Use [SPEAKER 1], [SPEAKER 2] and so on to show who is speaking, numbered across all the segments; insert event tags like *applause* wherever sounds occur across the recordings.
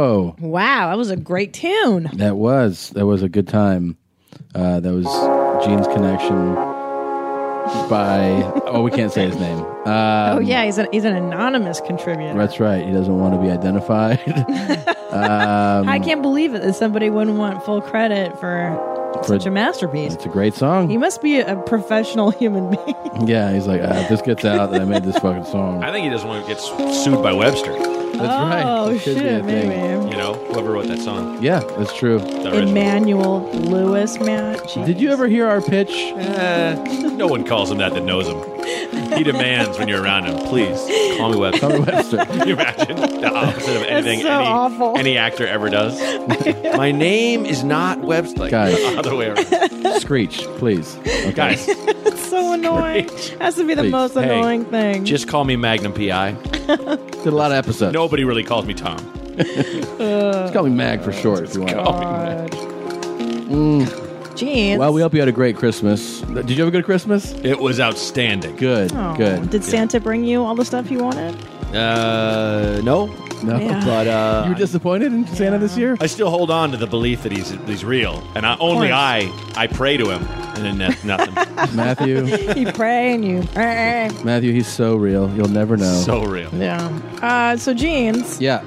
[SPEAKER 1] Wow, that was a great tune.
[SPEAKER 2] That was that was a good time. Uh, that was Gene's connection by oh we can't say his name. Uh,
[SPEAKER 1] oh yeah, he's an he's an anonymous contributor.
[SPEAKER 2] that's right. He doesn't want to be identified. *laughs* um,
[SPEAKER 1] I can't believe it that somebody wouldn't want full credit for,
[SPEAKER 2] For-
[SPEAKER 1] such a masterpiece.
[SPEAKER 2] it's a great song.
[SPEAKER 1] He must be a professional human being.
[SPEAKER 2] yeah, he's like ah, if this gets out that I made this fucking song.
[SPEAKER 3] I think he doesn't want to get su- sued by Webster.
[SPEAKER 2] *laughs* That's right.
[SPEAKER 1] oh
[SPEAKER 2] It should be a
[SPEAKER 1] shit,
[SPEAKER 2] thing.
[SPEAKER 1] maybe.
[SPEAKER 3] You know, whoever wrote that song.
[SPEAKER 2] Yeah, that's true.
[SPEAKER 3] The original.
[SPEAKER 1] Emmanuel Lewis, Matt. Jeez.
[SPEAKER 2] Did you ever hear our pitch?
[SPEAKER 3] Eh, no one calls him that that knows him. He demands when you're around him, please call me Webster.
[SPEAKER 2] Tommy Webster.
[SPEAKER 3] Can you imagine the opposite of anything
[SPEAKER 1] so
[SPEAKER 3] any,
[SPEAKER 1] awful.
[SPEAKER 3] any actor ever does? My name is not Webster. Like,
[SPEAKER 2] Guys.
[SPEAKER 3] the other way around.
[SPEAKER 2] Screech, please. Okay.
[SPEAKER 3] Guys,
[SPEAKER 1] It's
[SPEAKER 2] *laughs*
[SPEAKER 1] so annoying. Has to be the
[SPEAKER 2] Please.
[SPEAKER 1] most
[SPEAKER 3] Hey,
[SPEAKER 1] annoying thing.
[SPEAKER 3] just call me Magnum PI.
[SPEAKER 2] Did a lot of episodes.
[SPEAKER 3] Nobody really calls me Tom. Oh,
[SPEAKER 2] Just call me Mag for short if you want.
[SPEAKER 1] Oh,
[SPEAKER 3] Call me Mag.
[SPEAKER 1] God. Jeez.
[SPEAKER 2] Well, we hope you had a great Christmas. Did you have a good Christmas?
[SPEAKER 3] It was outstanding.
[SPEAKER 2] Good,
[SPEAKER 1] Oh,
[SPEAKER 2] good.
[SPEAKER 1] Did Santa bring you all the stuff you wanted?
[SPEAKER 3] Uh, no,
[SPEAKER 2] no,
[SPEAKER 1] Yeah.
[SPEAKER 3] but uh,
[SPEAKER 2] you were disappointed in Santa this year.
[SPEAKER 3] I still hold on to the belief that he's he's real, and I, only
[SPEAKER 1] course.
[SPEAKER 3] I I pray to him, and then that's
[SPEAKER 2] *laughs*
[SPEAKER 3] nothing.
[SPEAKER 2] *laughs* Matthew,
[SPEAKER 1] you pray and you pray.
[SPEAKER 2] Matthew, he's so real. You'll never know.
[SPEAKER 3] so real.
[SPEAKER 1] Yeah. Uh, so, jeans.
[SPEAKER 2] yeah,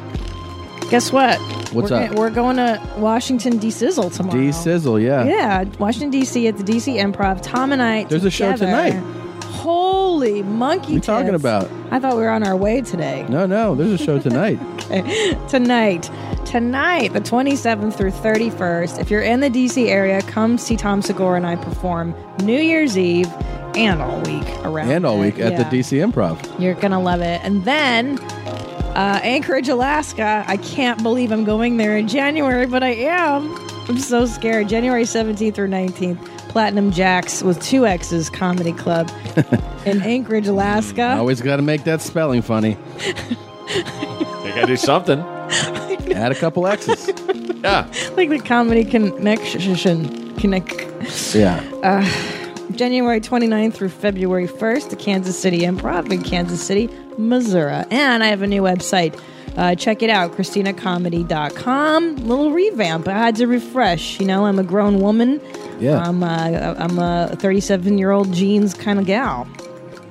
[SPEAKER 1] Guess what?
[SPEAKER 2] What's
[SPEAKER 1] we're
[SPEAKER 2] up?
[SPEAKER 1] go- we're going to Washington D Sizzle tomorrow.
[SPEAKER 2] D Sizzle. Yeah.
[SPEAKER 1] Yeah, Washington D.C. at the D.C. Improv. Tom and I.
[SPEAKER 2] There's a show
[SPEAKER 1] together.
[SPEAKER 2] tonight.
[SPEAKER 1] Holy monkey!
[SPEAKER 2] What you talking
[SPEAKER 1] tits.
[SPEAKER 2] about?
[SPEAKER 1] I thought we were on our way today.
[SPEAKER 2] No, no. There's a show *laughs* tonight.
[SPEAKER 1] tonight tonight the 27th through 31st if you're in the dc area come see tom segura and i perform new year's eve and all week around
[SPEAKER 2] and all
[SPEAKER 1] it.
[SPEAKER 2] week at
[SPEAKER 1] Yeah.
[SPEAKER 2] the DC Improv.
[SPEAKER 1] you're gonna love it and then uh, anchorage alaska i can't believe i'm going there in january but i am i'm so scared january 17th through 19th platinum jacks with two x's comedy club in anchorage alaska
[SPEAKER 2] I always got to make that spelling funny.
[SPEAKER 3] You gotta do something.
[SPEAKER 2] Add a couple *laughs* X's.
[SPEAKER 3] Yeah,
[SPEAKER 1] like the comedy connection connect
[SPEAKER 2] yeah.
[SPEAKER 1] January 29th through February 1st, the Kansas City Improv in Kansas City, Missouri. And I have a new website. Uh, check it out, ChristinaComedy.com. Little revamp. I had to refresh. You know, I'm a grown woman.
[SPEAKER 2] Yeah.
[SPEAKER 1] I'm a, I'm a 37 year old jeans kind of gal.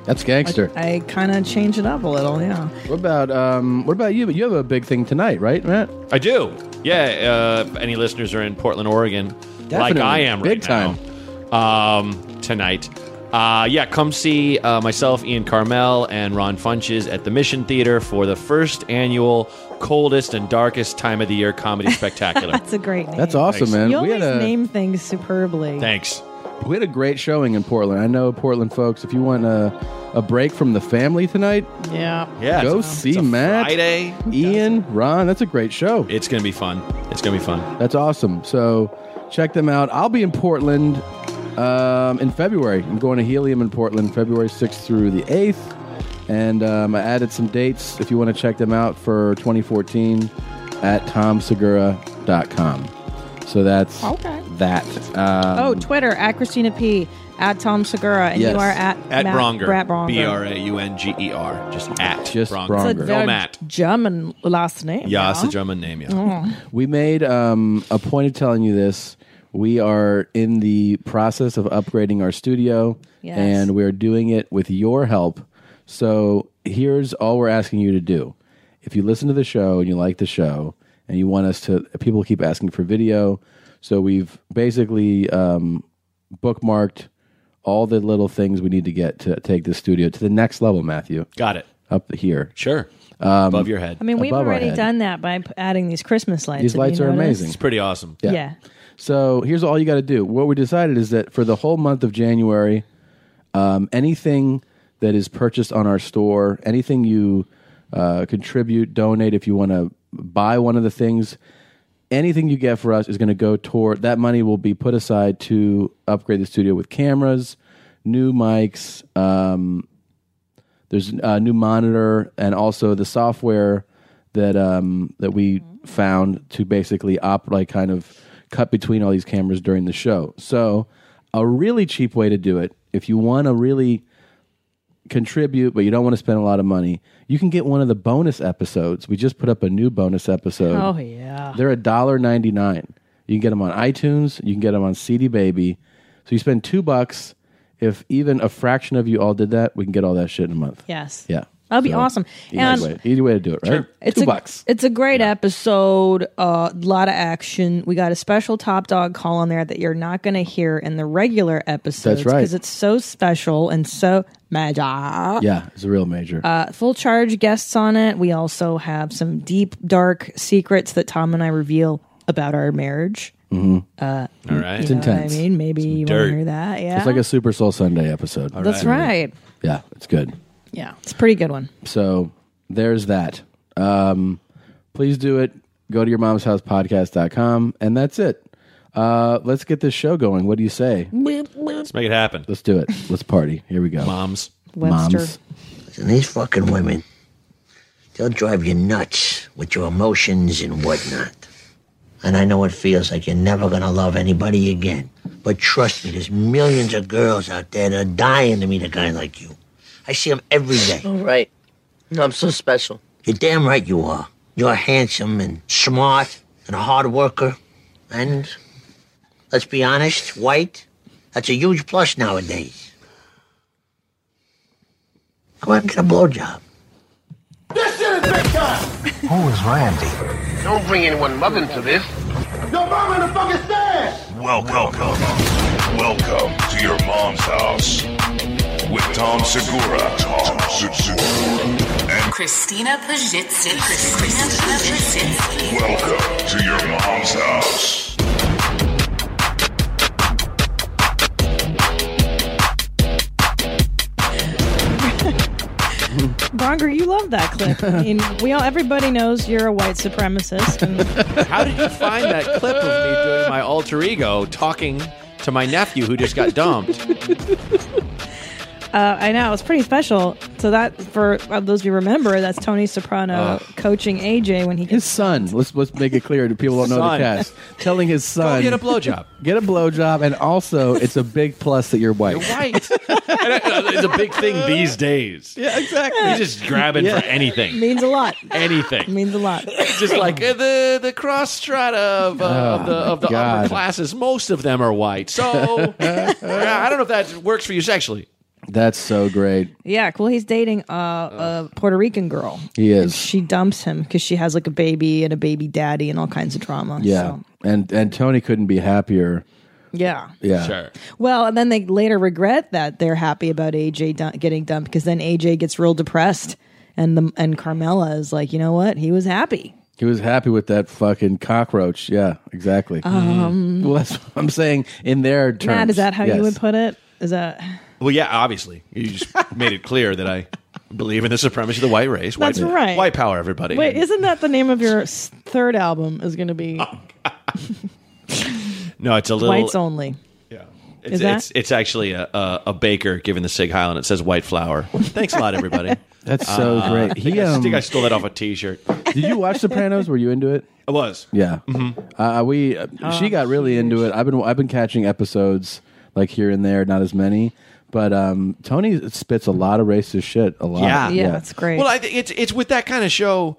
[SPEAKER 2] That's gangster.
[SPEAKER 1] I kind of change it up a little, yeah.
[SPEAKER 2] What about um? What about you? But you have a big thing tonight, right, Matt?
[SPEAKER 3] I do. Yeah, uh, if any listeners are in Portland, Oregon, like
[SPEAKER 2] Definitely.
[SPEAKER 3] I am
[SPEAKER 2] Big
[SPEAKER 3] right now, um, tonight. Uh, yeah, come see uh, myself, Ian Carmel, and Ron Funches at the Mission Theater for the first annual coldest and darkest time of the
[SPEAKER 2] *laughs*
[SPEAKER 3] year comedy spectacular.
[SPEAKER 1] That's a great name.
[SPEAKER 2] That's awesome,
[SPEAKER 3] Thanks.
[SPEAKER 2] man.
[SPEAKER 1] You
[SPEAKER 2] we
[SPEAKER 1] always
[SPEAKER 2] had a
[SPEAKER 1] name things superbly.
[SPEAKER 3] Thanks.
[SPEAKER 2] we had a great showing in Portland. I know Portland folks. If you want a, a break from the family tonight,
[SPEAKER 1] yeah.
[SPEAKER 3] Yeah,
[SPEAKER 2] go
[SPEAKER 3] it's a-
[SPEAKER 2] see
[SPEAKER 3] it's a
[SPEAKER 2] Matt,
[SPEAKER 3] Friday.
[SPEAKER 2] Ian, Ron. That's a great show.
[SPEAKER 3] It's gonna be fun. It's gonna be fun.
[SPEAKER 2] That's awesome. So check them out. I'll be in Portland um, in February. I'm going to Helium in Portland, February 6th through the 8th. And um, I added some dates if you want to check them out for 2014 at tomsegura.com. So that's
[SPEAKER 1] Okay.
[SPEAKER 2] that. Um,
[SPEAKER 1] Oh, Twitter, at Christina P, at Tom Segura, and
[SPEAKER 2] Yes.
[SPEAKER 1] you are at,
[SPEAKER 3] At
[SPEAKER 1] Matt, Brat
[SPEAKER 3] Bronger.
[SPEAKER 1] Bronger.
[SPEAKER 3] B R A U N G E R. Just at
[SPEAKER 2] Just
[SPEAKER 1] It's a
[SPEAKER 2] Bronger.
[SPEAKER 1] very
[SPEAKER 3] No Matt.
[SPEAKER 1] German last name.
[SPEAKER 3] Yeah, it's a German name. Yeah.
[SPEAKER 1] Mm.
[SPEAKER 2] We made um, a point of telling you this. We are in the process of upgrading our studio,
[SPEAKER 1] Yes.
[SPEAKER 2] and we're doing it with your help. So here's all we're asking you to do. If you listen to the show and you like the show, and you want us to, people keep asking for video. So we've basically um, bookmarked all the little things we need to get to take this studio to the next level, Matthew,
[SPEAKER 3] Got it.
[SPEAKER 2] up here.
[SPEAKER 3] Sure. Above your head.
[SPEAKER 1] I mean, we've
[SPEAKER 2] Above our
[SPEAKER 1] already
[SPEAKER 2] head.
[SPEAKER 1] done that by p- adding these Christmas lights.
[SPEAKER 2] These
[SPEAKER 1] Have
[SPEAKER 2] lights
[SPEAKER 1] you
[SPEAKER 2] are
[SPEAKER 1] noticed?
[SPEAKER 2] amazing.
[SPEAKER 3] it's pretty awesome.
[SPEAKER 1] Yeah.
[SPEAKER 2] So here's all you got to do. What we decided is that for the whole month of January, um, anything that is purchased on our store, anything you uh, contribute, donate, if you want to buy one of the things, anything you get for us is going to go toward that money will be put aside to upgrade the studio with cameras, new mics, um, there's a new monitor and also the software that um, that we found to basically op- like kind of cut between all these cameras during the show. So a really cheap way to do it, if you want to really contribute, but you don't want to spend a lot of money, you can get one of the bonus episodes. We just put up a new bonus episode.
[SPEAKER 1] Oh yeah.
[SPEAKER 2] They're a dollar ninety nine. You can get them on iTunes. You can get them on CD Baby. So you spend two bucks. If even a fraction of you all did that, we can get all that shit in a month.
[SPEAKER 1] Yes.
[SPEAKER 2] Yeah.
[SPEAKER 1] That'd be
[SPEAKER 2] So,
[SPEAKER 1] awesome.
[SPEAKER 2] Easy
[SPEAKER 1] And
[SPEAKER 2] way, easy way to do it, right?
[SPEAKER 1] it's
[SPEAKER 2] two
[SPEAKER 1] a,
[SPEAKER 2] bucks.
[SPEAKER 1] It's a great episode. A lot of action. We got a special top dog call on there that you're not going to hear in the regular episodes.
[SPEAKER 2] right.
[SPEAKER 1] Because it's so special and so magic.
[SPEAKER 2] yeah, it's a real major.
[SPEAKER 1] Uh, full charge guests on it. We also have some deep, dark secrets that Tom and I reveal about our marriage.
[SPEAKER 3] All right.
[SPEAKER 1] You know what
[SPEAKER 2] intense.
[SPEAKER 1] I mean, maybe you want to
[SPEAKER 3] dirt.
[SPEAKER 1] hear that. Yeah.
[SPEAKER 2] it's like a Super Soul Sunday episode.
[SPEAKER 1] That's right.
[SPEAKER 2] Yeah, it's good.
[SPEAKER 1] Yeah. It's a pretty good one.
[SPEAKER 2] So there's that. Um, please do it. Go to your mom's house podcast.com, and that's it. Uh, let's get this show going. What do you say?
[SPEAKER 3] Let's make it happen.
[SPEAKER 2] Let's do it. Let's party. Here we go.
[SPEAKER 3] Moms.
[SPEAKER 1] Webster.
[SPEAKER 2] Moms.
[SPEAKER 4] And these fucking women, they'll drive you nuts with your emotions and whatnot. And I know it feels like you're never gonna love anybody again. But trust me, there's millions of girls out there that are dying to meet a guy like you. I see them every day.
[SPEAKER 5] All right. No, I'm so special.
[SPEAKER 4] You're damn right you are. You're handsome and smart and a hard worker. And let's be honest, white, that's a huge plus nowadays. Go out and get a blowjob. Who is Randy?
[SPEAKER 6] Don't bring anyone mother into this.
[SPEAKER 7] Your mama in the fucking stand!
[SPEAKER 8] Welcome. Welcome to your mom's house with Tom Segura. Tom Segura. And
[SPEAKER 9] Christina Pajitsky. Christina Pajitsky.
[SPEAKER 8] welcome to your mom's house.
[SPEAKER 1] Bonger, you love
[SPEAKER 2] *laughs*
[SPEAKER 1] that clip. I mean, we all everybody knows you're a white supremacist. And uh,
[SPEAKER 3] How did you find that clip of me doing my alter ego talking to my nephew who just got *laughs* dumped?
[SPEAKER 1] uh, I know it's pretty special. So that for uh, those of you who remember, that's Tony Soprano
[SPEAKER 2] Uh,
[SPEAKER 1] coaching AJ when he
[SPEAKER 2] His
[SPEAKER 1] gets
[SPEAKER 2] son. Let's let's make it clear to people who don't know
[SPEAKER 3] Son.
[SPEAKER 2] the cast. Telling his son
[SPEAKER 3] Go get a blowjob.
[SPEAKER 2] get a blowjob, and also it's a big plus that you're white.
[SPEAKER 3] *laughs* Right. uh, it's a big thing these days. Yeah, exactly. You're just grabbing for anything.
[SPEAKER 1] means a lot.
[SPEAKER 3] Anything.
[SPEAKER 1] means a lot.
[SPEAKER 3] just like uh, the the cross strata of, uh, of the of the
[SPEAKER 2] my God.
[SPEAKER 3] upper classes, most of them are white. *laughs* So yeah, I don't know if that works for you sexually.
[SPEAKER 2] That's so great.
[SPEAKER 1] Yeah, well, he's dating uh, a Puerto Rican girl.
[SPEAKER 2] He
[SPEAKER 1] And
[SPEAKER 2] is.
[SPEAKER 1] She dumps him because she has like a baby and a baby daddy and all kinds of trauma.
[SPEAKER 2] Yeah,
[SPEAKER 1] so,
[SPEAKER 2] and and Tony couldn't be happier.
[SPEAKER 1] yeah.
[SPEAKER 2] Yeah,
[SPEAKER 3] Sure.
[SPEAKER 1] Well, and then they later regret that they're happy about AJ dum- getting dumped because then AJ gets real depressed, and the and Carmela is like, you know what? He was happy.
[SPEAKER 2] he was happy with that fucking cockroach. Yeah, exactly. Um, well, that's what I'm saying in their terms.
[SPEAKER 1] Matt, is that how
[SPEAKER 2] Yes.
[SPEAKER 1] you would put it? Is that
[SPEAKER 3] Well, yeah, obviously, you just
[SPEAKER 1] *laughs*
[SPEAKER 3] made it clear that I believe in the supremacy of the white race.
[SPEAKER 1] That's
[SPEAKER 3] white,
[SPEAKER 1] right.
[SPEAKER 3] White power, everybody.
[SPEAKER 1] wait? Isn't that the name of your s- third album? Is going to
[SPEAKER 2] Uh,
[SPEAKER 1] be
[SPEAKER 3] no, it's a little.
[SPEAKER 1] Whites Only.
[SPEAKER 3] Yeah. It's,
[SPEAKER 1] Is that-
[SPEAKER 3] it's it's actually a, a, a baker giving the Sig Heil and it says white flour. Thanks a lot, everybody.
[SPEAKER 2] *laughs* That's so great. He,
[SPEAKER 3] Uh, *laughs* I
[SPEAKER 2] um,
[SPEAKER 3] think I stole that off a T-shirt. I
[SPEAKER 2] did you watch Sopranos? Were you into it?
[SPEAKER 3] was.
[SPEAKER 2] Yeah,
[SPEAKER 3] Mm-hmm.
[SPEAKER 2] uh, we. Uh,
[SPEAKER 3] Oh,
[SPEAKER 2] she got really into it. I've been I've been catching episodes like here and there, not as many. But um, Tony spits a lot of racist shit. A lot.
[SPEAKER 3] Yeah.
[SPEAKER 1] Yeah, that's great.
[SPEAKER 3] Well, I think it's it's with that kind of show,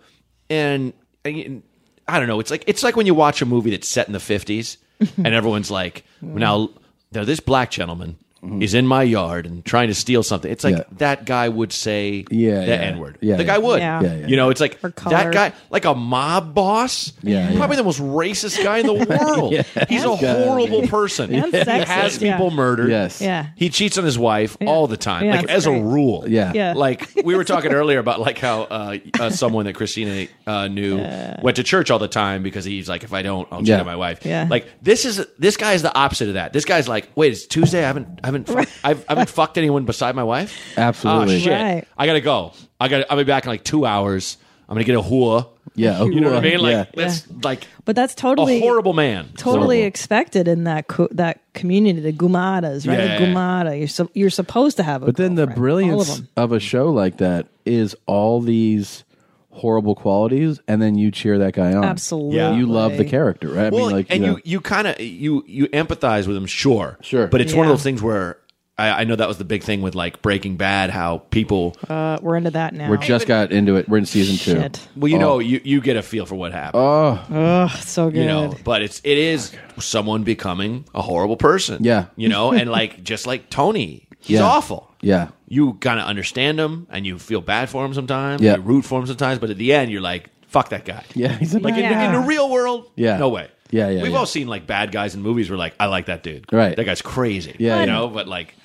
[SPEAKER 3] and, and I don't know. It's like it's like when you watch a movie that's set in
[SPEAKER 2] *laughs*
[SPEAKER 3] the fifties, and everyone's like, now, now this black gentleman is in my yard and trying to steal something. It's like
[SPEAKER 2] Mm-hmm. Yeah.
[SPEAKER 3] that guy would say
[SPEAKER 2] Yeah,
[SPEAKER 3] the
[SPEAKER 2] yeah.
[SPEAKER 3] n word.
[SPEAKER 2] Yeah,
[SPEAKER 3] the
[SPEAKER 2] yeah.
[SPEAKER 3] guy would.
[SPEAKER 1] Yeah. Yeah, yeah.
[SPEAKER 3] You know, it's like
[SPEAKER 1] Or
[SPEAKER 3] that
[SPEAKER 1] color.
[SPEAKER 3] guy, like a mob boss.
[SPEAKER 2] Yeah,
[SPEAKER 3] probably the most racist guy in
[SPEAKER 2] *laughs*
[SPEAKER 3] the world. He's a
[SPEAKER 2] Yeah.
[SPEAKER 3] horrible person.
[SPEAKER 1] And
[SPEAKER 3] he
[SPEAKER 1] sexist,
[SPEAKER 3] has
[SPEAKER 1] yeah.
[SPEAKER 3] people murdered.
[SPEAKER 2] Yes.
[SPEAKER 1] Yeah.
[SPEAKER 3] He cheats on his wife all the time,
[SPEAKER 1] Yeah,
[SPEAKER 3] like
[SPEAKER 1] it's
[SPEAKER 3] as
[SPEAKER 1] great.
[SPEAKER 3] a rule.
[SPEAKER 2] Yeah.
[SPEAKER 1] Yeah.
[SPEAKER 3] Like we were talking earlier about like how uh, uh, someone that Christina uh, knew went to church all the time because he's like, if I don't, I'll cheat
[SPEAKER 2] Yeah.
[SPEAKER 3] on my wife.
[SPEAKER 1] Yeah.
[SPEAKER 3] Like this is this guy is the opposite of that. This guy's like, wait, it's Tuesday. I haven't I haven't fu- I've, I haven't fucked anyone beside my wife.
[SPEAKER 2] Absolutely.
[SPEAKER 3] Oh, shit.
[SPEAKER 1] Right.
[SPEAKER 3] I gotta go. I got. to I'll be back in like two hours. I'm gonna get a hua.
[SPEAKER 2] Yeah, a
[SPEAKER 3] You know what I
[SPEAKER 2] hua,
[SPEAKER 3] mean? Like
[SPEAKER 2] yeah.
[SPEAKER 3] that's like
[SPEAKER 1] But that's totally
[SPEAKER 3] a horrible man.
[SPEAKER 1] totally
[SPEAKER 3] Horrible.
[SPEAKER 1] expected in that co- that community, the Gumadas, right?
[SPEAKER 3] Yeah.
[SPEAKER 1] The Gumada. You're su- you're supposed to have a
[SPEAKER 2] But then the
[SPEAKER 1] girlfriend. all
[SPEAKER 2] brilliance
[SPEAKER 1] of them.
[SPEAKER 2] of a show like that is all these horrible qualities, and then you cheer that guy on.
[SPEAKER 1] Absolutely.
[SPEAKER 3] Yeah.
[SPEAKER 2] You love the character, right? I
[SPEAKER 3] well,
[SPEAKER 2] mean, like,
[SPEAKER 3] and
[SPEAKER 2] you
[SPEAKER 3] you
[SPEAKER 2] know,
[SPEAKER 3] you kind of you you empathize with him, sure,
[SPEAKER 2] Sure.
[SPEAKER 3] but it's one of
[SPEAKER 1] Yeah.
[SPEAKER 3] those things where I, I know that was the big thing with like Breaking Bad, how people.
[SPEAKER 1] Uh, we're into that now.
[SPEAKER 2] We're just got into it. We're in season two.
[SPEAKER 1] Shit.
[SPEAKER 3] Well, you
[SPEAKER 2] Oh.
[SPEAKER 3] know, you, you get a feel for what happened.
[SPEAKER 1] Ugh, so good.
[SPEAKER 3] you know but it's it is someone becoming a horrible person
[SPEAKER 2] Yeah.
[SPEAKER 3] you know and like just like tony he's
[SPEAKER 2] Yeah.
[SPEAKER 3] awful
[SPEAKER 2] Yeah. *laughs*
[SPEAKER 3] you kind of understand him and you feel bad for him sometimes
[SPEAKER 2] Yeah.
[SPEAKER 3] you root for him sometimes but at the end you're like fuck that guy
[SPEAKER 2] Yeah. He's a,
[SPEAKER 3] like in, the, in the real world
[SPEAKER 2] Yeah.
[SPEAKER 3] no way
[SPEAKER 2] Yeah, yeah,
[SPEAKER 3] we've
[SPEAKER 2] yeah.
[SPEAKER 3] all seen like bad guys in movies where like i like that dude
[SPEAKER 2] Right.
[SPEAKER 3] that guy's crazy
[SPEAKER 2] Yeah,
[SPEAKER 3] you
[SPEAKER 2] yeah.
[SPEAKER 3] know but like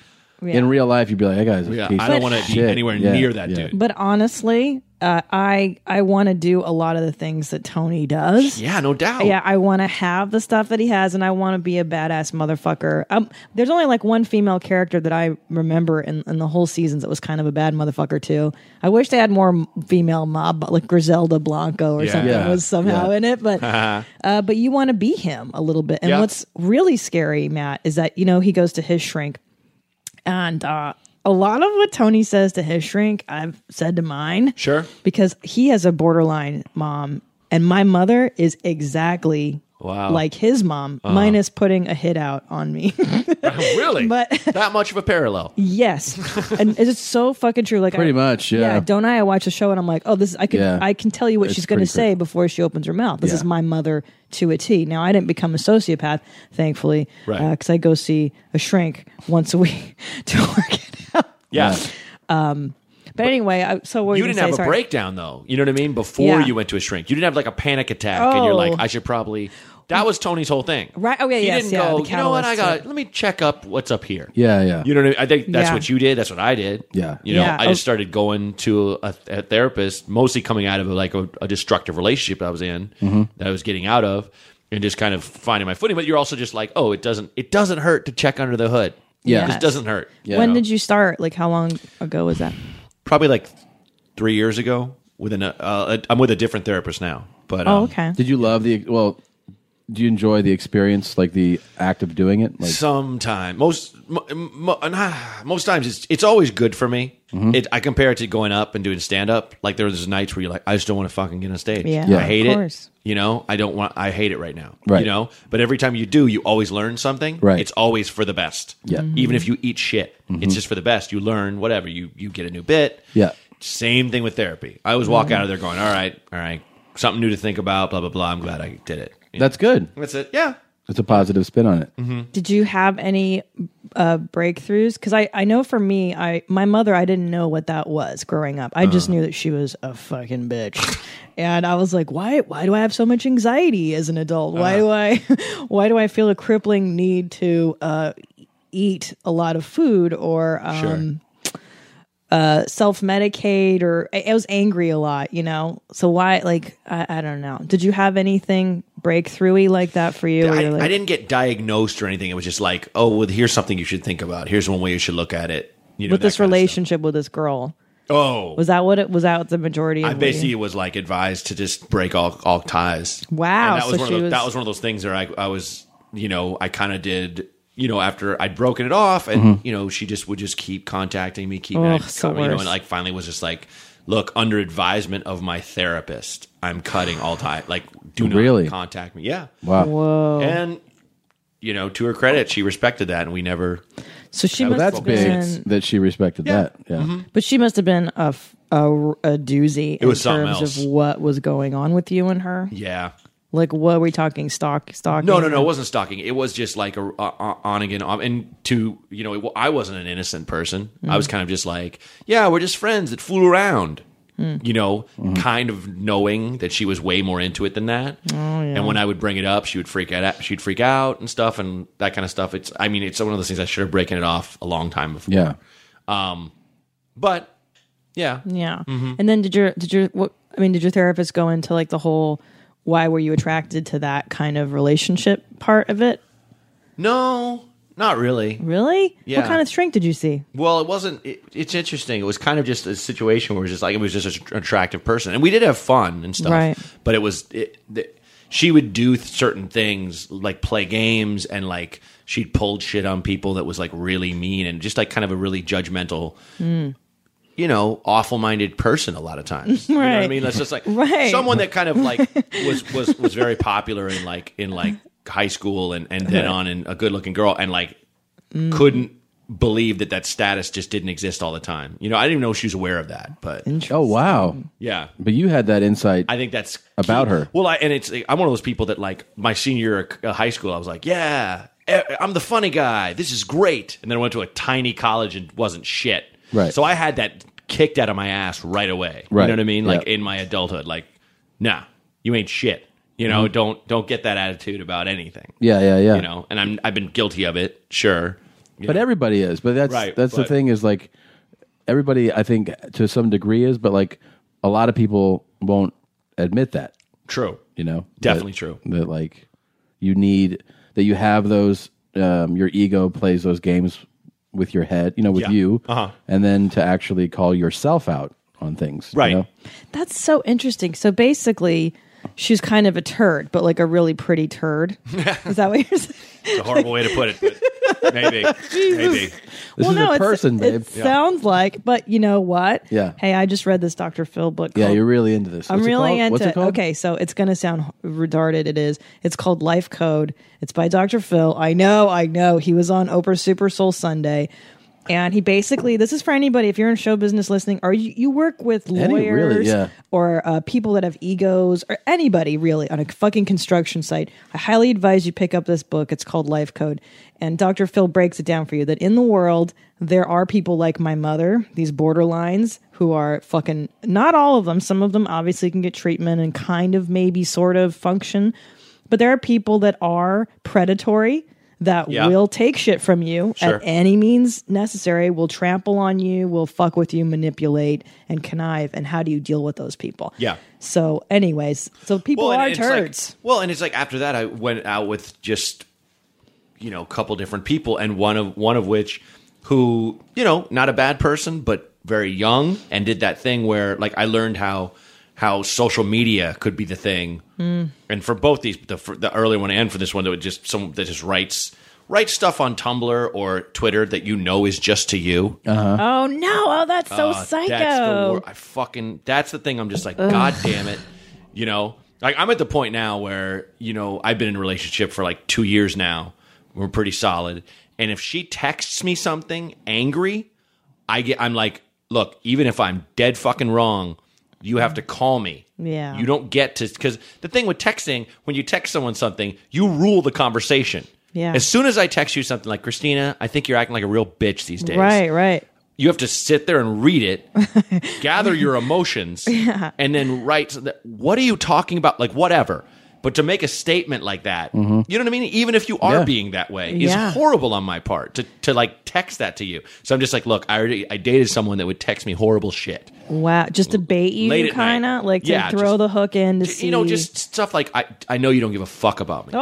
[SPEAKER 1] Yeah.
[SPEAKER 2] in real life, you'd be like, that guy's a
[SPEAKER 3] yeah,
[SPEAKER 2] piece
[SPEAKER 3] i don't
[SPEAKER 2] of
[SPEAKER 3] want to be
[SPEAKER 2] shit.
[SPEAKER 3] anywhere
[SPEAKER 2] Yeah,
[SPEAKER 3] near that
[SPEAKER 2] yeah.
[SPEAKER 3] dude
[SPEAKER 1] But honestly, uh, I I want to do a lot of the things that Tony does.
[SPEAKER 3] yeah no doubt
[SPEAKER 1] Yeah, I want to have the stuff that he has, and I want to be a badass motherfucker. Um, there's only like one female character that I remember in, in the whole seasons that was kind of a bad motherfucker too. I wish they had more m- female mob, but like Griselda Blanco or
[SPEAKER 3] Yeah. Uh-huh.
[SPEAKER 1] something
[SPEAKER 2] Yeah,
[SPEAKER 1] was somehow
[SPEAKER 2] yeah.
[SPEAKER 1] in it.
[SPEAKER 3] *laughs*
[SPEAKER 1] But uh, but you want to be him a little bit. And
[SPEAKER 3] Yeah.
[SPEAKER 1] what's really scary, Matt, is that you know he goes to his shrink, and uh, a lot of what Tony says to his shrink, I've said to mine
[SPEAKER 3] sure
[SPEAKER 1] because he has a borderline mom and my mother is exactly
[SPEAKER 3] Wow. Uh-huh.
[SPEAKER 1] like his mom minus putting a hit out on me
[SPEAKER 3] *laughs*
[SPEAKER 1] *laughs*
[SPEAKER 3] really
[SPEAKER 1] But-
[SPEAKER 3] that much of a parallel
[SPEAKER 1] *laughs* yes and it's so fucking true like
[SPEAKER 2] Pretty
[SPEAKER 1] I-
[SPEAKER 2] much, yeah.
[SPEAKER 1] don't i i watch a show and i'm like oh this is, i can
[SPEAKER 2] Yeah.
[SPEAKER 1] i can tell you what
[SPEAKER 2] It's
[SPEAKER 1] she's going to
[SPEAKER 2] pretty
[SPEAKER 1] say
[SPEAKER 2] cra-
[SPEAKER 1] before she opens her mouth this
[SPEAKER 2] Yeah.
[SPEAKER 1] is my mother to a t now i didn't become a sociopath thankfully
[SPEAKER 3] Right.
[SPEAKER 1] because i go see a shrink once a week *laughs* to work it out
[SPEAKER 3] yeah
[SPEAKER 1] but anyway I, so what were
[SPEAKER 3] you
[SPEAKER 1] you
[SPEAKER 3] didn't
[SPEAKER 1] gonna
[SPEAKER 3] have
[SPEAKER 1] say?
[SPEAKER 3] a
[SPEAKER 1] Sorry.
[SPEAKER 3] breakdown though. You know what I mean? Before
[SPEAKER 1] Yeah.
[SPEAKER 3] you went to a shrink, you didn't have like a panic attack, and you're
[SPEAKER 1] Oh.
[SPEAKER 3] like, I should probably. That was Tony's whole thing,
[SPEAKER 1] Right. Oh, yeah,
[SPEAKER 3] He
[SPEAKER 1] yes,
[SPEAKER 3] didn't
[SPEAKER 1] yeah,
[SPEAKER 3] go.
[SPEAKER 1] the
[SPEAKER 3] You know what? I
[SPEAKER 1] catalyst,
[SPEAKER 3] got. to Let me check up what's up here.
[SPEAKER 2] Yeah. Yeah.
[SPEAKER 3] You know what I mean? I think that's
[SPEAKER 1] Yeah.
[SPEAKER 3] what you did. That's what I did.
[SPEAKER 2] Yeah.
[SPEAKER 3] You know,
[SPEAKER 1] Yeah.
[SPEAKER 3] I just
[SPEAKER 1] Oh.
[SPEAKER 3] started going to a, a therapist, mostly coming out of like a, a destructive relationship that I was in,
[SPEAKER 2] Mm-hmm.
[SPEAKER 3] that I was getting out of, and just kind of finding my footing. But you're also just like, oh, it doesn't. It doesn't hurt to check under the hood.
[SPEAKER 2] Yeah.
[SPEAKER 3] It just doesn't hurt.
[SPEAKER 2] Yeah.
[SPEAKER 1] when did you start like how long ago was that
[SPEAKER 3] Probably like three years ago. With an, uh, uh, I'm with a different therapist now. But
[SPEAKER 1] oh
[SPEAKER 3] um,
[SPEAKER 1] okay
[SPEAKER 2] Did you love the well? Do you enjoy the experience, like the act of doing it? Like,
[SPEAKER 3] Sometime, most mo, mo, nah, ah, most times, it's it's always good for me.
[SPEAKER 2] Mm-hmm.
[SPEAKER 3] It, I compare it to going up and doing stand up. Like there was nights where you're like, I just don't want to fucking get on stage.
[SPEAKER 1] Yeah, Yeah.
[SPEAKER 3] I hate
[SPEAKER 1] of
[SPEAKER 3] it.
[SPEAKER 1] course.
[SPEAKER 3] You know, I don't want. I hate it right now.
[SPEAKER 2] Right.
[SPEAKER 3] You know, but every time you do, you always learn something.
[SPEAKER 2] Right.
[SPEAKER 3] It's always for the best.
[SPEAKER 2] Yeah. Mhm.
[SPEAKER 3] Even if you eat shit, it's just for the best. You learn whatever. You you get a new bit.
[SPEAKER 2] Yeah.
[SPEAKER 3] Same thing with therapy. I always walk out of there going, all right, all right, something new to think about. Blah blah blah. I'm glad I did it. You
[SPEAKER 2] that's good.
[SPEAKER 3] know? that's it. Yeah.
[SPEAKER 2] That's a positive spin on it.
[SPEAKER 3] Mm-hmm.
[SPEAKER 1] did you have any uh, breakthroughs because I, I know for me i my mother i didn't know what that was growing up i
[SPEAKER 3] Uh.
[SPEAKER 1] just knew that she was a fucking bitch and i was like why why do i have so much anxiety as an adult
[SPEAKER 3] Uh.
[SPEAKER 1] why do i *laughs* why do i feel a crippling need to uh, eat a lot of food or um, self medicate or I, I was angry a lot, you know. So why, like, I, I don't know. Did you have anything breakthroughy like that for you? where
[SPEAKER 3] I,
[SPEAKER 1] you're like,
[SPEAKER 3] I didn't get diagnosed or anything. It was just like, oh, well, here's something you should think about. Here's one way you should look at it. You know,
[SPEAKER 1] with
[SPEAKER 3] that
[SPEAKER 1] this
[SPEAKER 3] kind of
[SPEAKER 1] relationship with this girl.
[SPEAKER 3] stuff. Oh,
[SPEAKER 1] Was that what it was? That the majority? Of
[SPEAKER 3] I
[SPEAKER 1] what
[SPEAKER 3] basically
[SPEAKER 1] you-
[SPEAKER 3] was like advised to just break all all ties.
[SPEAKER 1] Wow,
[SPEAKER 3] and that was
[SPEAKER 1] so
[SPEAKER 3] one of
[SPEAKER 1] she
[SPEAKER 3] those,
[SPEAKER 1] was-
[SPEAKER 3] that was one of those things where I I was you know I kind of did you know after I'd broken it off and you know she just would just keep contacting me, keep
[SPEAKER 1] Mm-hmm. Ugh,
[SPEAKER 3] I'd
[SPEAKER 1] so
[SPEAKER 3] cut- you know,
[SPEAKER 1] worse.
[SPEAKER 3] and like finally was just like, look, under advisement of my therapist, I'm cutting all ties. Like, do not
[SPEAKER 2] Really?
[SPEAKER 3] contact me. Yeah,
[SPEAKER 2] Wow.
[SPEAKER 1] Whoa!
[SPEAKER 3] and you know to her credit, she respected that, and we never.
[SPEAKER 1] so she
[SPEAKER 2] Well,
[SPEAKER 1] must
[SPEAKER 2] Oh, that's
[SPEAKER 1] have
[SPEAKER 2] big
[SPEAKER 1] been,
[SPEAKER 2] that she respected that. Yeah.
[SPEAKER 3] Mm-hmm.
[SPEAKER 1] but she must have been a f- a r- a doozy in
[SPEAKER 3] was something
[SPEAKER 1] terms
[SPEAKER 3] else.
[SPEAKER 1] of what was going on with you and her.
[SPEAKER 3] Yeah.
[SPEAKER 1] Like, what were we talking? Stock, stock?
[SPEAKER 3] No, no, no. It wasn't stalking. It was just like a, a- a- on again, off. And to you know, it, I wasn't an innocent person. I was kind of just like, yeah, we're just friends that flew around. You know, kind of knowing that she was way more into it than that. And when I would bring it up, she would freak out. She'd freak out and stuff, and that kind of stuff. It's, I mean, it's one of those things I should have broken it off a long time before.
[SPEAKER 2] Yeah.
[SPEAKER 3] But yeah,
[SPEAKER 1] Yeah.
[SPEAKER 3] Mm-hmm.
[SPEAKER 1] And then did your did your what I mean, did your therapist go into like the whole why were you attracted to that kind of relationship part of it?
[SPEAKER 3] no, not really.
[SPEAKER 1] Really?
[SPEAKER 3] Yeah.
[SPEAKER 1] What kind of shrink did you see?
[SPEAKER 3] Well, it wasn't. It, it's interesting. It was kind of just a situation where it was just like it was just an attractive person, and we did have fun and stuff.
[SPEAKER 1] Right.
[SPEAKER 3] But it was it, the, she would do certain things like play games and like she'd pulled shit on people that was like really mean and just like kind of a really judgmental.
[SPEAKER 1] Mm.
[SPEAKER 3] You know, awful-minded person. A lot of times, you know what I
[SPEAKER 1] Right.
[SPEAKER 3] mean. That's
[SPEAKER 1] *laughs*
[SPEAKER 3] just like
[SPEAKER 1] Right.
[SPEAKER 3] someone that kind of like was was was very popular in like in like high school and and then on and a good-looking girl and like couldn't believed that that status just didn't exist all the time. You know, I didn't even know she was aware of that, but
[SPEAKER 2] Oh wow.
[SPEAKER 3] yeah.
[SPEAKER 2] But you had that insight.
[SPEAKER 3] I think that's
[SPEAKER 2] About
[SPEAKER 3] key.
[SPEAKER 2] her.
[SPEAKER 3] Well, I, and it's I'm one of those people that like my senior year of c- high school, I was like, yeah, eh, I'm the funny guy. This is great. And then I went to a tiny college and wasn't shit.
[SPEAKER 2] Right.
[SPEAKER 3] So I had that kicked out of my ass right away.
[SPEAKER 2] Right.
[SPEAKER 3] You know what I mean? Like
[SPEAKER 2] Yeah.
[SPEAKER 3] in my adulthood, like, nah, you ain't shit. You know, don't don't get that attitude about anything.
[SPEAKER 2] Mm-hmm. yeah, yeah, yeah.
[SPEAKER 3] You know, and I'm I've been guilty of it, sure. You
[SPEAKER 2] But
[SPEAKER 3] know?
[SPEAKER 2] everybody is. But that's
[SPEAKER 3] Right,
[SPEAKER 2] that's
[SPEAKER 3] but-
[SPEAKER 2] the thing is like everybody I think to some degree is, but like a lot of people won't admit that,
[SPEAKER 3] true.
[SPEAKER 2] you know.
[SPEAKER 3] Definitely
[SPEAKER 2] That-
[SPEAKER 3] true.
[SPEAKER 2] That like you need that you have those um your ego plays those games with your head, you know, with
[SPEAKER 3] Yeah.
[SPEAKER 2] you.
[SPEAKER 3] Uh-huh.
[SPEAKER 2] And then to actually call yourself out on things. you
[SPEAKER 3] Right.
[SPEAKER 2] know?
[SPEAKER 1] That's so interesting. So basically, she's kind of a turd, but like a really pretty turd. Is that what you're saying?
[SPEAKER 3] It's a horrible way to put it,
[SPEAKER 2] *laughs*
[SPEAKER 3] but maybe. maybe.
[SPEAKER 2] This is a
[SPEAKER 1] it's-
[SPEAKER 2] person, babe.
[SPEAKER 1] It sounds like, but you know what?
[SPEAKER 2] Yeah.
[SPEAKER 1] Hey, I just read this Dr. Phil book.
[SPEAKER 2] Yeah,
[SPEAKER 1] called-
[SPEAKER 2] you're really into this.
[SPEAKER 1] I'm
[SPEAKER 2] What's it
[SPEAKER 1] really
[SPEAKER 2] called?
[SPEAKER 1] into
[SPEAKER 2] What's it
[SPEAKER 1] it.
[SPEAKER 2] called?
[SPEAKER 1] Okay, so it's going to sound retarded. It is. It's called Life Code. It's by Dr. Phil. I know, I know. He was on Oprah Super Soul Sunday. And he basically, this is for anybody, if you're in show business listening, or you, you work with lawyers
[SPEAKER 2] Any- really, yeah.
[SPEAKER 1] or uh, people that have egos or anybody really on a fucking construction site, I highly advise you pick up this book. It's called Life Code. And Dr. Phil breaks it down for you that in the world, there are people like my mother, these borderlines, who are fucking not all of them. Some of them obviously can get treatment and kind of maybe sort of function. But there are people that are predatory that
[SPEAKER 3] Yeah.
[SPEAKER 1] will take shit from you
[SPEAKER 3] Sure.
[SPEAKER 1] at any means necessary will trample on you will fuck with you manipulate and connive and how do you deal with those people
[SPEAKER 3] Yeah.
[SPEAKER 1] so anyways so people are
[SPEAKER 3] it's
[SPEAKER 1] turds
[SPEAKER 3] Like, well, and it's like after that, I went out with just you know a couple different people, and one of one of which who you know not a bad person, but very young, and did that thing where like I learned how how social media could be the thing,
[SPEAKER 1] Hmm.
[SPEAKER 3] and for both these the, for the earlier one and for this one that would just some that just writes writes stuff on Tumblr or Twitter that you know is just to you.
[SPEAKER 1] oh no oh that's so
[SPEAKER 3] Uh,
[SPEAKER 1] psycho
[SPEAKER 3] That's the wor- I fucking. That's the thing. I'm just like, god damn it. You know, like I'm at the point now where you know I've been in a relationship for like two years now. We're pretty solid. And if she texts me something angry, I get. I'm like, look, even if I'm dead fucking wrong, you have to call me.
[SPEAKER 1] Yeah.
[SPEAKER 3] You don't get to because the thing with texting, when you text someone something, you rule the conversation.
[SPEAKER 1] Yeah.
[SPEAKER 3] As soon as I text you something like Christina, I think you're acting like a real bitch these days
[SPEAKER 1] right right
[SPEAKER 3] you have to sit there and
[SPEAKER 1] *laughs*
[SPEAKER 3] read it, gather your emotions, and then write. so that- What are you talking about? Like whatever. But to make a statement like that, you know what I mean. Even if you are
[SPEAKER 2] Yeah.
[SPEAKER 3] being that way,
[SPEAKER 1] Mm-hmm. Yeah.
[SPEAKER 3] is horrible on my part to to like text that to you. So I'm just like, look, I already I dated someone that would text me horrible shit.
[SPEAKER 1] wow just to bait
[SPEAKER 3] Late
[SPEAKER 1] you
[SPEAKER 3] at
[SPEAKER 1] kind
[SPEAKER 3] night.
[SPEAKER 1] of like to
[SPEAKER 3] Yeah,
[SPEAKER 1] throw
[SPEAKER 3] just-
[SPEAKER 1] the hook in to see
[SPEAKER 3] You know, just stuff like I I know you don't give a fuck
[SPEAKER 1] *laughs*
[SPEAKER 3] about me.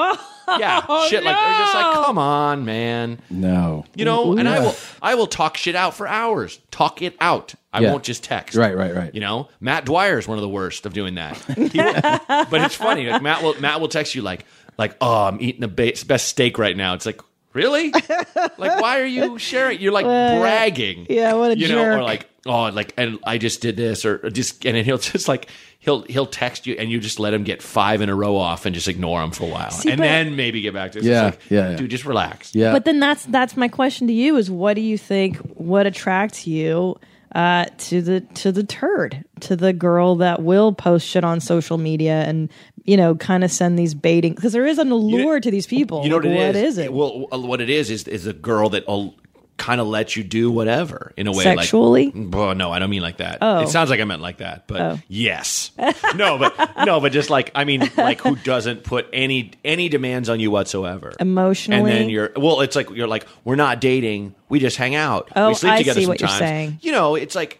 [SPEAKER 3] yeah, shit like or just like
[SPEAKER 1] Oh, no.
[SPEAKER 3] come on, man.
[SPEAKER 2] No.
[SPEAKER 3] You know, and I
[SPEAKER 2] Yeah.
[SPEAKER 3] will I will talk shit out for hours. Talk it out. I
[SPEAKER 2] Yeah.
[SPEAKER 3] won't just text.
[SPEAKER 2] Right, right, right.
[SPEAKER 3] You know, Matt Dwyer is one of the worst of doing that. *laughs* He will- but it's funny. Like Matt will Matt will text you like like oh I'm eating the ba- best steak right now. It's like really like why are you sharing?
[SPEAKER 2] *laughs*
[SPEAKER 3] You're like bragging.
[SPEAKER 1] yeah, what a
[SPEAKER 3] you know
[SPEAKER 1] jerk.
[SPEAKER 3] or like oh like and I just did this or just and then he'll *laughs* just like. He'll he'll text you and you just let him get five in a row off and just ignore him for a while
[SPEAKER 1] but-
[SPEAKER 3] and then maybe get back to it. So
[SPEAKER 2] Yeah,
[SPEAKER 3] it's like,
[SPEAKER 2] yeah, yeah.
[SPEAKER 3] dude just relax
[SPEAKER 2] Yeah.
[SPEAKER 1] But then that's that's my question to you is what do you think what attracts you uh, to the to the turd to the girl that will post shit on social media and you know kind of send these baiting because there is an allure to these people.
[SPEAKER 3] You know what,
[SPEAKER 1] Like,
[SPEAKER 3] it is?
[SPEAKER 1] it?
[SPEAKER 3] Well, uh, what it is is is a girl that will kind of let you do whatever in a way
[SPEAKER 1] Sexually?
[SPEAKER 3] Like, oh no, I don't mean like that.
[SPEAKER 1] Oh.
[SPEAKER 3] It sounds like I meant like that, but
[SPEAKER 1] *laughs*
[SPEAKER 3] yes, no, but no, but just like I mean, like who doesn't put any any demands on you whatsoever
[SPEAKER 1] Emotionally?
[SPEAKER 3] And then you're well, it's like you're like we're not dating, we just hang out,
[SPEAKER 1] Oh,
[SPEAKER 3] we sleep
[SPEAKER 1] I
[SPEAKER 3] together
[SPEAKER 1] see what
[SPEAKER 3] sometimes.
[SPEAKER 1] you're saying.
[SPEAKER 3] You know, it's like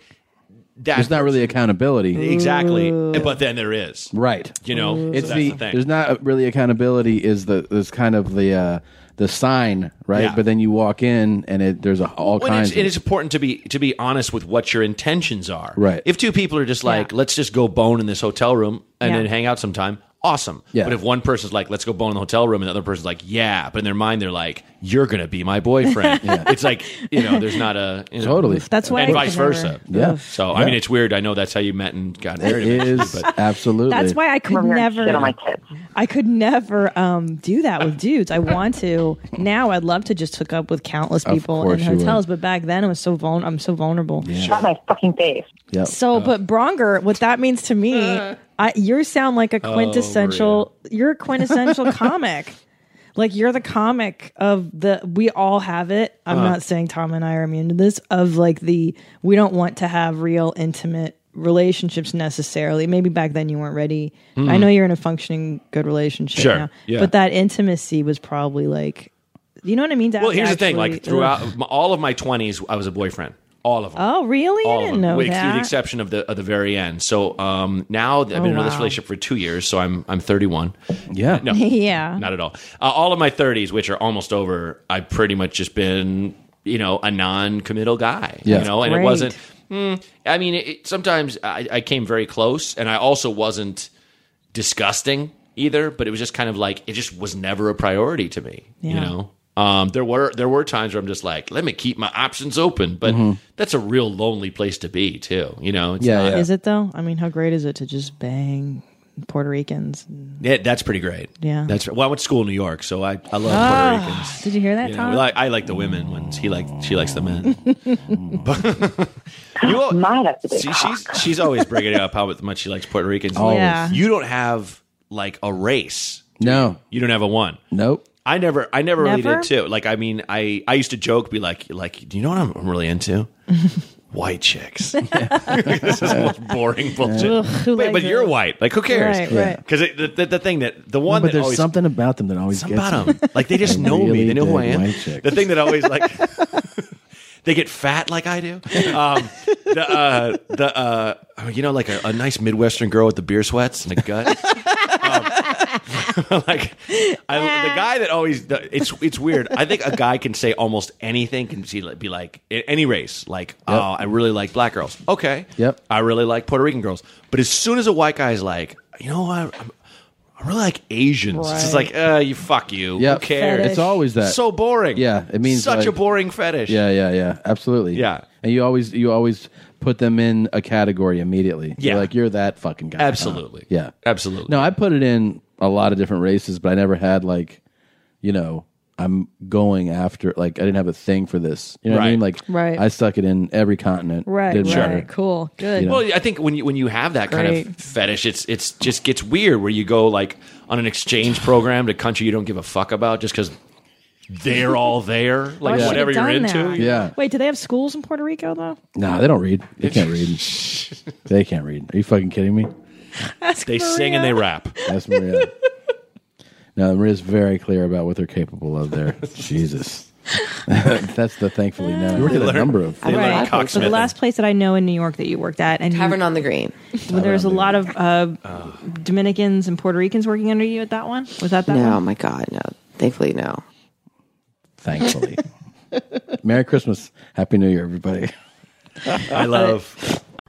[SPEAKER 3] that.
[SPEAKER 2] There's not really accountability.
[SPEAKER 3] exactly, but then there is.
[SPEAKER 2] Right.
[SPEAKER 3] You know, so
[SPEAKER 2] It's
[SPEAKER 3] that's
[SPEAKER 2] the,
[SPEAKER 3] the thing.
[SPEAKER 2] there's not really accountability is the is kind of the uh the sign, right?
[SPEAKER 3] Yeah.
[SPEAKER 2] But then you walk in and it there's a, all
[SPEAKER 3] Well, and
[SPEAKER 2] kinds
[SPEAKER 3] it's, it
[SPEAKER 2] of
[SPEAKER 3] is important to be to be honest with what your intentions are.
[SPEAKER 2] Right.
[SPEAKER 3] If two people are just like,
[SPEAKER 1] Yeah.
[SPEAKER 3] let's just go bone in this hotel room and
[SPEAKER 1] Yeah.
[SPEAKER 3] then hang out sometime, awesome.
[SPEAKER 2] Yeah.
[SPEAKER 3] But if one person's like, let's go bone in the hotel room, and the other person's like, yeah, but in their mind, they're like, you're going to be
[SPEAKER 2] *laughs*
[SPEAKER 3] my boyfriend. It's like, you know, there's not a. You know,
[SPEAKER 2] Totally.
[SPEAKER 1] That's why I
[SPEAKER 3] And
[SPEAKER 1] could
[SPEAKER 3] vice
[SPEAKER 1] never-
[SPEAKER 3] versa.
[SPEAKER 2] Yeah.
[SPEAKER 3] So, I
[SPEAKER 2] Yeah.
[SPEAKER 3] mean, it's weird. I know that's how you met and got married.
[SPEAKER 2] It
[SPEAKER 3] *laughs*
[SPEAKER 2] is absolutely.
[SPEAKER 1] That's why I could
[SPEAKER 5] Come over here and
[SPEAKER 1] never
[SPEAKER 5] shit on my kids.
[SPEAKER 1] I could never um, do that with dudes. I want to now. I'd love to just hook up with countless people in
[SPEAKER 2] course you would.
[SPEAKER 1] hotels, but back then I was so vul- I'm so vulnerable.
[SPEAKER 5] Not my fucking face.
[SPEAKER 2] Yep.
[SPEAKER 3] Uh.
[SPEAKER 1] So, but Bronger, what that means to me, I, you sound like a
[SPEAKER 3] Oh,
[SPEAKER 1] quintessential. you're a
[SPEAKER 3] *laughs*
[SPEAKER 1] quintessential comic. Like you're the comic of the. We all have it. I'm
[SPEAKER 3] Uh.
[SPEAKER 1] not saying Tom and I are immune to this. Of like the we don't want to have real intimate relationships necessarily. Maybe back then you weren't ready. I know you're in a functioning good relationship
[SPEAKER 3] Sure.
[SPEAKER 1] now,
[SPEAKER 3] Yeah.
[SPEAKER 1] but that intimacy was probably like. You know what I mean? That
[SPEAKER 3] Well,
[SPEAKER 1] was
[SPEAKER 3] here's the thing.
[SPEAKER 1] actually-
[SPEAKER 3] Like, throughout my- all of my 20s, I was a boyfriend. All of them.
[SPEAKER 1] Oh, really? I
[SPEAKER 3] all of
[SPEAKER 1] didn't
[SPEAKER 3] them,
[SPEAKER 1] know
[SPEAKER 3] with
[SPEAKER 1] that.
[SPEAKER 3] the exception of the of the very end. So um, now that I've
[SPEAKER 1] Oh,
[SPEAKER 3] been in this
[SPEAKER 1] wow.
[SPEAKER 3] relationship for two years, so I'm I'm 31.
[SPEAKER 2] yeah.
[SPEAKER 1] *laughs*
[SPEAKER 3] No,
[SPEAKER 1] yeah.
[SPEAKER 3] not at all. Uh, all of my 30s, which are almost over, I've pretty much just been you know a non-committal guy.
[SPEAKER 2] Yeah.
[SPEAKER 3] you know, and
[SPEAKER 1] Great.
[SPEAKER 3] it wasn't. Mm, I mean, it, it- sometimes I, I came very close, and I also wasn't disgusting either. But it was just kind of like it just was never a priority to me. You
[SPEAKER 1] Yeah.
[SPEAKER 3] know. Um, there were there were times where I'm just like, let me keep my options open, but that's a real lonely place to be too. You know, It's
[SPEAKER 2] Yeah,
[SPEAKER 3] not-
[SPEAKER 2] yeah.
[SPEAKER 1] Is it though? I mean, how great is it to just bang Puerto Ricans?
[SPEAKER 3] Yeah, that's pretty great.
[SPEAKER 1] Yeah.
[SPEAKER 3] that's well. I went to school in New York, so I I love Puerto Ricans.
[SPEAKER 1] Did you hear that,
[SPEAKER 3] You know,
[SPEAKER 1] Tom?
[SPEAKER 3] we like, I like the women ones. He like she likes
[SPEAKER 1] *laughs*
[SPEAKER 3] the men. *laughs* you al-
[SPEAKER 5] Mine has to be.
[SPEAKER 3] see, she's she's always
[SPEAKER 5] *laughs*
[SPEAKER 3] bringing up how much she likes Puerto Ricans.
[SPEAKER 2] Always.
[SPEAKER 1] Yeah.
[SPEAKER 3] You don't have like a race.
[SPEAKER 2] No.
[SPEAKER 3] You don't have a one.
[SPEAKER 2] Nope.
[SPEAKER 3] I never, I never, really
[SPEAKER 1] Never?
[SPEAKER 3] did too. Like, I mean, I, I used to joke, be like, like, do you know what I'm, I'm
[SPEAKER 1] *laughs*
[SPEAKER 3] really into? white chicks. *laughs* this is the most boring bullshit.
[SPEAKER 1] Ugh, who
[SPEAKER 3] Wait, but
[SPEAKER 1] likes
[SPEAKER 3] you're
[SPEAKER 1] it?
[SPEAKER 3] white. Like, who cares?
[SPEAKER 1] Right, right. Yeah.
[SPEAKER 3] Because the, the the thing that the one
[SPEAKER 2] But
[SPEAKER 3] that
[SPEAKER 2] there's
[SPEAKER 3] always
[SPEAKER 2] something about them that always
[SPEAKER 3] something
[SPEAKER 2] gets
[SPEAKER 3] about
[SPEAKER 2] me.
[SPEAKER 3] them. *laughs* Like they just
[SPEAKER 2] They
[SPEAKER 3] know me.
[SPEAKER 2] really
[SPEAKER 3] They know who I
[SPEAKER 2] dig
[SPEAKER 3] am.
[SPEAKER 2] white chicks.
[SPEAKER 3] The thing that always like *laughs* they get fat like I do. Um, the uh, the uh, you know like a, a nice Midwestern girl with the beer sweats and a gut. Um, *laughs* like I, the guy that always the- it's it's weird. I think a guy can say almost anything can see be like a- any race. Like oh, I really like black girls. Okay.
[SPEAKER 2] Yep.
[SPEAKER 3] I really like Puerto Rican girls. But as soon as a white guy's like, you know what. I'm, I really like Asians. It's just
[SPEAKER 1] Right.
[SPEAKER 3] like, uh, you fuck you.
[SPEAKER 2] Yeah.
[SPEAKER 3] Who cares?
[SPEAKER 2] It's always that.
[SPEAKER 3] So boring.
[SPEAKER 2] Yeah, it means
[SPEAKER 3] such
[SPEAKER 2] like-
[SPEAKER 3] a boring
[SPEAKER 2] *laughs*
[SPEAKER 3] fetish.
[SPEAKER 2] Yeah, yeah, yeah. Absolutely.
[SPEAKER 3] Yeah.
[SPEAKER 2] And you always you always put them in a category immediately.
[SPEAKER 3] Yeah.
[SPEAKER 2] You're like you're that fucking guy. huh?"
[SPEAKER 3] Absolutely.
[SPEAKER 2] Yeah.
[SPEAKER 3] Absolutely.
[SPEAKER 2] No, I put it in a lot of different races, but I never had like, you know, I'm going after like I didn't have a thing for this. You know what I
[SPEAKER 3] Right.
[SPEAKER 2] mean? Like
[SPEAKER 1] Right.
[SPEAKER 2] I stuck it in every continent.
[SPEAKER 1] Right,
[SPEAKER 2] Didn't
[SPEAKER 1] right.
[SPEAKER 2] matter.
[SPEAKER 1] Cool. Good.
[SPEAKER 3] Well, I think when you when you have that kind of
[SPEAKER 1] Great.
[SPEAKER 3] fetish, it's it's just gets weird where you go like on an exchange program to a country you don't give a fuck about just because they're all there, like
[SPEAKER 1] I
[SPEAKER 3] whatever
[SPEAKER 1] should've
[SPEAKER 3] you're
[SPEAKER 1] done
[SPEAKER 3] into.
[SPEAKER 1] that.
[SPEAKER 2] Yeah.
[SPEAKER 1] Wait, do they have schools in Puerto Rico though?
[SPEAKER 2] Nah, they don't read. They can't
[SPEAKER 3] *laughs*
[SPEAKER 2] read. they can't read. Are you fucking kidding me?
[SPEAKER 1] Ask
[SPEAKER 3] They sing
[SPEAKER 1] Maria.
[SPEAKER 3] and they rap.
[SPEAKER 2] That's Maria. no, Maria's very clear about what they're capable of
[SPEAKER 3] *laughs*
[SPEAKER 2] there. Jesus. That's the thankfully no. You worked at a number of
[SPEAKER 3] They learn
[SPEAKER 1] Right. So the
[SPEAKER 3] cocksmithing.
[SPEAKER 1] last place that I know in New York that you worked at, and
[SPEAKER 10] Tavern on the Green.
[SPEAKER 1] you, there was a lot of uh, Dominicans and Puerto Ricans working under you at that one. Was that that
[SPEAKER 10] No,
[SPEAKER 1] one?
[SPEAKER 10] Oh my God, no. Thankfully, no.
[SPEAKER 2] thankfully. Merry Christmas. Happy New Year, everybody.
[SPEAKER 3] I love.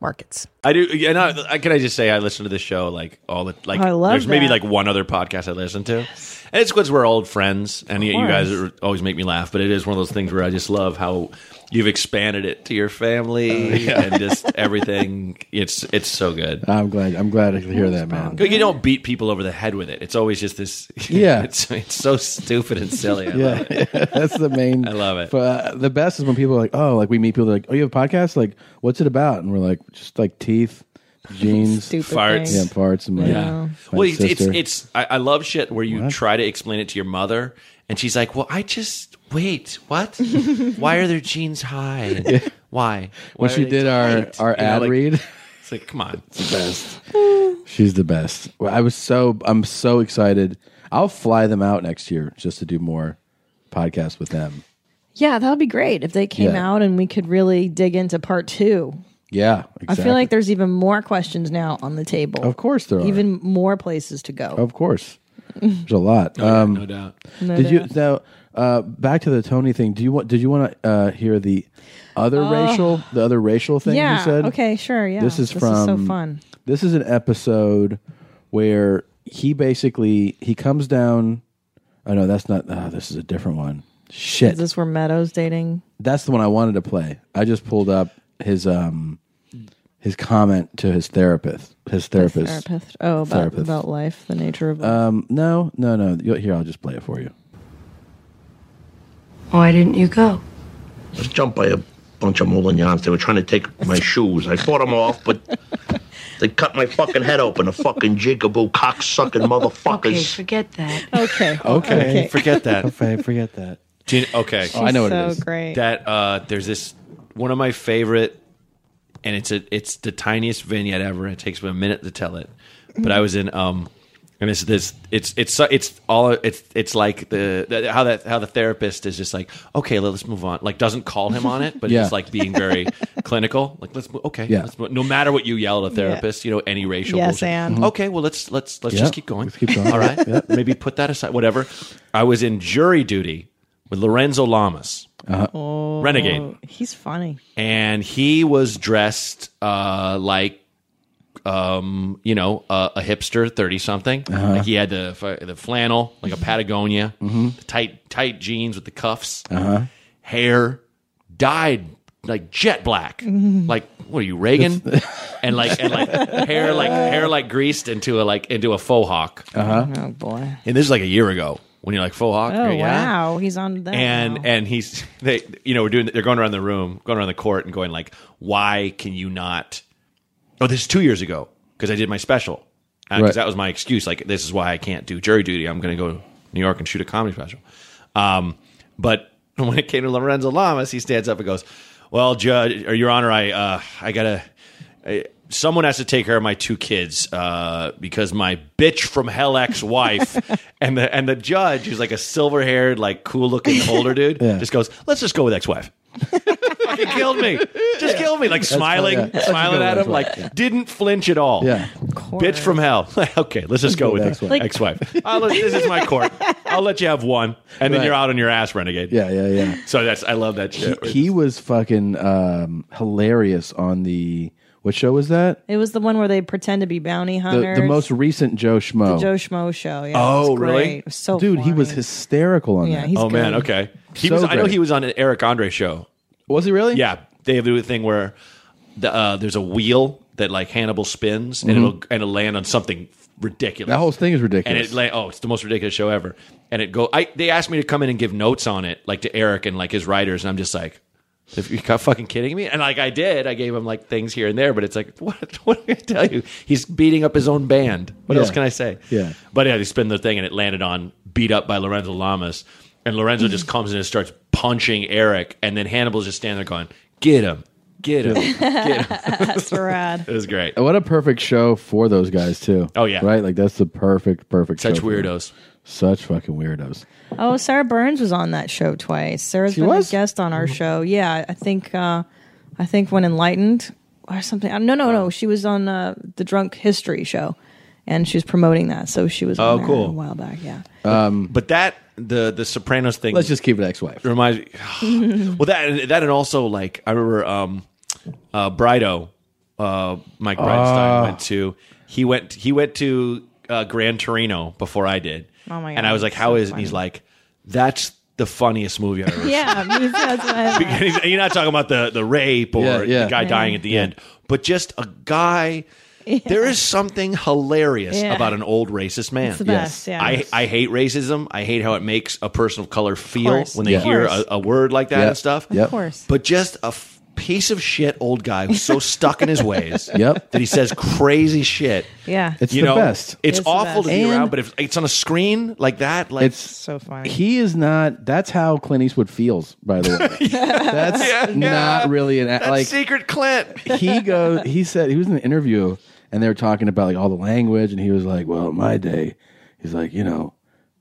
[SPEAKER 11] markets.
[SPEAKER 3] I do. Yeah, no, I- can I just say I listen to this show like all the like.
[SPEAKER 11] I love
[SPEAKER 3] There's maybe like
[SPEAKER 11] that.
[SPEAKER 3] one other podcast I listen to, and it's because we're old friends, and you, you guys
[SPEAKER 11] course.
[SPEAKER 3] are, always make me laugh. But it is one of those things where I just love how you've expanded it to your family
[SPEAKER 2] Oh, yeah. Uh,
[SPEAKER 3] and just everything. It's it's so good.
[SPEAKER 2] I'm glad. I'm glad to hear that, man.
[SPEAKER 3] You don't beat people over the head with it. It's always just this. *laughs*
[SPEAKER 2] Yeah.
[SPEAKER 3] it's, it's so stupid and silly. I love it.
[SPEAKER 2] yeah, *laughs* that's the main.
[SPEAKER 3] I love it.
[SPEAKER 2] But, uh, the best is when people are like, "Oh, like we meet people. They're like, oh, you have a podcast? Like, what's it about?" And we're like, "Just like teeth, jeans,
[SPEAKER 3] Stupid Farts. things.
[SPEAKER 2] yeah, farts, and my,
[SPEAKER 3] yeah.
[SPEAKER 2] my
[SPEAKER 3] Well, it's it's,
[SPEAKER 2] sister.
[SPEAKER 3] it's I, I love shit where you try to explain it to your mother, and she's like, "Well, I just wait. What?
[SPEAKER 2] *laughs*
[SPEAKER 3] Why are their jeans high?
[SPEAKER 2] Yeah.
[SPEAKER 3] Why? Why
[SPEAKER 2] when
[SPEAKER 3] are
[SPEAKER 2] she
[SPEAKER 3] they
[SPEAKER 2] did our
[SPEAKER 3] tight?"
[SPEAKER 2] our
[SPEAKER 3] You know,
[SPEAKER 2] ad
[SPEAKER 3] like-
[SPEAKER 2] read."
[SPEAKER 3] It's like, come on,
[SPEAKER 2] the best. She's the best. Well, I was so I'm so excited. I'll fly them out next year just to do more podcasts with them.
[SPEAKER 1] Yeah, that would be great if they came
[SPEAKER 2] Yeah.
[SPEAKER 1] out and we could really dig into part two.
[SPEAKER 2] Yeah, exactly.
[SPEAKER 1] I feel like there's even more questions now on the table.
[SPEAKER 2] Of course there are.
[SPEAKER 1] Even more places to go.
[SPEAKER 2] of course there's a lot. um,
[SPEAKER 3] Oh, no doubt.
[SPEAKER 1] No
[SPEAKER 2] did you now uh, back to the Tony thing? Do you want? Did you want to uh, hear the other
[SPEAKER 1] Oh.
[SPEAKER 2] racial the other racial thing
[SPEAKER 1] yeah.
[SPEAKER 2] you said?
[SPEAKER 1] Okay. Sure. Yeah.
[SPEAKER 2] This is from
[SPEAKER 1] so fun.
[SPEAKER 2] This is an episode where he basically he comes down. Oh no, that's not. ah, this is a different one. Shit.
[SPEAKER 1] Is this where Meadows dating?
[SPEAKER 2] That's the one I wanted to play. I just pulled up his um his comment to his therapist. His therapist.
[SPEAKER 1] Therapist. Oh, about,
[SPEAKER 2] Therapist.
[SPEAKER 1] about life, the nature of.
[SPEAKER 2] Um no, no, no. You'll, here, I'll just play it for you.
[SPEAKER 12] Why didn't you go?
[SPEAKER 4] I was jumped by a bunch of moulinons. They were trying to take my
[SPEAKER 11] *laughs*
[SPEAKER 4] shoes. I fought them off, but they cut my fucking head open. The fucking jigaboo cocksucking
[SPEAKER 12] Okay,
[SPEAKER 4] motherfuckers.
[SPEAKER 12] forget that.
[SPEAKER 2] *laughs*
[SPEAKER 1] Okay.
[SPEAKER 3] forget that.
[SPEAKER 2] Okay, forget that.
[SPEAKER 3] Do you- okay,
[SPEAKER 2] Oh, I know She's what it so is.
[SPEAKER 1] great.
[SPEAKER 3] That uh, there's this one of my favorite, and it's a it's the tiniest vignette ever. It takes me a minute to tell it, but I was in um, and it's this it's it's so- it's all it's it's like the, the how that how the therapist is just like okay let's move on like doesn't call him on it
[SPEAKER 2] *laughs*
[SPEAKER 3] but
[SPEAKER 2] Yeah.
[SPEAKER 3] it's just like being very *laughs* clinical like let's move okay
[SPEAKER 2] Yeah.
[SPEAKER 3] let's move, no matter what you yell at a therapist you know any racial
[SPEAKER 1] Yes,
[SPEAKER 3] bullshit.
[SPEAKER 1] and.
[SPEAKER 3] okay well let's let's
[SPEAKER 2] Mm-hmm.
[SPEAKER 3] let's
[SPEAKER 2] Yeah,
[SPEAKER 3] just keep going.
[SPEAKER 2] let's keep
[SPEAKER 3] *laughs*
[SPEAKER 2] going.
[SPEAKER 3] All right.
[SPEAKER 2] Yeah.
[SPEAKER 3] Maybe put that aside. Whatever. I was in jury duty with Lorenzo Lamas, renegade,
[SPEAKER 1] He's funny.
[SPEAKER 3] and he was dressed uh, like, um, you know, uh, a hipster, thirty something. Like he had the f- the flannel, like a Patagonia, the tight tight jeans with the cuffs,
[SPEAKER 2] Uh-huh.
[SPEAKER 3] hair dyed like jet black. Like what are you Reagan? and like and like *laughs* hair like hair like greased into a like into a faux hawk.
[SPEAKER 1] Oh boy.
[SPEAKER 3] And this is like a year ago when you're like faux hawk.
[SPEAKER 1] Oh
[SPEAKER 3] yeah.
[SPEAKER 1] wow. He's on that.
[SPEAKER 3] And and he's they you know we're doing they're going around the room going around the court and going like why can you not oh this is two years ago because I did my special because
[SPEAKER 2] Right.
[SPEAKER 3] that was my excuse like this is why I can't do jury duty I'm going to go to New York and shoot a comedy special um, but *laughs* when it came to Lorenzo Lamas he stands up and goes well judge or your honor I uh, I gotta I, someone has to take care of my two kids uh, because my bitch from hell ex wife *laughs* and the and the judge who's like a silver haired like cool looking
[SPEAKER 2] *laughs*
[SPEAKER 3] older dude just goes let's just go with ex wife. *laughs* Fucking killed me. Just killed me. Like
[SPEAKER 2] That's
[SPEAKER 3] smiling,
[SPEAKER 2] fine, yeah. That's
[SPEAKER 3] smiling
[SPEAKER 2] good
[SPEAKER 3] at him.
[SPEAKER 2] ex-wife,
[SPEAKER 3] Like didn't flinch at all.
[SPEAKER 2] Yeah.
[SPEAKER 3] Bitch from hell. *laughs* okay, let's just go with ex
[SPEAKER 2] ex-wife.
[SPEAKER 3] wife. *laughs* This is my court. I'll let you have one, and then
[SPEAKER 2] Right.
[SPEAKER 3] you're out on your ass, renegade.
[SPEAKER 2] Yeah, yeah, yeah.
[SPEAKER 3] So that's I love that shit.
[SPEAKER 2] He was fucking um, hilarious on the what show was that?
[SPEAKER 1] it was the one where they pretend to be bounty
[SPEAKER 2] The,
[SPEAKER 1] hunters.
[SPEAKER 2] the most recent Joe Schmo.
[SPEAKER 1] The Joe Schmo show. Yeah.
[SPEAKER 2] Oh,
[SPEAKER 1] it was great.
[SPEAKER 2] really?
[SPEAKER 1] It was so
[SPEAKER 2] Dude, he was
[SPEAKER 1] funny.
[SPEAKER 2] hysterical on
[SPEAKER 1] Yeah,
[SPEAKER 2] that.
[SPEAKER 1] he's
[SPEAKER 3] oh man,
[SPEAKER 1] good.
[SPEAKER 3] okay. He
[SPEAKER 2] So
[SPEAKER 3] was. I know
[SPEAKER 2] great.
[SPEAKER 3] he was on an Eric Andre show.
[SPEAKER 2] Was he really?
[SPEAKER 3] Yeah, they have to do a thing where the, uh, there's a wheel that like Hannibal spins, and it'll and it'll land on something ridiculous.
[SPEAKER 2] Mm-hmm. That whole thing is ridiculous.
[SPEAKER 3] and it like oh, it's the most ridiculous show ever. And it go. I they asked me to come in and give notes on it, like to Eric and like his writers, and I'm just like. If you're fucking kidding me, and like I did, I gave him like things here and there, but it's like, *laughs* what? What am I gonna tell you? He's beating up his own band. What
[SPEAKER 2] Yeah.
[SPEAKER 3] else can I say?
[SPEAKER 2] Yeah.
[SPEAKER 3] But yeah, they spin the thing and it landed on beat up by Lorenzo Lamas. And Lorenzo just comes in and starts punching Eric. And then Hannibal's just standing there going, get him, get him, get him. *laughs*
[SPEAKER 1] That's rad.
[SPEAKER 3] It was great.
[SPEAKER 2] And What a perfect show for those guys too.
[SPEAKER 3] Oh, yeah.
[SPEAKER 2] right. Like that's the perfect, perfect.
[SPEAKER 3] Such
[SPEAKER 2] show for them.
[SPEAKER 3] weirdos.
[SPEAKER 2] Such fucking weirdos.
[SPEAKER 1] Oh, Sarah Burns was on that show twice. Sarah's
[SPEAKER 2] She
[SPEAKER 1] been
[SPEAKER 2] was? Mm-hmm.
[SPEAKER 1] a guest on our show. Yeah, I think uh, I think when enlightened or something. uh, No, no,
[SPEAKER 2] Oh.
[SPEAKER 1] no. She was on uh, the Drunk History show, and she was promoting that. So she was.
[SPEAKER 3] Oh,
[SPEAKER 1] on there
[SPEAKER 3] cool.
[SPEAKER 1] A while back, yeah.
[SPEAKER 3] Um, but that, the the Sopranos thing. Let's just
[SPEAKER 2] keep it ex wife.
[SPEAKER 3] Reminds me. *sighs* Well, that, that and also, like, I remember um, uh, Brido, uh, Mike Bridenstine
[SPEAKER 2] Ah.
[SPEAKER 3] went to, he went, he went to uh, Gran Torino before I did.
[SPEAKER 1] Oh my God,
[SPEAKER 3] And I was like,
[SPEAKER 1] that's
[SPEAKER 3] how
[SPEAKER 1] so
[SPEAKER 3] is it? And he's like, that's the funniest movie I've
[SPEAKER 1] *laughs*
[SPEAKER 3] ever
[SPEAKER 1] yeah, me too, that's what I-
[SPEAKER 3] *laughs* And he's- you're not talking about the the rape or
[SPEAKER 2] Yeah, yeah.
[SPEAKER 3] the guy
[SPEAKER 1] Yeah.
[SPEAKER 3] dying at the end, but just a guy. There is something hilarious
[SPEAKER 1] Yeah.
[SPEAKER 3] about an old racist man.
[SPEAKER 1] It's the best, Yes. yeah.
[SPEAKER 3] I, I hate racism. I hate how it makes a person of color feel
[SPEAKER 1] course,
[SPEAKER 3] when they
[SPEAKER 1] Yeah.
[SPEAKER 3] hear
[SPEAKER 1] of course.
[SPEAKER 3] a, a word like that
[SPEAKER 2] Yep,
[SPEAKER 3] and stuff.
[SPEAKER 2] Of yep.
[SPEAKER 1] course.
[SPEAKER 3] But just a f- piece of shit old guy who's so stuck in his ways
[SPEAKER 2] *laughs* Yep.
[SPEAKER 3] that he says crazy shit.
[SPEAKER 1] yeah.
[SPEAKER 2] It's
[SPEAKER 3] you
[SPEAKER 2] the
[SPEAKER 3] know,
[SPEAKER 2] best.
[SPEAKER 3] It's,
[SPEAKER 1] It's the
[SPEAKER 3] awful
[SPEAKER 1] best.
[SPEAKER 3] to be
[SPEAKER 2] And-
[SPEAKER 3] around, but if it's on a screen like that, like
[SPEAKER 2] It's
[SPEAKER 1] so funny.
[SPEAKER 2] He is not. That's how Clint Eastwood feels. By the
[SPEAKER 3] *laughs*
[SPEAKER 2] way, that's not really an act-
[SPEAKER 3] that's
[SPEAKER 2] like.
[SPEAKER 3] Secret Clint.
[SPEAKER 2] he goes he said he was in an interview and they were talking about like all the language and he was like well in my day he's like you know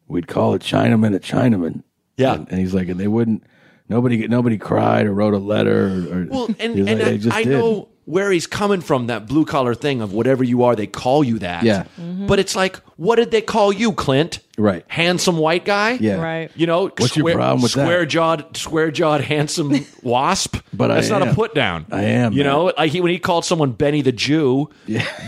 [SPEAKER 2] we'd call a chinaman a chinaman
[SPEAKER 3] Yeah.
[SPEAKER 2] and, and he's like and they wouldn't nobody nobody cried or wrote a letter or, or
[SPEAKER 3] Well,
[SPEAKER 2] *laughs*
[SPEAKER 3] and,
[SPEAKER 2] he was
[SPEAKER 3] and
[SPEAKER 2] like,
[SPEAKER 3] I,
[SPEAKER 2] "They just
[SPEAKER 3] I
[SPEAKER 2] did."
[SPEAKER 3] know where he's coming from that blue collar thing of whatever you are, they call you that.
[SPEAKER 2] Yeah.
[SPEAKER 1] Mm-hmm.
[SPEAKER 3] But it's like, what did they call you, Clint?
[SPEAKER 2] right
[SPEAKER 3] Handsome white guy?
[SPEAKER 2] yeah
[SPEAKER 1] Right.
[SPEAKER 3] You know,
[SPEAKER 2] What's your problem with that?
[SPEAKER 3] square jawed, square
[SPEAKER 2] *laughs*
[SPEAKER 3] jawed, handsome wasp.
[SPEAKER 2] But I
[SPEAKER 3] that's not a
[SPEAKER 2] am.
[SPEAKER 3] put down.
[SPEAKER 2] I am,
[SPEAKER 3] You
[SPEAKER 2] man.
[SPEAKER 3] know, like he, when he called someone Benny the Jew,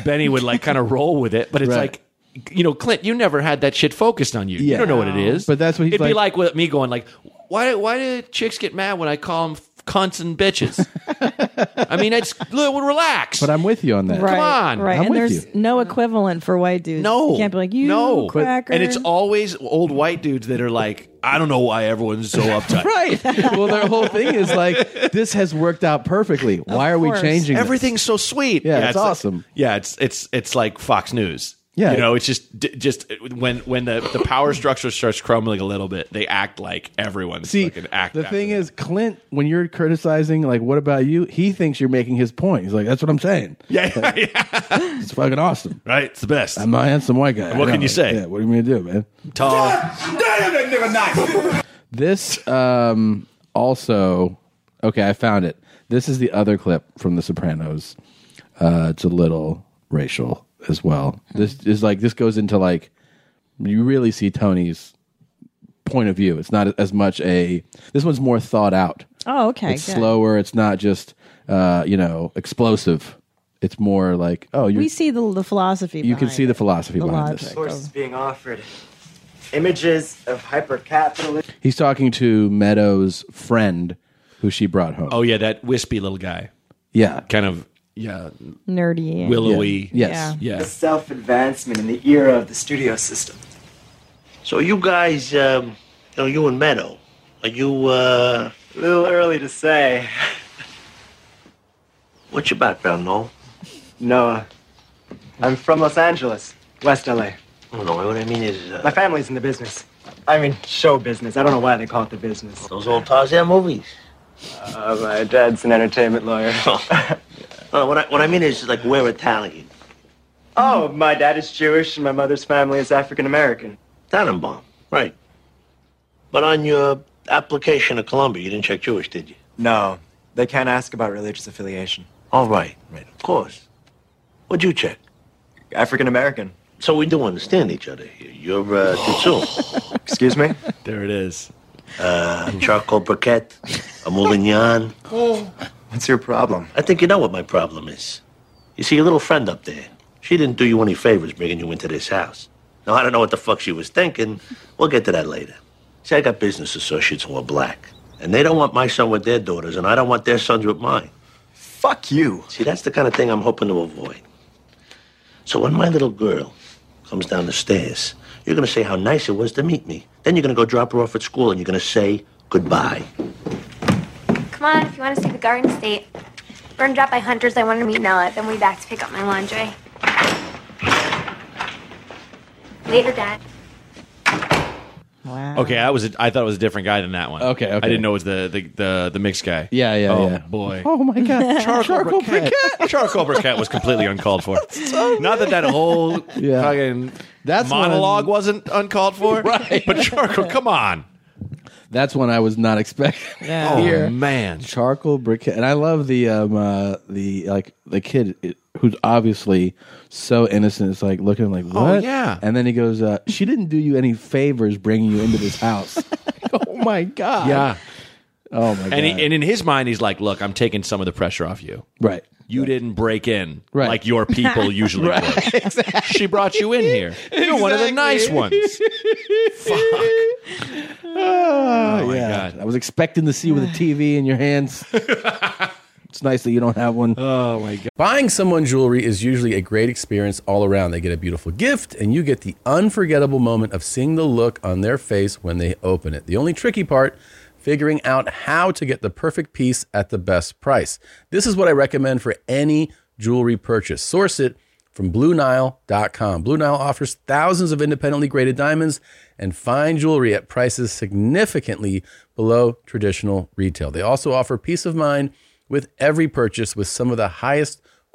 [SPEAKER 3] Benny would
[SPEAKER 2] *laughs*
[SPEAKER 3] like kind of roll with it. But it's
[SPEAKER 2] Right.
[SPEAKER 3] like, you know, Clint, you never had that shit focused on you. You
[SPEAKER 2] Yeah.
[SPEAKER 3] don't know what it is.
[SPEAKER 2] But that's what he's
[SPEAKER 3] it'd be
[SPEAKER 2] like-
[SPEAKER 3] like with me going like, why? Why do chicks get mad when I call them cunts and bitches? I mean, it's relax.
[SPEAKER 2] but i'm with you on that
[SPEAKER 1] Right,
[SPEAKER 3] on.
[SPEAKER 1] right,
[SPEAKER 2] I'm
[SPEAKER 1] and
[SPEAKER 2] with
[SPEAKER 1] there's no equivalent for white dudes.
[SPEAKER 3] No,
[SPEAKER 1] you can't be like you.
[SPEAKER 3] No,
[SPEAKER 1] cracker.
[SPEAKER 3] and it's always old white dudes that are like, I don't know why everyone's so
[SPEAKER 2] *laughs*
[SPEAKER 3] uptight.
[SPEAKER 2] right well their whole thing is like this has worked out perfectly why are we
[SPEAKER 1] course.
[SPEAKER 2] changing this?
[SPEAKER 3] Everything's so sweet.
[SPEAKER 2] Yeah, it's
[SPEAKER 3] like-
[SPEAKER 2] awesome.
[SPEAKER 3] yeah, it's it's it's like Fox News.
[SPEAKER 2] Yeah.
[SPEAKER 3] you know, it's just d- just when when the the
[SPEAKER 2] *coughs*
[SPEAKER 3] power structure starts crumbling a little bit, they act like everyone's
[SPEAKER 2] See,
[SPEAKER 3] fucking act.
[SPEAKER 2] the
[SPEAKER 3] after
[SPEAKER 2] thing
[SPEAKER 3] them.
[SPEAKER 2] is, Clint, when you're criticizing, like, what about you? He thinks you're making his point. He's like, that's what I'm saying.
[SPEAKER 3] *laughs* yeah, yeah,
[SPEAKER 2] It's fucking awesome.
[SPEAKER 3] right. It's the best.
[SPEAKER 2] I'm not handsome white guy.
[SPEAKER 3] What
[SPEAKER 2] I
[SPEAKER 3] can
[SPEAKER 2] know.
[SPEAKER 3] you say?
[SPEAKER 2] Yeah, what are you gonna do, man?
[SPEAKER 3] Tall.
[SPEAKER 7] Damn that nigga nice.
[SPEAKER 2] This um, also, okay, I found it. This is the other clip from The Sopranos. Uh, it's a little racial as well. This is like this goes into like you really see Tony's point of view. It's not as much a. This one's more thought out.
[SPEAKER 1] oh okay,
[SPEAKER 2] it's
[SPEAKER 1] good.
[SPEAKER 2] slower. It's not just uh, you know explosive. It's more like oh you
[SPEAKER 1] We see the the philosophy.
[SPEAKER 2] you can
[SPEAKER 1] behind
[SPEAKER 2] see
[SPEAKER 1] it.
[SPEAKER 2] the philosophy
[SPEAKER 1] the
[SPEAKER 2] behind
[SPEAKER 1] logic.
[SPEAKER 2] this.
[SPEAKER 1] Of-
[SPEAKER 12] being offered images of hypercapitalism.
[SPEAKER 2] He's talking to Meadows' friend, who she brought home.
[SPEAKER 3] Oh yeah, that wispy little guy.
[SPEAKER 2] yeah,
[SPEAKER 3] Kind of yeah,
[SPEAKER 1] nerdy.
[SPEAKER 3] willowy.
[SPEAKER 2] Yeah. Yes.
[SPEAKER 3] yeah.
[SPEAKER 12] The self advancement in the era of the studio system.
[SPEAKER 4] So you guys, um, you know, you and Meadow, are you? Uh,
[SPEAKER 12] A little early to say.
[SPEAKER 4] what's your background, Noel?
[SPEAKER 12] Noah, I'm from Los Angeles, West LA.
[SPEAKER 4] Oh, no, what I mean is
[SPEAKER 12] My
[SPEAKER 4] uh,
[SPEAKER 12] family's in the business. I mean, show business. I don't know why they call it the business.
[SPEAKER 4] those old Tarzan movies.
[SPEAKER 12] Uh, my dad's an entertainment lawyer.
[SPEAKER 4] No, Uh, what I, what I mean is like we're Italian.
[SPEAKER 12] oh, my dad is Jewish and my mother's family is African American.
[SPEAKER 4] Tannenbaum, right? But on your application to Columbia, you didn't check Jewish, did you?
[SPEAKER 12] No, they can't ask about religious affiliation.
[SPEAKER 4] All right, right, of course. What'd you check?
[SPEAKER 12] African American.
[SPEAKER 4] So we do understand each other. here. You're uh, Tetsu,
[SPEAKER 12] Excuse me?
[SPEAKER 3] There it is.
[SPEAKER 4] a *laughs* charcoal briquette, a moulignon.
[SPEAKER 12] *laughs* What's your problem?
[SPEAKER 4] I think you know what my problem is. You see, your little friend up there, she didn't do you any favors bringing you into this house. Now, I don't know what the fuck she was thinking. We'll get to that later. See, I got business associates who are black, and they don't want my son with their daughters, and I don't want their sons with mine.
[SPEAKER 12] Fuck you.
[SPEAKER 4] See, that's the kind of thing I'm hoping to avoid. So when my little girl comes down the stairs. You're going to say how nice it was to meet me. Then you're going to go drop her off at school and you're going to say goodbye.
[SPEAKER 13] Come on, if you want to see the Garden State. We're gonna drop by Hunter's. I want to meet Nella. Then we'll be back to pick up my laundry. Later, Dad.
[SPEAKER 3] Okay, that was a, I thought it was a different guy than that one.
[SPEAKER 2] Okay, okay.
[SPEAKER 3] I didn't know it was the the the, the mixed guy.
[SPEAKER 2] Yeah, yeah,
[SPEAKER 3] oh,
[SPEAKER 2] yeah.
[SPEAKER 3] boy.
[SPEAKER 2] Oh my god,
[SPEAKER 3] Charcoal
[SPEAKER 2] charcoal
[SPEAKER 3] briquette. Charcoal briquette was completely uncalled for. Not that that whole fucking monologue wasn't
[SPEAKER 2] *laughs*
[SPEAKER 3] uncalled for, right? But charcoal, come on.
[SPEAKER 2] That's one I was not expecting.
[SPEAKER 3] Yeah. Oh, man,
[SPEAKER 2] charcoal briquette, and I love the um uh, the like the kid it- who's obviously so innocent. It's like looking like what?
[SPEAKER 3] Oh, yeah.
[SPEAKER 2] and then he goes, uh, "She didn't do you any favors bringing you into this
[SPEAKER 3] *laughs*
[SPEAKER 2] house." oh my god.
[SPEAKER 3] Yeah.
[SPEAKER 2] Oh my god.
[SPEAKER 3] And, he, and in his mind, he's like, "Look, I'm taking some of the pressure off you.
[SPEAKER 2] right.
[SPEAKER 3] You didn't break in
[SPEAKER 2] Right.
[SPEAKER 3] like
[SPEAKER 2] *laughs*
[SPEAKER 3] your people usually
[SPEAKER 2] Right,
[SPEAKER 3] would. She brought you in here. You're one of the
[SPEAKER 2] *laughs*
[SPEAKER 3] nice ones. Fuck.
[SPEAKER 2] Oh,
[SPEAKER 3] my
[SPEAKER 2] yeah. I was expecting to see you with
[SPEAKER 14] *sighs*
[SPEAKER 2] a TV in your
[SPEAKER 14] *laughs*
[SPEAKER 2] hands. it's nice that you don't have one.
[SPEAKER 3] Oh my god.
[SPEAKER 14] Buying someone jewelry is usually a great experience all around. They get a beautiful gift, and you get the unforgettable moment of seeing the look on their face when they open it. The only tricky part, figuring out how to get the perfect piece at the best price. This is what I recommend for any jewelry purchase. Source it from BlueNile.com. Blue Nile offers thousands of independently graded diamonds and fine jewelry at prices significantly below traditional retail. They also offer peace of mind with every purchase with some of the highest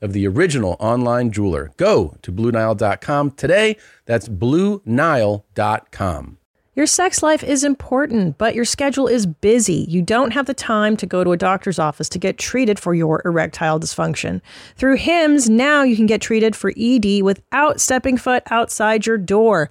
[SPEAKER 14] of the original online jeweler. Go to BlueNile.com today. That's BlueNile.com.
[SPEAKER 11] Your sex life is important, but your schedule is busy. You don't have the time to go to a doctor's office to get treated for your erectile dysfunction. Through HIMS, now you can get treated for ED without stepping foot outside your door.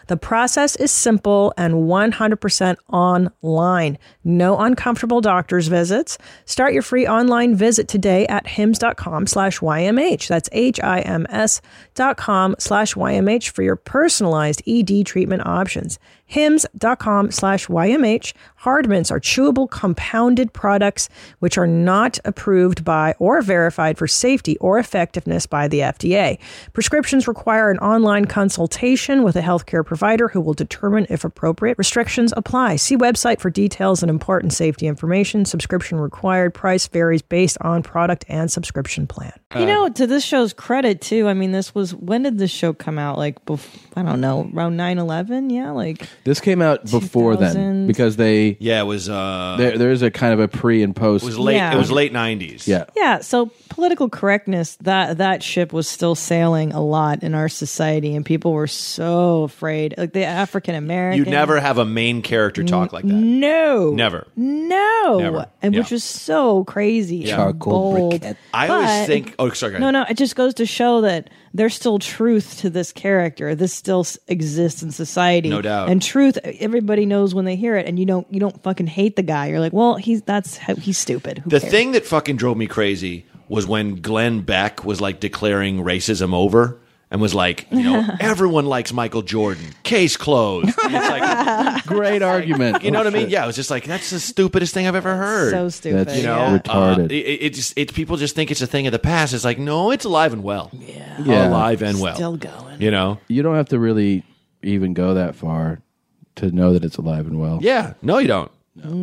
[SPEAKER 11] The process is simple and 100% online. No uncomfortable doctor's visits. Start your free online visit today at hims.com slash YMH. That's H-I-M-S dot com slash YMH for your personalized ED treatment options. HIMS.com slash YMH. Hardmints are chewable compounded products which are not approved by or verified for safety or effectiveness by the FDA. Prescriptions require an online consultation with a healthcare provider who will determine if appropriate. Restrictions apply. See website for details and important safety information. Subscription required. Price varies based on product and subscription plan.
[SPEAKER 1] you know, to this show's credit too. I mean, this was when did this show come out? Like, bef- I don't know, around 9-11? Yeah, like
[SPEAKER 2] This came out before then
[SPEAKER 1] 2000.
[SPEAKER 2] because they
[SPEAKER 3] yeah it was uh
[SPEAKER 2] there there is a kind of a pre and
[SPEAKER 3] It
[SPEAKER 2] post.
[SPEAKER 3] was late.
[SPEAKER 1] Yeah.
[SPEAKER 3] It was late '90s.
[SPEAKER 2] Yeah.
[SPEAKER 1] Yeah, so political correctness that that ship was still sailing a lot in our society, and people were so afraid. Like the African American,
[SPEAKER 3] You never have a main character talk like that.
[SPEAKER 1] no,
[SPEAKER 3] Never.
[SPEAKER 1] no,
[SPEAKER 3] Never.
[SPEAKER 1] and
[SPEAKER 3] Yeah.
[SPEAKER 1] which was so crazy, and
[SPEAKER 3] Yeah. Charcoal
[SPEAKER 1] bold.
[SPEAKER 3] briquette. I always
[SPEAKER 1] But-
[SPEAKER 3] think- oh, sorry, go ahead.
[SPEAKER 1] No, no, it just goes to show that there's still truth to this character. This still s- exists in society,
[SPEAKER 3] No doubt.
[SPEAKER 1] And truth, everybody knows when they hear it, and you don't, you don't fucking hate the guy. You're like, well, he's that's how, he's stupid. Who
[SPEAKER 3] The
[SPEAKER 1] cares?
[SPEAKER 3] thing that fucking drove me crazy was when Glenn Beck was like declaring racism over and was like,
[SPEAKER 1] *laughs*
[SPEAKER 3] you know, everyone likes Michael Jordan. Case closed. And
[SPEAKER 1] *laughs*
[SPEAKER 3] it's like
[SPEAKER 2] great argument.
[SPEAKER 3] You know
[SPEAKER 2] Oh,
[SPEAKER 3] what I mean?
[SPEAKER 2] shit.
[SPEAKER 3] Yeah, it was just like that's the stupidest thing I've ever heard.
[SPEAKER 1] so stupid, That's
[SPEAKER 3] you know,
[SPEAKER 1] yeah.
[SPEAKER 2] retarded.
[SPEAKER 3] Uh, it, it it just it people just think it's a thing of the past. It's like no, it's alive and well. Yeah,
[SPEAKER 2] Yeah.
[SPEAKER 3] alive and well.
[SPEAKER 1] Still *laughs* going.
[SPEAKER 3] You know.
[SPEAKER 2] You don't have to really even go that far to know that it's alive and well.
[SPEAKER 3] Yeah. No, you don't.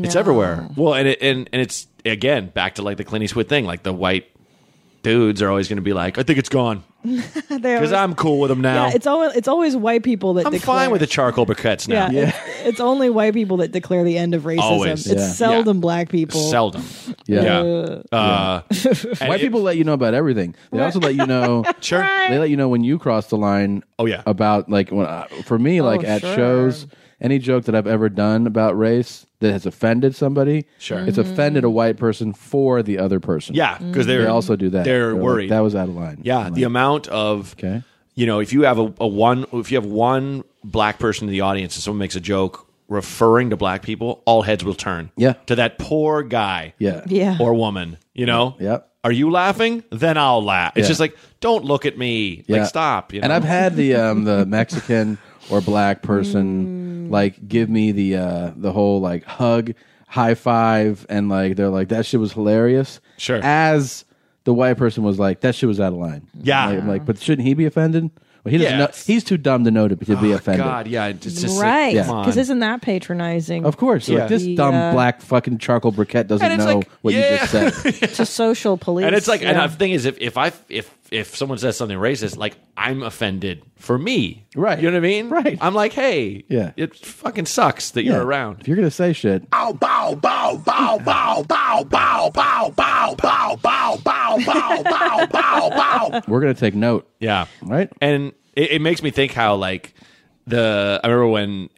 [SPEAKER 3] It's
[SPEAKER 2] No.
[SPEAKER 3] everywhere. Well, and it, and and it's again back to like the Clint Eastwood thing. Like the white dudes are always going to be like, I think it's gone
[SPEAKER 1] They
[SPEAKER 3] because
[SPEAKER 1] always-
[SPEAKER 3] I'm cool with them now.
[SPEAKER 1] Yeah, it's always it's always white people that
[SPEAKER 3] I'm
[SPEAKER 1] declare-
[SPEAKER 3] fine with the charcoal briquettes now.
[SPEAKER 1] Yeah, it's only white people that declare the end of racism.
[SPEAKER 3] Always.
[SPEAKER 1] It's
[SPEAKER 3] Yeah.
[SPEAKER 1] seldom black people.
[SPEAKER 3] Seldom.
[SPEAKER 1] Yeah.
[SPEAKER 3] Yeah. Uh, and
[SPEAKER 2] White
[SPEAKER 3] it-
[SPEAKER 2] people let you know about everything. They also let you know.
[SPEAKER 3] *laughs* sure.
[SPEAKER 2] They let you know when you cross the line.
[SPEAKER 3] Oh yeah.
[SPEAKER 2] About like when I, for me like
[SPEAKER 3] Oh,
[SPEAKER 2] at
[SPEAKER 3] sure.
[SPEAKER 2] shows, any joke that I've ever done about race that has offended somebody,
[SPEAKER 3] Sure.
[SPEAKER 2] it's
[SPEAKER 3] Mhm.
[SPEAKER 2] offended a white person for the other person.
[SPEAKER 3] Yeah, 'cause they're-
[SPEAKER 2] they also do that.
[SPEAKER 3] they're
[SPEAKER 2] like,
[SPEAKER 3] worried.
[SPEAKER 2] that was out of line.
[SPEAKER 3] Yeah, the amount of you know, if you have a, a one, if you have one black person in the audience and someone makes a joke referring to black people, all heads will turn.
[SPEAKER 2] Yeah.
[SPEAKER 3] to that poor guy.
[SPEAKER 2] Yeah. Yeah.
[SPEAKER 3] or woman. You know. Yep. Are you laughing? Then I'll laugh. It's
[SPEAKER 2] Yeah.
[SPEAKER 3] just like, don't look at me.
[SPEAKER 2] Yeah.
[SPEAKER 3] Like, stop. You know?
[SPEAKER 2] And I've had
[SPEAKER 3] *laughs*
[SPEAKER 2] the um, the Mexican or black person like give me the uh, the whole like hug, high five, and like they're like that shit was hilarious. Sure. As the white person was like that shit was out of line.
[SPEAKER 3] Yeah.
[SPEAKER 2] Like, I'm like, but shouldn't he be offended? Well, he doesn't.
[SPEAKER 3] Yeah.
[SPEAKER 2] Know, he's too dumb to know to, to be
[SPEAKER 3] Oh,
[SPEAKER 2] offended.
[SPEAKER 3] God, yeah, it's just like,
[SPEAKER 1] right.
[SPEAKER 2] Yeah.
[SPEAKER 1] Because isn't that patronizing?
[SPEAKER 2] Of course, They're like this
[SPEAKER 1] The,
[SPEAKER 2] dumb
[SPEAKER 1] uh,
[SPEAKER 2] black fucking charcoal briquette doesn't
[SPEAKER 1] it's
[SPEAKER 2] know
[SPEAKER 1] like,
[SPEAKER 2] what
[SPEAKER 1] yeah.
[SPEAKER 2] you just said.
[SPEAKER 1] to social police.
[SPEAKER 3] and it's like,
[SPEAKER 1] yeah.
[SPEAKER 3] and the thing is, if, if I if if someone says something racist, like I'm offended for me, right? You know what I mean? Right. I'm like, hey,
[SPEAKER 2] Yeah.
[SPEAKER 3] it fucking sucks that
[SPEAKER 2] Yeah.
[SPEAKER 3] *laughs* you're around.
[SPEAKER 2] If you're gonna say shit,
[SPEAKER 8] Bow, bow, bow, bow, bow, bow, bow, bow, bow, bow, bow, bow, bow, bow, bow, bow.
[SPEAKER 2] we're gonna take note.
[SPEAKER 3] Yeah.
[SPEAKER 2] Right.
[SPEAKER 3] And it, it makes me think how like the I remember when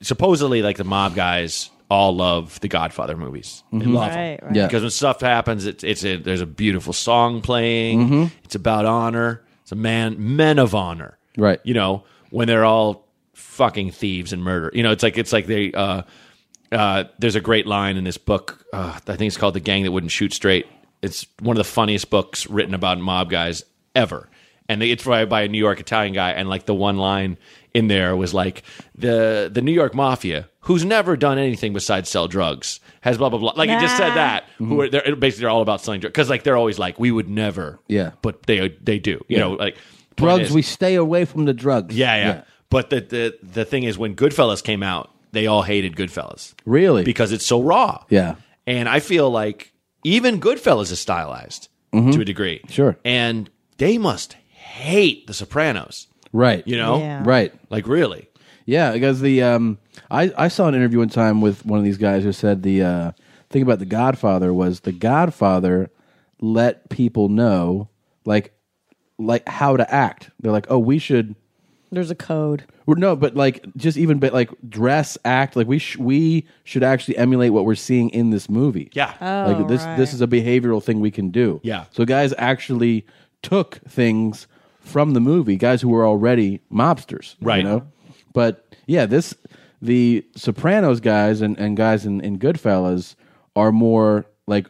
[SPEAKER 3] supposedly like the mob guys all love the Godfather movies. They
[SPEAKER 2] Mhm.
[SPEAKER 3] love 'em.
[SPEAKER 2] Right, right. Yeah.
[SPEAKER 3] Because when stuff happens, it's it's a, there's a beautiful song playing.
[SPEAKER 2] Mhm.
[SPEAKER 3] It's about honor. It's a man men of honor.
[SPEAKER 2] Right.
[SPEAKER 3] You know when they're all fucking thieves and murder. You know it's like it's like they. uh uh, there's a great line in this book. Uh, I think it's called "The Gang That Wouldn't Shoot Straight." It's one of the funniest books written about mob guys ever, and they, it's by, by a New York Italian guy. And like the one line in there was like the the New York Mafia, who's never done anything besides sell drugs, has blah blah blah. Like it just said
[SPEAKER 15] Nah.
[SPEAKER 3] that.
[SPEAKER 2] Mm-hmm.
[SPEAKER 3] Who are, they're, basically they're all about selling drugs because like they're always like we would never,
[SPEAKER 2] Yeah.
[SPEAKER 3] but they they do. You
[SPEAKER 2] Yeah.
[SPEAKER 3] know, like point
[SPEAKER 2] drugs.
[SPEAKER 3] is-
[SPEAKER 2] We stay away from the drugs.
[SPEAKER 3] yeah, yeah. But the, the the thing is, when Goodfellas came out, they all hated Goodfellas.
[SPEAKER 2] Really?
[SPEAKER 3] Because it's so raw.
[SPEAKER 2] Yeah.
[SPEAKER 3] And I feel like even Goodfellas is stylized
[SPEAKER 2] Mhm.
[SPEAKER 3] to a degree.
[SPEAKER 2] Sure.
[SPEAKER 3] And they must hate The Sopranos.
[SPEAKER 2] Right.
[SPEAKER 3] You know?
[SPEAKER 2] Yeah. Right.
[SPEAKER 3] Like, really?
[SPEAKER 2] Yeah, because the um, I I saw an interview one time with one of these guys who said the uh, thing about the Godfather was the Godfather let people know like like how to act. They're like, oh, we should.
[SPEAKER 1] There's a code.
[SPEAKER 2] Well, no, but like just even but like dress, act like we sh- we should actually emulate what we're seeing in this movie.
[SPEAKER 3] Yeah.
[SPEAKER 1] Oh,
[SPEAKER 2] like this this is a behavioral thing we can do.
[SPEAKER 3] Yeah.
[SPEAKER 2] So guys actually took things from the movie, guys who were already mobsters.
[SPEAKER 3] Right.
[SPEAKER 2] You know? But yeah, this the Sopranos guys and, and guys in, in Goodfellas are more like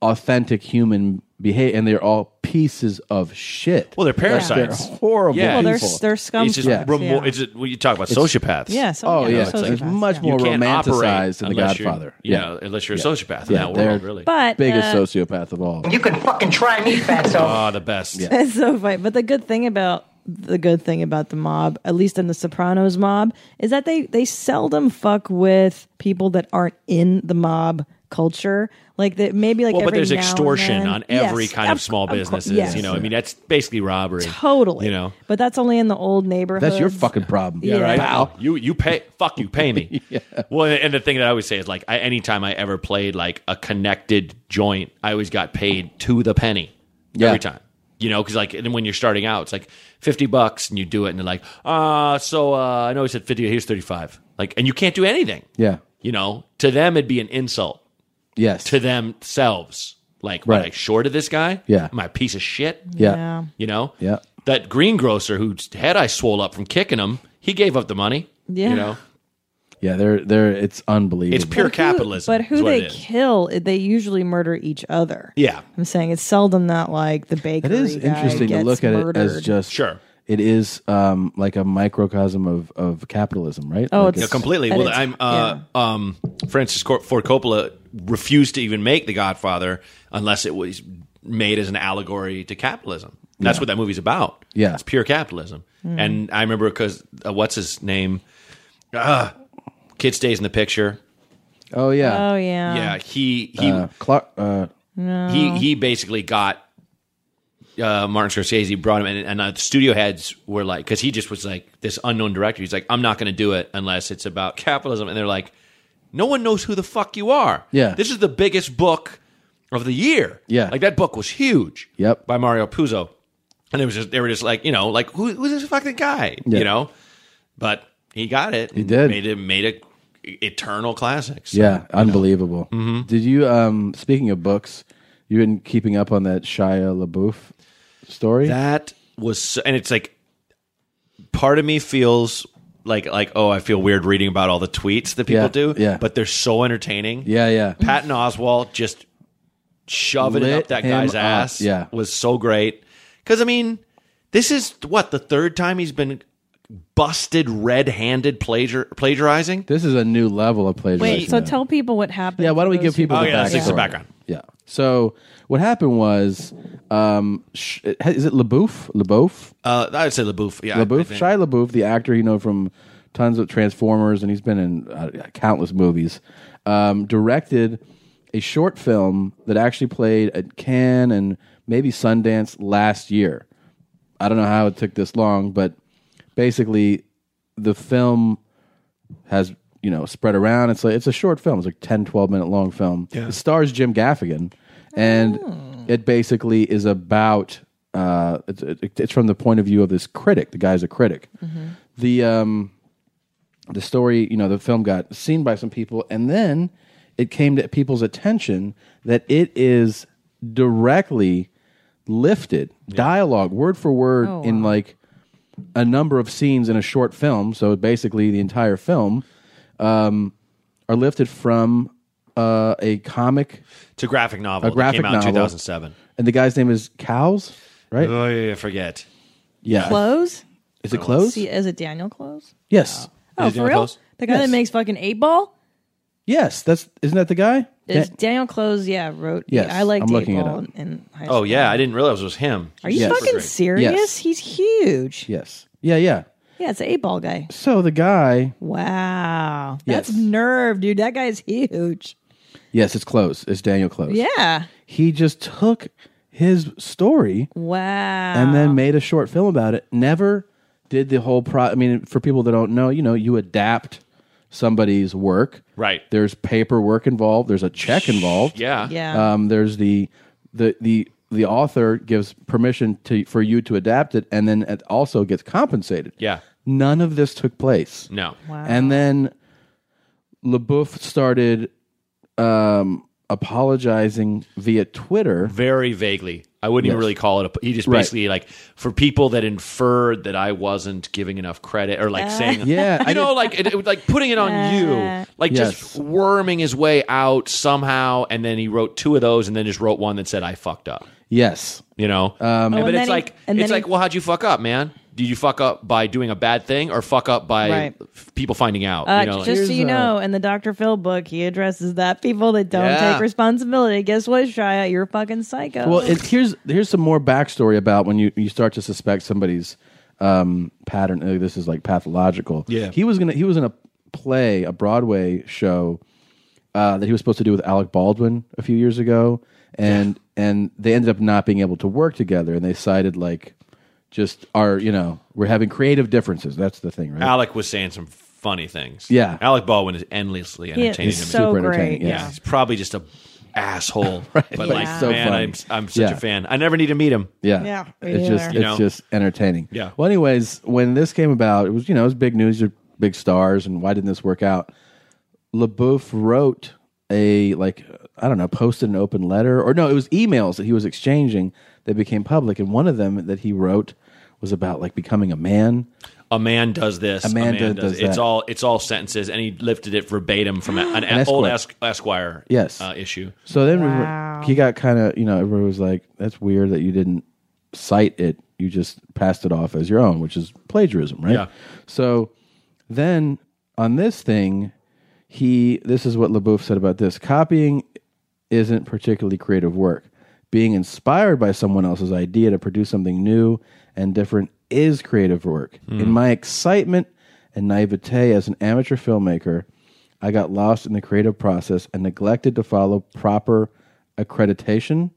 [SPEAKER 2] authentic human behavior and they're all pieces of shit.
[SPEAKER 3] Well, they're
[SPEAKER 2] Like, they're
[SPEAKER 3] parasites.
[SPEAKER 2] horrible.
[SPEAKER 3] Yeah.
[SPEAKER 2] people.
[SPEAKER 3] It's just remor- it's just- well, you talk about
[SPEAKER 2] It's-
[SPEAKER 3] sociopaths.
[SPEAKER 2] oh yeah. It's, it's much more
[SPEAKER 3] You can't operate
[SPEAKER 2] romanticized than The
[SPEAKER 3] unless you're-
[SPEAKER 2] Godfather.
[SPEAKER 3] You know, unless you're a sociopath in that
[SPEAKER 2] they're
[SPEAKER 3] world, really.
[SPEAKER 1] But,
[SPEAKER 2] biggest
[SPEAKER 1] uh,
[SPEAKER 2] sociopath of all.
[SPEAKER 1] You can fucking try me,
[SPEAKER 12] *laughs*
[SPEAKER 3] Oh, the best.
[SPEAKER 1] That's *laughs* so funny. But the good thing about the good thing about the mob, at least in the Sopranos mob, is that they they seldom fuck with people that aren't in the mob culture. Like that, maybe like
[SPEAKER 3] well, but
[SPEAKER 1] every
[SPEAKER 3] there's
[SPEAKER 1] now and
[SPEAKER 3] extortion
[SPEAKER 1] then-
[SPEAKER 3] on every
[SPEAKER 1] Yes,
[SPEAKER 3] kind of,
[SPEAKER 1] cou-
[SPEAKER 3] small
[SPEAKER 1] course,
[SPEAKER 3] businesses.
[SPEAKER 1] yes.
[SPEAKER 3] You know, I mean, that's basically robbery.
[SPEAKER 1] Totally.
[SPEAKER 3] You know,
[SPEAKER 1] But that's only in the old neighborhood.
[SPEAKER 2] That's your fucking problem.
[SPEAKER 3] Yeah, right.
[SPEAKER 2] Pal.
[SPEAKER 3] You you pay fuck you
[SPEAKER 2] *laughs*
[SPEAKER 3] pay me. Well, and the thing that I always say is like I, anytime I ever played like a connected joint, I always got paid to the penny
[SPEAKER 2] Yeah.
[SPEAKER 3] every time. You know, because like and when you're starting out, it's like fifty bucks, and you do it, and they're like, uh, so uh, I know he said fifty, here's thirty five, like, and you can't do anything.
[SPEAKER 2] Yeah.
[SPEAKER 3] You know, to them it'd be an insult.
[SPEAKER 2] Yes.
[SPEAKER 3] To themselves, like, what,
[SPEAKER 2] Right.
[SPEAKER 3] I shorted this guy?
[SPEAKER 2] Yeah.
[SPEAKER 3] Am I a piece of shit?
[SPEAKER 2] Yeah. Yeah.
[SPEAKER 3] You know?
[SPEAKER 2] Yeah.
[SPEAKER 3] That greengrocer whose head I swole up from kicking him, he gave up the money.
[SPEAKER 1] Yeah.
[SPEAKER 3] You know?
[SPEAKER 2] Yeah, they're they're it's unbelievable.
[SPEAKER 3] It's pure capitalism.
[SPEAKER 1] But
[SPEAKER 3] is
[SPEAKER 1] who
[SPEAKER 3] what it
[SPEAKER 1] they
[SPEAKER 3] is.
[SPEAKER 1] kill, they usually murder each other.
[SPEAKER 3] Yeah.
[SPEAKER 1] I'm saying it's seldom that like the bakery.
[SPEAKER 2] It is
[SPEAKER 1] guy
[SPEAKER 2] interesting to
[SPEAKER 1] gets
[SPEAKER 2] look at
[SPEAKER 1] murdered.
[SPEAKER 2] it as just sure. It is um, like a microcosm of, of capitalism, right?
[SPEAKER 1] Oh,
[SPEAKER 2] Like
[SPEAKER 1] it's-
[SPEAKER 3] Yeah, completely.
[SPEAKER 1] and
[SPEAKER 3] Well,
[SPEAKER 1] it's-
[SPEAKER 3] I'm uh, um, Francis Cor- Ford Coppola refused to even make The Godfather unless it was made as an allegory to capitalism. That's
[SPEAKER 2] Yeah.
[SPEAKER 3] what that movie's about.
[SPEAKER 2] Yeah.
[SPEAKER 3] it's pure capitalism.
[SPEAKER 2] Mm.
[SPEAKER 3] And I remember because uh, what's his name? Uh, kid stays in the picture.
[SPEAKER 2] oh yeah.
[SPEAKER 1] Oh, yeah.
[SPEAKER 3] Yeah, he he
[SPEAKER 2] Uh, Clark. Uh,
[SPEAKER 1] No.
[SPEAKER 3] he he basically got uh, Martin Scorsese brought him, in, and uh, the studio heads were like, because he just was like this unknown director. He's like, I'm not going to do it unless it's about capitalism, and they're like, no one knows who the fuck you are.
[SPEAKER 2] Yeah.
[SPEAKER 3] this is the biggest book of the year.
[SPEAKER 2] Yeah.
[SPEAKER 3] like that book was huge.
[SPEAKER 2] Yep.
[SPEAKER 3] by Mario Puzo, and it was just they were just like, you know, like who, who's this fucking guy?
[SPEAKER 2] Yeah.
[SPEAKER 3] You know, but he got it. He
[SPEAKER 2] did.
[SPEAKER 3] made it made it e-, eternal classics.
[SPEAKER 2] yeah, unbelievable.
[SPEAKER 3] Mm-hmm.
[SPEAKER 2] Did you? Um, speaking of books, you been keeping up on that Shia LaBeouf story?
[SPEAKER 3] That was, so- and it's like, part of me feels like like oh, I feel weird reading about all the tweets that people
[SPEAKER 2] Yeah,
[SPEAKER 3] do.
[SPEAKER 2] yeah.
[SPEAKER 3] but they're so entertaining.
[SPEAKER 2] yeah, yeah.
[SPEAKER 3] Patton Oswalt just shoving it
[SPEAKER 2] Lit
[SPEAKER 3] up that
[SPEAKER 2] him
[SPEAKER 3] guy's
[SPEAKER 2] up,
[SPEAKER 3] ass.
[SPEAKER 2] yeah.
[SPEAKER 3] was so great. Because I mean, this is what the third time he's been busted red-handed plagiar- plagiarizing.
[SPEAKER 2] This is a new level of plagiarism.
[SPEAKER 1] Wait, so tell people what happened.
[SPEAKER 2] Yeah, why don't we
[SPEAKER 1] to
[SPEAKER 2] give
[SPEAKER 1] those
[SPEAKER 2] people
[SPEAKER 3] Oh,
[SPEAKER 2] the
[SPEAKER 3] yeah, let's
[SPEAKER 2] background?
[SPEAKER 3] give some background.
[SPEAKER 2] Yeah. So what happened was, um, sh- is it LaBeouf? LaBeouf?
[SPEAKER 3] Uh, I would say LaBouffe. Yeah, I- I
[SPEAKER 2] LaBeouf?
[SPEAKER 3] think.
[SPEAKER 2] Shia LaBeouf, the actor you know from tons of Transformers, and he's been in uh, countless movies, um, directed a short film that actually played at Cannes and maybe Sundance last year. I don't know how it took this long, but basically the film has you know spread around it's like it's a short film it's like 10 12 minute long film it stars jim gaffigan and it basically is about uh it's, it- it's from the point of view of this critic the guy's a critic the um the story you know the film got seen by some people and then it came to people's attention that it is directly lifted dialogue word for word
[SPEAKER 15] Oh,
[SPEAKER 2] in like a number of scenes in a short film, so basically the entire film, um, are lifted from uh, a comic,
[SPEAKER 3] to graphic novel.
[SPEAKER 2] a graphic
[SPEAKER 3] that came out
[SPEAKER 2] novel,
[SPEAKER 3] in 2007.
[SPEAKER 2] and the guy's name is Cows, right?
[SPEAKER 3] Oh, yeah, I forget.
[SPEAKER 2] yeah,
[SPEAKER 1] Close?
[SPEAKER 2] Is it Close?
[SPEAKER 1] See, is it Daniel Close?
[SPEAKER 2] Yes.
[SPEAKER 1] Oh, for real? The guy that
[SPEAKER 2] Yes.
[SPEAKER 1] makes fucking eight ball
[SPEAKER 2] Yes, that's isn't that the guy?
[SPEAKER 1] is
[SPEAKER 2] Da-
[SPEAKER 1] Daniel Close. Yeah, wrote.
[SPEAKER 2] Yes,
[SPEAKER 1] I liked
[SPEAKER 2] I'm looking
[SPEAKER 1] eight
[SPEAKER 2] it
[SPEAKER 1] ball.
[SPEAKER 2] up.
[SPEAKER 1] And high
[SPEAKER 3] Oh
[SPEAKER 1] school.
[SPEAKER 3] yeah, I didn't realize it was him.
[SPEAKER 1] Are you fucking serious?
[SPEAKER 2] Yes.
[SPEAKER 1] He's huge.
[SPEAKER 2] yes, yeah, yeah.
[SPEAKER 1] Yeah, it's an eight ball guy.
[SPEAKER 2] So the guy,
[SPEAKER 1] Wow, that's
[SPEAKER 2] Yes.
[SPEAKER 1] nerve, dude. That guy's huge.
[SPEAKER 2] yes, it's Close. It's Daniel Close.
[SPEAKER 1] Yeah.
[SPEAKER 2] he just took his story
[SPEAKER 1] Wow.
[SPEAKER 2] and then made a short film about it. Never did the whole pro. I mean, for people that don't know, you know, you adapt somebody's work.
[SPEAKER 3] Right.
[SPEAKER 2] There's paperwork involved. There's a check involved.
[SPEAKER 3] Yeah.
[SPEAKER 1] Yeah.
[SPEAKER 2] Um, there's the the the the author gives permission to for you to adapt it, and then it also gets compensated.
[SPEAKER 3] Yeah. Mm.
[SPEAKER 2] None of this took place.
[SPEAKER 3] No.
[SPEAKER 1] Wow.
[SPEAKER 2] And then LaBeouf started um, apologizing via Twitter.
[SPEAKER 3] Very vaguely. I wouldn't even
[SPEAKER 2] Yes.
[SPEAKER 3] really call it a. He just
[SPEAKER 2] Right.
[SPEAKER 3] basically like for people that inferred that I wasn't giving enough credit or
[SPEAKER 1] Uh.
[SPEAKER 3] like saying
[SPEAKER 2] *laughs* Yeah, I
[SPEAKER 3] you know like it, it was like putting it on you like just worming his way out somehow and then he wrote two of those and then just wrote one that said I fucked up
[SPEAKER 2] Yes.
[SPEAKER 3] you know um,
[SPEAKER 1] Oh, and
[SPEAKER 3] but
[SPEAKER 1] then
[SPEAKER 3] it's
[SPEAKER 1] he-
[SPEAKER 3] like
[SPEAKER 1] and
[SPEAKER 3] it's
[SPEAKER 1] then
[SPEAKER 3] like
[SPEAKER 1] he-
[SPEAKER 3] well how'd you fuck up man did you fuck up by doing a bad thing or fuck up by
[SPEAKER 1] Right.
[SPEAKER 3] f- people finding out
[SPEAKER 1] Uh,
[SPEAKER 3] you know like-
[SPEAKER 1] just so you know, in the Dr. Phil book, he addresses that people that don't
[SPEAKER 2] Yeah.
[SPEAKER 1] take responsibility. Guess what, Shia? You're a fucking psycho.
[SPEAKER 2] Well, it, here's here's some more backstory about when you, you start to suspect somebody's um, pattern. uh, This is like pathological.
[SPEAKER 15] Yeah.
[SPEAKER 2] he was gonna he was in a play, a Broadway show uh, that he was supposed to do with Alec Baldwin a few years ago, and and they ended up not being able to work together, and they cited like just our you know we're having creative differences. That's the thing, right?
[SPEAKER 3] Alec was saying some funny things
[SPEAKER 2] Yeah.
[SPEAKER 3] Alec Baldwin is
[SPEAKER 1] He
[SPEAKER 3] endlessly
[SPEAKER 1] is
[SPEAKER 3] entertaining to me.
[SPEAKER 1] so Super entertaining, great,
[SPEAKER 3] yeah.
[SPEAKER 1] yeah.
[SPEAKER 3] he's probably just a
[SPEAKER 2] *laughs*
[SPEAKER 3] asshole but
[SPEAKER 2] but
[SPEAKER 3] like
[SPEAKER 2] he's so
[SPEAKER 3] man
[SPEAKER 2] funny.
[SPEAKER 3] I'm, I'm such
[SPEAKER 2] Yeah.
[SPEAKER 3] a fan I never need to meet him
[SPEAKER 2] Yeah.
[SPEAKER 1] Yeah, me
[SPEAKER 2] It's just
[SPEAKER 1] neither.
[SPEAKER 2] it's
[SPEAKER 3] You know?
[SPEAKER 2] just entertaining.
[SPEAKER 3] Yeah.
[SPEAKER 2] Well, anyways, when this came about, it was you know, it was big news, you're big stars, and why didn't this work out? LaBeouf wrote a like I don't know, posted an open letter or no, it was emails that he was exchanging that became public, and one of them that he wrote was about like becoming a man.
[SPEAKER 3] a man does this
[SPEAKER 2] A man does- does
[SPEAKER 3] it's
[SPEAKER 2] that.
[SPEAKER 3] all it's all sentences and he lifted it verbatim from a- an,
[SPEAKER 2] *gasps* An
[SPEAKER 3] old
[SPEAKER 2] Esquire.
[SPEAKER 3] Esq- Esquire
[SPEAKER 2] Yes.
[SPEAKER 3] uh, issue
[SPEAKER 2] So then we were- he got kind of, you know, everybody was like, that's weird that you didn't cite it. You just passed it off as your own, which is plagiarism, right?
[SPEAKER 15] Yeah.
[SPEAKER 2] So then on this thing, he, this is what LaBeouf said about this copying isn't particularly creative work. Being inspired by someone else's idea to produce something new and different is creative work. In my excitement and naivete as an amateur filmmaker, I got lost in the creative process and neglected to follow proper accreditation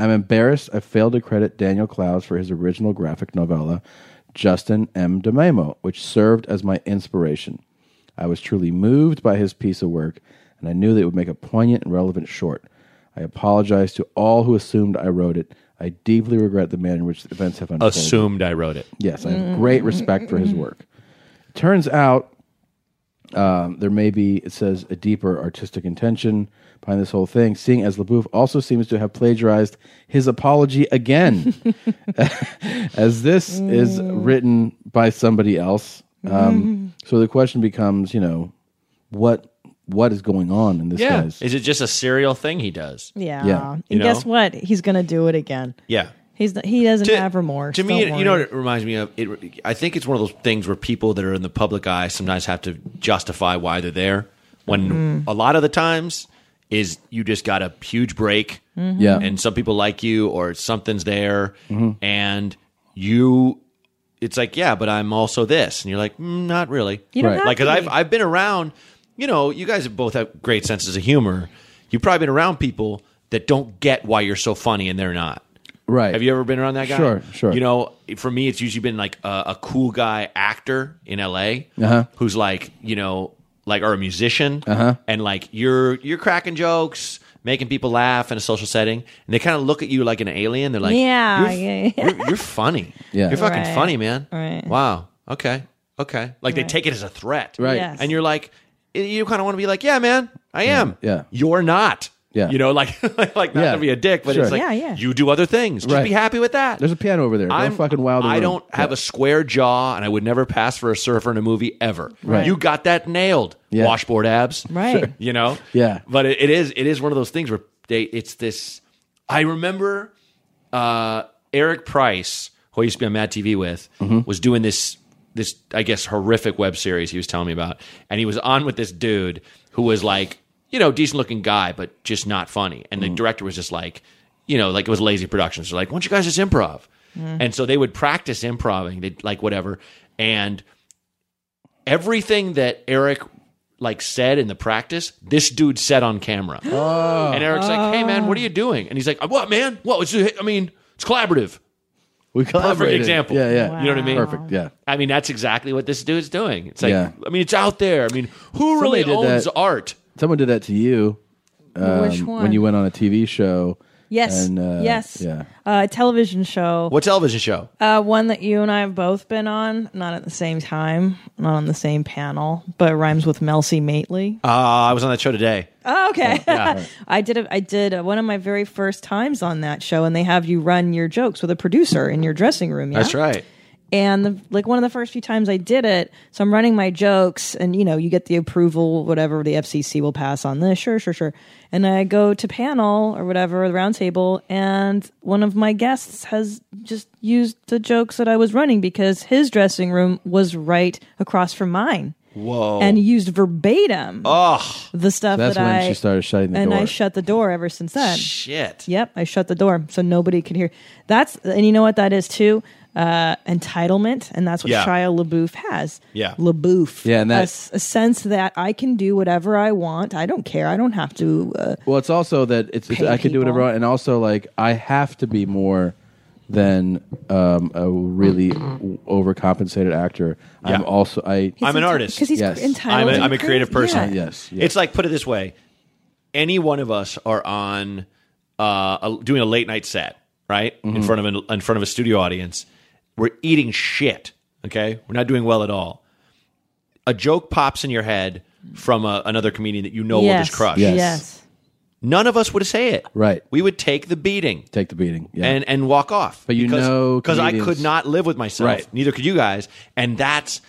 [SPEAKER 2] I'm embarrassed I failed to credit Daniel Clowes for his original graphic novella, Justin M. DeMemo, which served as my inspiration. I was truly moved by his piece of work, and I knew that it would make a poignant and relevant short. I apologize to all who assumed I wrote it. I deeply regret the manner in which the events have unfolded.
[SPEAKER 3] Assumed I wrote it.
[SPEAKER 2] Yes, I have great respect for his work. Turns out um, there may be, it says, a deeper artistic intention behind this whole thing, seeing as LaBouffe also seems to have plagiarized his apology again, as this is written by somebody else. Um, So the question becomes, you know, what what is going on in this
[SPEAKER 3] yeah.
[SPEAKER 2] guy's?
[SPEAKER 3] Is it just a serial thing he does?
[SPEAKER 1] Yeah.
[SPEAKER 2] Yeah.
[SPEAKER 1] And
[SPEAKER 3] You know?
[SPEAKER 1] guess what? He's going to do it again.
[SPEAKER 3] Yeah.
[SPEAKER 1] He's he doesn't have remorse.
[SPEAKER 3] To
[SPEAKER 1] Don't
[SPEAKER 3] me, it,
[SPEAKER 1] worry.
[SPEAKER 3] you know what it reminds me of? It, I think it's one of those things where people that are in the public eye sometimes have to justify why they're there. When
[SPEAKER 15] Mm.
[SPEAKER 3] a lot of the times is you just got a huge break,
[SPEAKER 2] Mhm.
[SPEAKER 15] Mm-hmm.
[SPEAKER 2] Yeah.
[SPEAKER 3] and some people like you, or something's there, and you. It's like, yeah, but I'm also this, and you're like, mm, not really.
[SPEAKER 15] You don't Right. have
[SPEAKER 3] Like, 'cause
[SPEAKER 15] to
[SPEAKER 3] I've I've been around. You know, you guys have both have great senses of humor. You've probably been around people that don't get why you're so funny and they're not.
[SPEAKER 2] Right.
[SPEAKER 3] Have you ever been around that guy?
[SPEAKER 2] Sure, sure.
[SPEAKER 3] You know, for me, it's usually been like a, a cool guy actor in L.A.
[SPEAKER 2] Uh-huh.
[SPEAKER 3] who's like, you know, like or a musician,
[SPEAKER 2] Uh-huh.
[SPEAKER 3] and like you're you're cracking jokes, making people laugh in a social setting, and they kind of look at you like an alien. They're like,
[SPEAKER 1] yeah,
[SPEAKER 3] you're,
[SPEAKER 1] yeah, yeah.
[SPEAKER 3] you're, you're funny.
[SPEAKER 2] Yeah.
[SPEAKER 3] you're fucking
[SPEAKER 1] Right.
[SPEAKER 3] funny, man.
[SPEAKER 1] Right.
[SPEAKER 3] Wow. Okay. Okay. Like they
[SPEAKER 1] Right.
[SPEAKER 3] take it as a threat,
[SPEAKER 2] Right. Yes.
[SPEAKER 3] And you're like, eh, you kind of want to be like, yeah, man, I am.
[SPEAKER 2] Yeah.
[SPEAKER 3] You're not.
[SPEAKER 2] Yeah.
[SPEAKER 3] You know, like *laughs* like not
[SPEAKER 2] Yeah.
[SPEAKER 3] to be a dick, but it's
[SPEAKER 2] Sure.
[SPEAKER 3] like
[SPEAKER 2] Yeah, yeah.
[SPEAKER 3] you do other things. Just
[SPEAKER 2] Right.
[SPEAKER 3] be happy with that.
[SPEAKER 2] There's a piano over there. Don't
[SPEAKER 3] I'm-
[SPEAKER 2] fucking wow the
[SPEAKER 3] I
[SPEAKER 2] room.
[SPEAKER 3] don't have a square jaw, and I would never pass for a surfer in a movie ever.
[SPEAKER 2] Right.
[SPEAKER 3] You got that nailed.
[SPEAKER 2] Yeah.
[SPEAKER 3] Washboard abs,
[SPEAKER 1] Right. Sure.
[SPEAKER 3] *laughs* You know,
[SPEAKER 2] Yeah.
[SPEAKER 3] But it, it is it is one of those things where they it's this. I remember uh, Eric Price, who I used to be on Mad TV with, was doing this this I guess horrific web series he was telling me about, and he was on with this dude who was like you know decent looking guy but just not funny, and the director was just like you know like it was lazy productions. They're like, why don't you guys just improv?
[SPEAKER 15] Mm.
[SPEAKER 3] And so they would practice improving, they would like whatever, and everything that Eric like said in the practice, this dude said
[SPEAKER 2] *gasps*
[SPEAKER 3] on camera.
[SPEAKER 2] Oh.
[SPEAKER 3] And Eric's like, "Hey man, what are you doing?" And he's like, "What man? What? It's, I mean, it's collaborative.
[SPEAKER 2] We
[SPEAKER 3] Perfect
[SPEAKER 2] collaborated.
[SPEAKER 3] example.
[SPEAKER 2] Yeah, yeah.
[SPEAKER 3] You know what I mean?
[SPEAKER 2] Perfect. Yeah.
[SPEAKER 3] I mean, that's exactly what this dude's doing. It's like,
[SPEAKER 2] Yeah.
[SPEAKER 3] I mean, it's out there. I mean, who
[SPEAKER 2] Somebody
[SPEAKER 3] really
[SPEAKER 2] did
[SPEAKER 3] owns
[SPEAKER 2] that-
[SPEAKER 3] art?
[SPEAKER 2] Someone did that to you. um,
[SPEAKER 1] Which one?
[SPEAKER 2] When you went on a TV show.
[SPEAKER 1] Yes.
[SPEAKER 2] and, uh,
[SPEAKER 1] yes.
[SPEAKER 2] Yeah.
[SPEAKER 1] Uh, television show.
[SPEAKER 3] What television show?
[SPEAKER 1] Uh, one that you and I have both been on, not at the same time, not on the same panel, but rhymes with Melcy Mately.
[SPEAKER 3] Uh, I was on that show today.
[SPEAKER 1] Oh, okay.
[SPEAKER 3] Yeah, right.
[SPEAKER 1] *laughs* I did. A, I did uh one of my very first times on that show, and they have you run your jokes with a producer in your dressing room. Yeah?
[SPEAKER 3] That's right.
[SPEAKER 1] And the, like one of the first few times I did it, so I'm running my jokes, and you know, you get the approval, whatever the FCC will pass on this. Sure, sure, sure. And I go to panel or whatever the roundtable, and one of my guests has just used the jokes that I was running because his dressing room was right across from mine,
[SPEAKER 3] Whoa.
[SPEAKER 1] and used verbatim
[SPEAKER 3] oh,
[SPEAKER 1] the stuff
[SPEAKER 2] That's
[SPEAKER 1] that
[SPEAKER 2] when
[SPEAKER 1] I
[SPEAKER 2] she started shutting the
[SPEAKER 1] and
[SPEAKER 2] door.
[SPEAKER 1] I shut the door ever since then.
[SPEAKER 3] Shit.
[SPEAKER 1] Yep, I shut the door so nobody could hear. That's and you know what that is too. Uh, entitlement, and that's what
[SPEAKER 2] Yeah.
[SPEAKER 1] Shia LaBeouf has.
[SPEAKER 2] Yeah.
[SPEAKER 1] LaBeouf.
[SPEAKER 2] Yeah, and that-
[SPEAKER 1] a, s- a sense that I can do whatever I want. I don't care. I don't have to. Uh,
[SPEAKER 2] Well, it's also that it's, it's
[SPEAKER 1] Pay
[SPEAKER 2] I can do whatever I
[SPEAKER 1] people.
[SPEAKER 2] want, and also like I have to be more than um, a really overcompensated actor. I'm
[SPEAKER 3] Yeah.
[SPEAKER 2] also I.
[SPEAKER 3] I'm an artist
[SPEAKER 2] Yes.
[SPEAKER 3] I'm a, I'm a creative person.
[SPEAKER 2] Yes, yes.
[SPEAKER 3] It's like put it this way: any one of us are on uh, a, doing a late night set, right, in
[SPEAKER 2] Mm-hmm.
[SPEAKER 15] Mhm.
[SPEAKER 3] front of an, in front of a studio audience. We're eating shit. Okay, we're not doing well at all. A joke pops in your head from a, another comedian that you know will
[SPEAKER 1] yes,
[SPEAKER 3] just crush.
[SPEAKER 1] Yes.
[SPEAKER 3] None of us would say it.
[SPEAKER 2] Right.
[SPEAKER 3] We would take the beating.
[SPEAKER 2] Take the beating. Yeah.
[SPEAKER 3] and and walk off.
[SPEAKER 2] But you know
[SPEAKER 3] because 'cause I
[SPEAKER 2] comedians-
[SPEAKER 3] could not live with myself.
[SPEAKER 2] Right.
[SPEAKER 3] Neither could you guys, and that's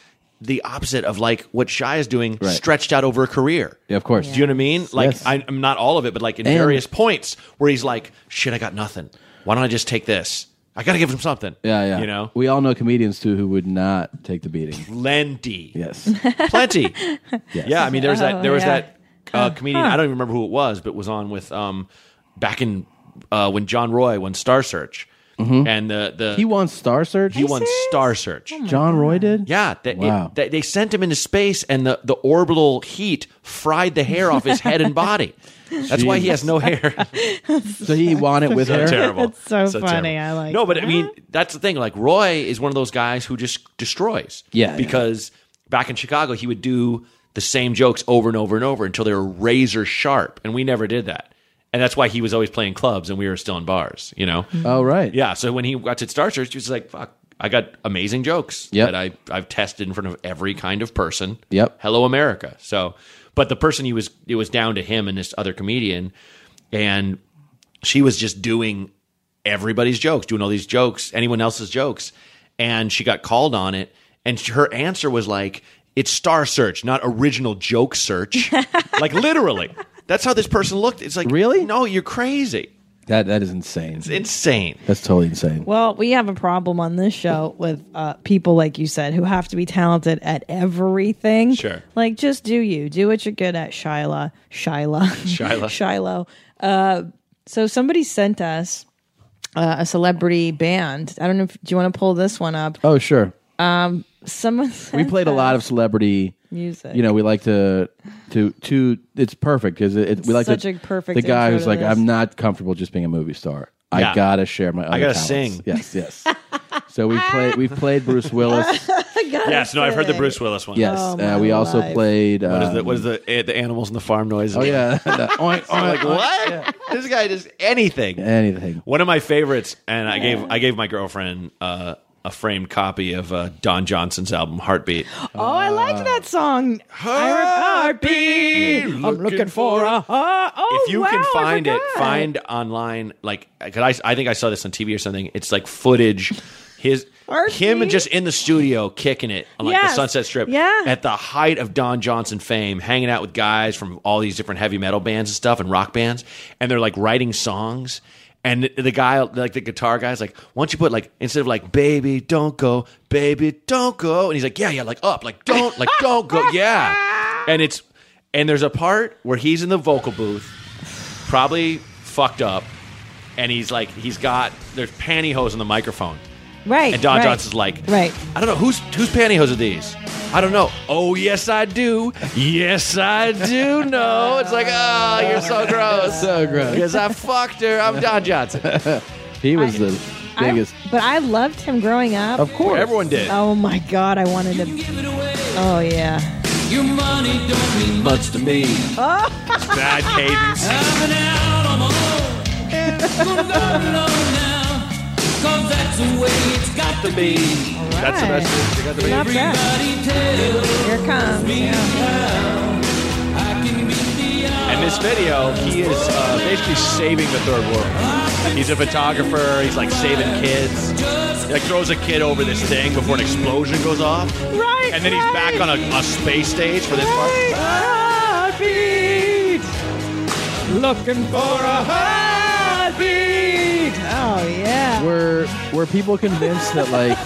[SPEAKER 3] the opposite of like what Shia is doing,
[SPEAKER 2] Right.
[SPEAKER 3] stretched out over a career.
[SPEAKER 2] Yeah, of course.
[SPEAKER 3] Do you know what I mean? Like
[SPEAKER 2] Yes.
[SPEAKER 3] I, I'm not all of it, but like in
[SPEAKER 2] And-
[SPEAKER 3] various points where he's like, "Shit, I got nothing. Why don't I just take this? I got to give him something."
[SPEAKER 2] yeah, yeah.
[SPEAKER 3] You know,
[SPEAKER 2] we all know comedians too who would not take the beating.
[SPEAKER 3] *laughs* plenty,
[SPEAKER 2] Yes.
[SPEAKER 3] *laughs*
[SPEAKER 2] *laughs*
[SPEAKER 3] plenty. Yeah, I mean, there was that. There was
[SPEAKER 1] Oh,
[SPEAKER 3] that uh, comedian. I don't even remember who it was, but was on with um, back in uh, when John Roy won Star Search,
[SPEAKER 2] Mm-hmm.
[SPEAKER 3] and the the
[SPEAKER 2] He won Star Search.
[SPEAKER 3] he won Star Search.
[SPEAKER 1] Oh
[SPEAKER 2] John Roy did.
[SPEAKER 3] Yeah, that
[SPEAKER 2] Wow.
[SPEAKER 3] it, that they sent him into space, and the, the orbital heat fried the hair off his head and body. That's why he has no hair.
[SPEAKER 2] so he won it with
[SPEAKER 3] so
[SPEAKER 2] her.
[SPEAKER 3] Terrible.
[SPEAKER 1] That's so funny. I like
[SPEAKER 3] No, but I mean, that's the thing. Like Roy is one of those guys who just destroys.
[SPEAKER 2] Yeah, yeah.
[SPEAKER 3] Because back in Chicago, he would do the same jokes over and over and over until they were razor sharp, and we never did that. And that's why he was always playing clubs, and we were still in bars. You know.
[SPEAKER 1] Hmm.
[SPEAKER 2] Oh right.
[SPEAKER 3] Yeah. So when he got to Star Search, he was like, "Fuck." I got amazing jokes
[SPEAKER 2] Yep.
[SPEAKER 3] that I, I've tested in front of every kind of person.
[SPEAKER 2] Yep.
[SPEAKER 3] Hello America. So, but the person he was, it was down to him and this other comedian, and she was just doing everybody's jokes, doing all these jokes, anyone else's jokes, and she got called on it, and she- her answer was like, "It's Star Search, not original
[SPEAKER 2] *laughs*
[SPEAKER 3] joke search." like literally, that's how this person looked. It's like really? No, you're crazy.
[SPEAKER 2] That that is insane. It's
[SPEAKER 3] insane.
[SPEAKER 2] That's totally insane.
[SPEAKER 1] Well, we have a problem on this show with uh, people, like you said, who have to be talented at everything.
[SPEAKER 3] Sure.
[SPEAKER 1] Like, just do you. Do what you're good at, Shyla. Shyla. *laughs*
[SPEAKER 3] Shyla.
[SPEAKER 1] Shiloh. Uh, so somebody sent us uh, a celebrity band. I don't know if, do you want to pull this one up?
[SPEAKER 2] Oh sure.
[SPEAKER 1] Um, someone
[SPEAKER 2] We played a lot of celebrity
[SPEAKER 1] Music.
[SPEAKER 2] You know, we like to to to. It's perfect because it, it, we like
[SPEAKER 1] Such
[SPEAKER 2] to,
[SPEAKER 1] a
[SPEAKER 2] The
[SPEAKER 1] perfect
[SPEAKER 2] guy
[SPEAKER 1] intro
[SPEAKER 2] who's
[SPEAKER 1] to
[SPEAKER 2] like,
[SPEAKER 1] this.
[SPEAKER 2] I'm not comfortable just being a movie star. I
[SPEAKER 3] Yeah.
[SPEAKER 2] gotta share my. Other
[SPEAKER 3] I gotta
[SPEAKER 2] talents."
[SPEAKER 3] sing.
[SPEAKER 2] Yes,
[SPEAKER 1] *laughs*
[SPEAKER 2] yes. so we played. We played Bruce Willis.
[SPEAKER 3] yes, no, I've heard the Bruce Willis one.
[SPEAKER 2] Yes,
[SPEAKER 1] Oh,
[SPEAKER 2] uh, we also played.
[SPEAKER 3] What is
[SPEAKER 2] um,
[SPEAKER 3] the what is the eh, the animals in the farm noise?
[SPEAKER 2] Oh *laughs* yeah,
[SPEAKER 3] *laughs*
[SPEAKER 2] the oink,
[SPEAKER 3] I'm
[SPEAKER 2] oink,
[SPEAKER 1] Oh,
[SPEAKER 3] like
[SPEAKER 2] oink.
[SPEAKER 3] what? This guy does anything.
[SPEAKER 2] Anything.
[SPEAKER 3] One of my favorites, and I gave I gave my girlfriend uh, a framed copy of uh, Don Johnson's album Heartbeat.
[SPEAKER 1] Oh, I like that song. Heartbeat. I'm looking, for a heart. Oh,
[SPEAKER 3] if you
[SPEAKER 1] wow,
[SPEAKER 3] can
[SPEAKER 1] I
[SPEAKER 3] find it,
[SPEAKER 1] forgot.
[SPEAKER 3] find online. Like, cause I I think I saw this on TV or something. It's like footage. His him just in the studio kicking it on like
[SPEAKER 1] Yes.
[SPEAKER 3] the Sunset Strip.
[SPEAKER 1] Yeah.
[SPEAKER 3] At the height of Don Johnson fame, hanging out with guys from all these different heavy metal bands and stuff and rock bands, and they're like writing songs. And the- the guy, like the guitar guy's like, why don't you put like instead of like baby don't go, baby don't go, and he's like, yeah, yeah, like up, like don't, like don't go,
[SPEAKER 1] *laughs*
[SPEAKER 3] yeah. And it's and there's a part where he's in the vocal booth, probably fucked up, and he's like, he's got there's pantyhose on the microphone.
[SPEAKER 1] Right.
[SPEAKER 3] And Don
[SPEAKER 1] right.
[SPEAKER 3] Johnson's like,
[SPEAKER 1] Right.
[SPEAKER 3] I don't know who's whose pantyhose are these. I don't know. Oh yes, I do. Yes, I do know. It's like, oh, you're so gross.
[SPEAKER 2] So gross.
[SPEAKER 3] Because I fucked her. I'm Don Johnson.
[SPEAKER 2] he was the
[SPEAKER 1] I-
[SPEAKER 2] biggest.
[SPEAKER 1] but I loved him growing up.
[SPEAKER 2] Of course. Everyone
[SPEAKER 3] did.
[SPEAKER 1] Oh my god, I wanted to. Oh yeah.
[SPEAKER 15] Your money don't mean much to
[SPEAKER 1] *laughs*
[SPEAKER 15] me.
[SPEAKER 1] Oh.
[SPEAKER 3] Bad cadence.
[SPEAKER 15] I've been out on my own. Gonna go alone now. 'cause that's the way it's got to be.
[SPEAKER 3] That's the best. They got the
[SPEAKER 1] Not bad.
[SPEAKER 15] Everybody tells
[SPEAKER 1] Here it comes.
[SPEAKER 15] me how I can beat the odds.
[SPEAKER 3] And this video, he is uh, basically saving the third world. He's a photographer. He's like saving kids. He, like throws a kid over this thing before an explosion goes off.
[SPEAKER 1] Right.
[SPEAKER 3] And then he's back on a, a space stage for this part.
[SPEAKER 1] Heartbeat. Looking for a heartbeat. Oh yeah.
[SPEAKER 2] Were were people convinced that like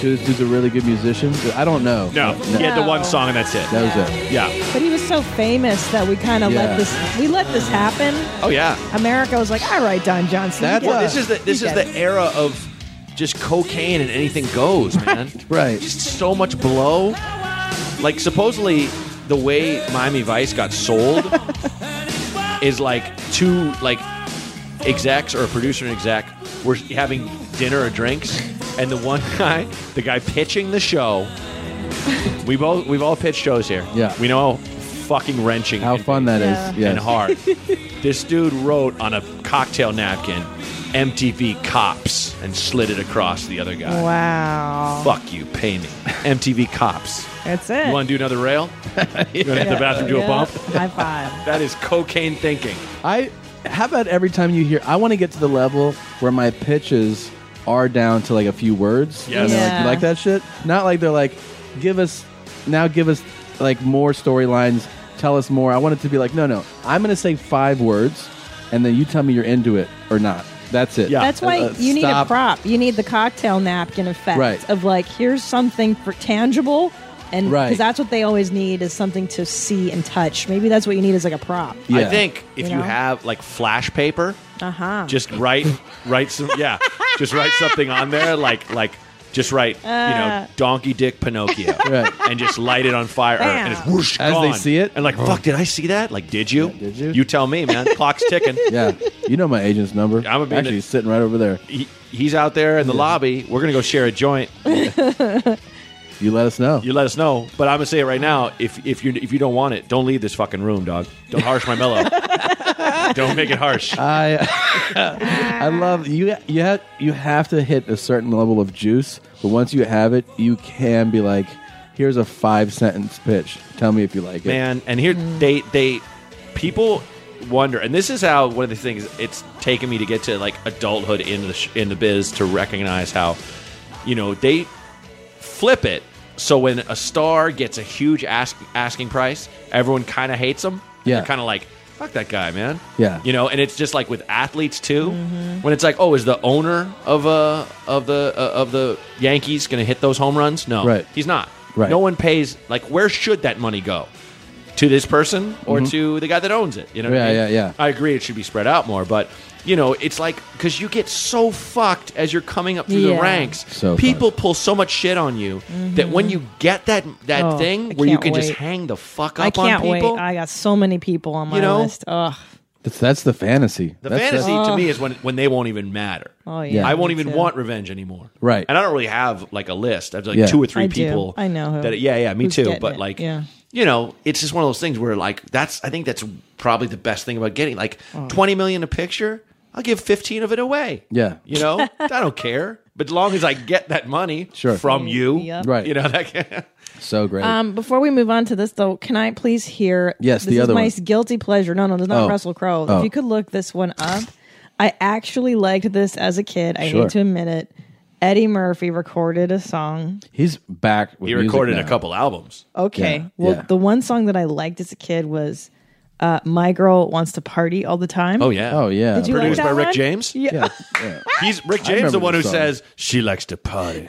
[SPEAKER 2] *laughs* dude, this dude's a really good musician? I don't know.
[SPEAKER 3] No, he had the one song and that's it.
[SPEAKER 2] That was it.
[SPEAKER 3] Yeah.
[SPEAKER 1] But he was so famous that we kind of
[SPEAKER 2] Yeah.
[SPEAKER 1] let this. We let this happen.
[SPEAKER 3] Oh yeah.
[SPEAKER 1] America was like, all right, Don Johnson. you
[SPEAKER 2] That's
[SPEAKER 1] get
[SPEAKER 2] what-
[SPEAKER 1] it.
[SPEAKER 3] This is the this
[SPEAKER 1] You get
[SPEAKER 3] is the
[SPEAKER 1] it."
[SPEAKER 3] era of just cocaine and anything goes, man.
[SPEAKER 1] *laughs*
[SPEAKER 2] Right.
[SPEAKER 3] Just so much blow. Like supposedly the way Miami Vice got sold is like two like execs or a producer and exec were having dinner or drinks and the one *laughs* guy the guy pitching the show we both we've all pitched shows here
[SPEAKER 2] Yeah.
[SPEAKER 3] we know how fucking wrenching
[SPEAKER 2] How fun that is.
[SPEAKER 3] and
[SPEAKER 2] Yes. *laughs*
[SPEAKER 3] hard. this dude wrote on a cocktail napkin, MTV Cops, and slid it across the other guy.
[SPEAKER 1] Wow.
[SPEAKER 3] Fuck you, pay me. MTV Cops.
[SPEAKER 1] That's it.
[SPEAKER 3] You want to do
[SPEAKER 2] *laughs*
[SPEAKER 3] another rail? You want to hit the bathroom, do
[SPEAKER 1] Yeah.
[SPEAKER 3] a bump?
[SPEAKER 1] High five.
[SPEAKER 3] That is cocaine thinking.
[SPEAKER 2] I how about every time you hear I want to get to the level where my pitches are down to like a few words. You
[SPEAKER 3] Yes.
[SPEAKER 2] know, like,
[SPEAKER 3] Yeah.
[SPEAKER 2] you like that shit? Not like they're like, give us now give us like more storylines, tell us more. I want it to be like, no, no. I'm gonna say five words and then you tell me you're into it or not. That's it.
[SPEAKER 1] That's why
[SPEAKER 2] Uh, uh,
[SPEAKER 1] you need a
[SPEAKER 2] stop.
[SPEAKER 1] prop. You need the cocktail napkin effect
[SPEAKER 2] Right.
[SPEAKER 1] of like, here's something for tangible. And because
[SPEAKER 2] Right.
[SPEAKER 1] that's what they always need is something to see and touch. Maybe that's what you need is like a prop.
[SPEAKER 3] I think if you,
[SPEAKER 1] know?
[SPEAKER 3] have like flash paper,
[SPEAKER 1] Uh-huh.
[SPEAKER 3] Just write, write some, yeah, just write something on there, like like just write, you
[SPEAKER 1] Uh.
[SPEAKER 3] know, donkey dick
[SPEAKER 2] *laughs*
[SPEAKER 3] Pinocchio, and just light it on fire,
[SPEAKER 1] Bam.
[SPEAKER 3] and it's whoosh,
[SPEAKER 2] As they
[SPEAKER 3] gone.
[SPEAKER 2] see it? Uh-huh.
[SPEAKER 3] and like, fuck, did I see that? Like, did you? did you? You tell me, man. Clock's
[SPEAKER 2] *laughs*
[SPEAKER 3] ticking.
[SPEAKER 2] Yeah, you know my agent's number. I'm
[SPEAKER 3] a big-
[SPEAKER 2] actually he's sitting right over there.
[SPEAKER 3] He, he's out there in the lobby. We're gonna go share a joint.
[SPEAKER 2] You let us know.
[SPEAKER 3] You let us know. But I'm gonna say it right now. If if you if you don't want it, don't leave this fucking room, dog. Don't harsh my mellow. don't make it harsh.
[SPEAKER 2] I *laughs* I love you. You have you have to hit a certain level of juice, but once you have it, you can be like, "Here's a five sentence pitch. Tell me if you like it."
[SPEAKER 3] man and here they they people wonder and this is how one of the things it's taken me to get to like adulthood in the sh- in the biz to recognize how you know they flip it so when a star gets a huge ask, asking price everyone kind of hates them
[SPEAKER 2] Yeah.
[SPEAKER 3] they're kind of like fuck that guy man
[SPEAKER 2] Yeah.
[SPEAKER 3] you know and it's just like with athletes too when it's like oh is the owner of uh of the uh, of the yankees gonna hit those home runs no
[SPEAKER 2] Right.
[SPEAKER 3] he's not
[SPEAKER 2] Right.
[SPEAKER 3] no one pays like where should that money go to this person or
[SPEAKER 2] Mhm.
[SPEAKER 3] to the guy that owns it. You know, what I
[SPEAKER 2] Yeah,
[SPEAKER 3] mean?
[SPEAKER 2] yeah, yeah.
[SPEAKER 3] I agree, it should be spread out more, but you know, it's like because you get so fucked as you're coming up through
[SPEAKER 2] Yeah.
[SPEAKER 3] the ranks.
[SPEAKER 2] So
[SPEAKER 3] people pull so much shit on you that when you get that that
[SPEAKER 1] Mm-hmm. Oh, I
[SPEAKER 3] thing where you
[SPEAKER 1] can't
[SPEAKER 3] can just
[SPEAKER 1] wait.
[SPEAKER 3] hang the fuck up
[SPEAKER 1] I can't
[SPEAKER 3] on
[SPEAKER 1] wait.
[SPEAKER 3] people.
[SPEAKER 1] I got so many people on my
[SPEAKER 3] You know?
[SPEAKER 1] list. Ugh.
[SPEAKER 2] That's, that's the fantasy.
[SPEAKER 3] The
[SPEAKER 2] That's-
[SPEAKER 3] fantasy
[SPEAKER 1] Oh.
[SPEAKER 3] to me is when when they won't even matter.
[SPEAKER 1] Oh, yeah,
[SPEAKER 3] I won't
[SPEAKER 1] me
[SPEAKER 3] even
[SPEAKER 1] too.
[SPEAKER 3] want revenge anymore.
[SPEAKER 2] Right.
[SPEAKER 3] And I don't really have like a list. I have like
[SPEAKER 2] Yeah.
[SPEAKER 3] two or three
[SPEAKER 1] I do.
[SPEAKER 3] people.
[SPEAKER 1] I know who-
[SPEAKER 3] That, yeah, yeah, me
[SPEAKER 1] who's
[SPEAKER 3] too.
[SPEAKER 1] getting
[SPEAKER 3] But
[SPEAKER 1] it.
[SPEAKER 3] like,
[SPEAKER 1] Yeah.
[SPEAKER 3] you know, it's just one of those things where like that's I think that's probably the best thing about getting like
[SPEAKER 1] Oh.
[SPEAKER 3] twenty million a picture. I'll give fifteen of it away.
[SPEAKER 2] Yeah.
[SPEAKER 3] You know,
[SPEAKER 1] *laughs*
[SPEAKER 3] I don't care. But as long as I get that money
[SPEAKER 2] Sure.
[SPEAKER 3] from you,
[SPEAKER 1] Yep.
[SPEAKER 2] Right.
[SPEAKER 3] You know that.
[SPEAKER 2] so great.
[SPEAKER 1] Um, before we move on to this, though, can I please hear?
[SPEAKER 2] Yes,
[SPEAKER 1] this
[SPEAKER 2] the
[SPEAKER 1] is
[SPEAKER 2] other
[SPEAKER 1] my
[SPEAKER 2] one.
[SPEAKER 1] guilty pleasure. No, no, it's not
[SPEAKER 2] Oh.
[SPEAKER 1] Russell Crowe.
[SPEAKER 2] Oh.
[SPEAKER 1] If you could look this one up, I actually liked this as a kid. I
[SPEAKER 2] Sure.
[SPEAKER 1] hate to admit it. Eddie Murphy recorded a song.
[SPEAKER 2] He's back. With
[SPEAKER 3] *laughs* He
[SPEAKER 2] music
[SPEAKER 3] recorded
[SPEAKER 2] now.
[SPEAKER 3] a couple albums.
[SPEAKER 1] Okay,
[SPEAKER 2] Yeah,
[SPEAKER 1] well,
[SPEAKER 2] yeah.
[SPEAKER 1] the one song that I liked as a kid was uh, "My Girl Wants to Party All the Time."
[SPEAKER 3] Oh yeah.
[SPEAKER 2] Oh yeah.
[SPEAKER 1] Did you like
[SPEAKER 3] Produced
[SPEAKER 1] that
[SPEAKER 3] by Rick
[SPEAKER 1] one?
[SPEAKER 3] James?
[SPEAKER 1] Yeah. *laughs*
[SPEAKER 3] He's Rick
[SPEAKER 2] I
[SPEAKER 3] James,
[SPEAKER 2] remember
[SPEAKER 3] the one
[SPEAKER 2] the
[SPEAKER 3] who
[SPEAKER 2] song.
[SPEAKER 3] says she likes to party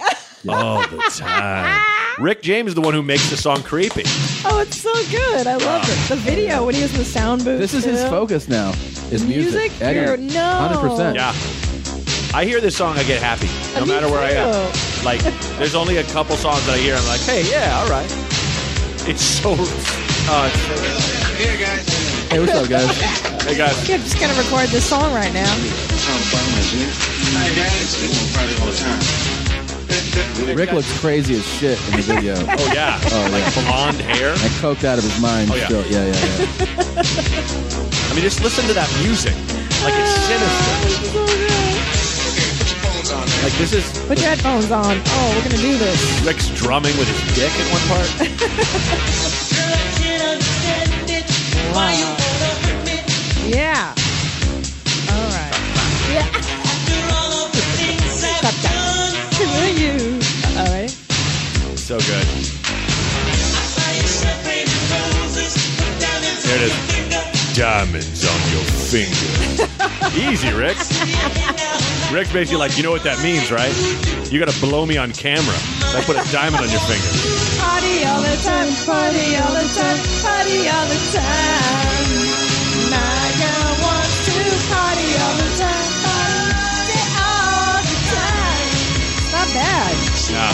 [SPEAKER 3] all the time. Rick James is the one who makes the song creepy.
[SPEAKER 1] Oh, it's so good. I loved it. The video when he was in the sound booth.
[SPEAKER 2] This is his
[SPEAKER 1] too.
[SPEAKER 2] focus now. Is music?
[SPEAKER 1] Music? You're- no.
[SPEAKER 2] Hundred percent.
[SPEAKER 3] Yeah. I hear this song, I get happy. No
[SPEAKER 1] Uh, me
[SPEAKER 3] matter where I am.
[SPEAKER 1] too.
[SPEAKER 3] Like, there's only a couple songs that I hear. I'm like, hey, yeah, all right. It's so. Uh,
[SPEAKER 6] Here, guys.
[SPEAKER 2] Hey, what's up,
[SPEAKER 3] *laughs*
[SPEAKER 2] guys?
[SPEAKER 3] hey guys,
[SPEAKER 1] Yeah, I'm just gonna record this song right now.
[SPEAKER 2] Rick looks crazy as shit in the
[SPEAKER 3] *laughs*
[SPEAKER 2] video.
[SPEAKER 3] oh yeah,
[SPEAKER 2] Oh,
[SPEAKER 3] like
[SPEAKER 2] yeah.
[SPEAKER 3] blonde hair.
[SPEAKER 2] I coked out of his mind.
[SPEAKER 3] Oh, yeah.
[SPEAKER 2] Still. Yeah, yeah, yeah.
[SPEAKER 3] I mean, just listen to that music. Like it's sinister.
[SPEAKER 1] Oh,
[SPEAKER 3] Like this is
[SPEAKER 1] Put your headphones on. Oh, we're gonna do this.
[SPEAKER 3] Rick's drumming with his dick in one part.
[SPEAKER 1] Yeah. All right. Yeah. Stop that. *laughs* To you. All right.
[SPEAKER 3] So good. There it is. Diamonds on your finger. Easy, Rick. Rick's basically like, you know what that means, right? You gotta blow me on camera. I put a diamond on your finger.
[SPEAKER 1] Party all the time. Party all the time. Party all the time. My girl wants to party all the time. Party all the time. Not bad.
[SPEAKER 3] Nah.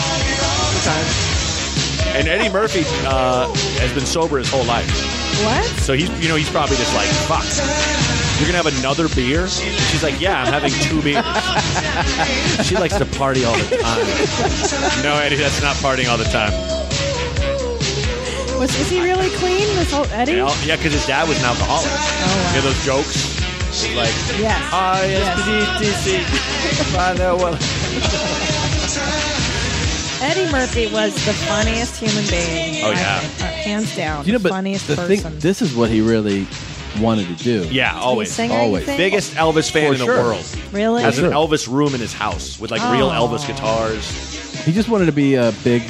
[SPEAKER 3] And Eddie Murphy uh, has been sober his whole life.
[SPEAKER 1] What?
[SPEAKER 3] So he's, you know, he's probably just like, fuck, you're gonna have another beer? And she's like, yeah, I'm having two beers. *laughs* she likes to party all the time. No, Eddie, that's not partying all the time.
[SPEAKER 1] Was is he really clean? This whole Eddie?
[SPEAKER 3] Yeah, because his dad was an alcoholic. You know those jokes? It's Like,
[SPEAKER 1] Yes.
[SPEAKER 3] I STDTC. Find out what.
[SPEAKER 1] Eddie Murphy was the funniest human being.
[SPEAKER 3] Oh, yeah.
[SPEAKER 1] I- uh, hands down.
[SPEAKER 2] You know,
[SPEAKER 1] the
[SPEAKER 2] but
[SPEAKER 1] funniest
[SPEAKER 2] the
[SPEAKER 1] person.
[SPEAKER 2] thing, this is what he really wanted to do.
[SPEAKER 3] Yeah, always.
[SPEAKER 1] singer, you
[SPEAKER 2] always.
[SPEAKER 1] think?
[SPEAKER 3] Biggest Elvis fan
[SPEAKER 2] For
[SPEAKER 3] in the
[SPEAKER 2] sure.
[SPEAKER 3] world.
[SPEAKER 1] Really?
[SPEAKER 3] Has an
[SPEAKER 2] Sure.
[SPEAKER 3] Elvis room in his house with like real
[SPEAKER 1] Oh.
[SPEAKER 3] Elvis guitars.
[SPEAKER 2] He just wanted to be a big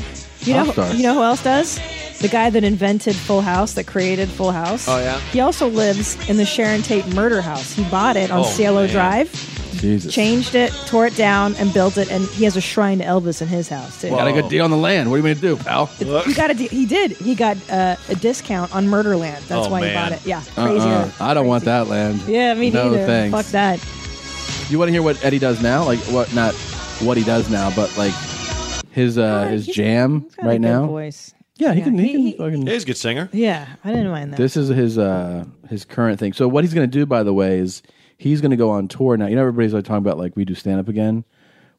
[SPEAKER 1] you
[SPEAKER 2] pop
[SPEAKER 1] know,
[SPEAKER 2] star.
[SPEAKER 1] you know who else does? The guy that invented Full House, that created Full House.
[SPEAKER 3] Oh, yeah?
[SPEAKER 1] He also lives in the Sharon Tate murder house. He bought it on
[SPEAKER 3] Oh,
[SPEAKER 1] CLO
[SPEAKER 3] man.
[SPEAKER 1] Drive,
[SPEAKER 2] Jesus.
[SPEAKER 1] changed it, tore it down, and built it. And he has a shrine to Elvis in his house too.
[SPEAKER 2] Got a good deal on the land. What do you mean to do, pal?
[SPEAKER 1] You got a de- he did. He got uh, a discount on Murderland. That's
[SPEAKER 3] Oh,
[SPEAKER 1] why he
[SPEAKER 3] man.
[SPEAKER 1] bought it. Yeah, crazy.
[SPEAKER 2] Uh-uh. I don't want that land.
[SPEAKER 1] Yeah, me
[SPEAKER 2] no
[SPEAKER 1] neither.
[SPEAKER 2] Thanks.
[SPEAKER 1] Fuck that.
[SPEAKER 2] You want to hear what Eddie does now? Like what? Not what he does now, but like his
[SPEAKER 1] Oh,
[SPEAKER 2] uh his jam right now.
[SPEAKER 1] voice.
[SPEAKER 2] Yeah, he can. He, can fucking.
[SPEAKER 3] he's a good singer.
[SPEAKER 1] Yeah, I didn't mind that.
[SPEAKER 2] This is his uh his current thing. So what he's going to do, by the way, is he's going to go on tour now. You know, everybody's like talking about like we do stand up again.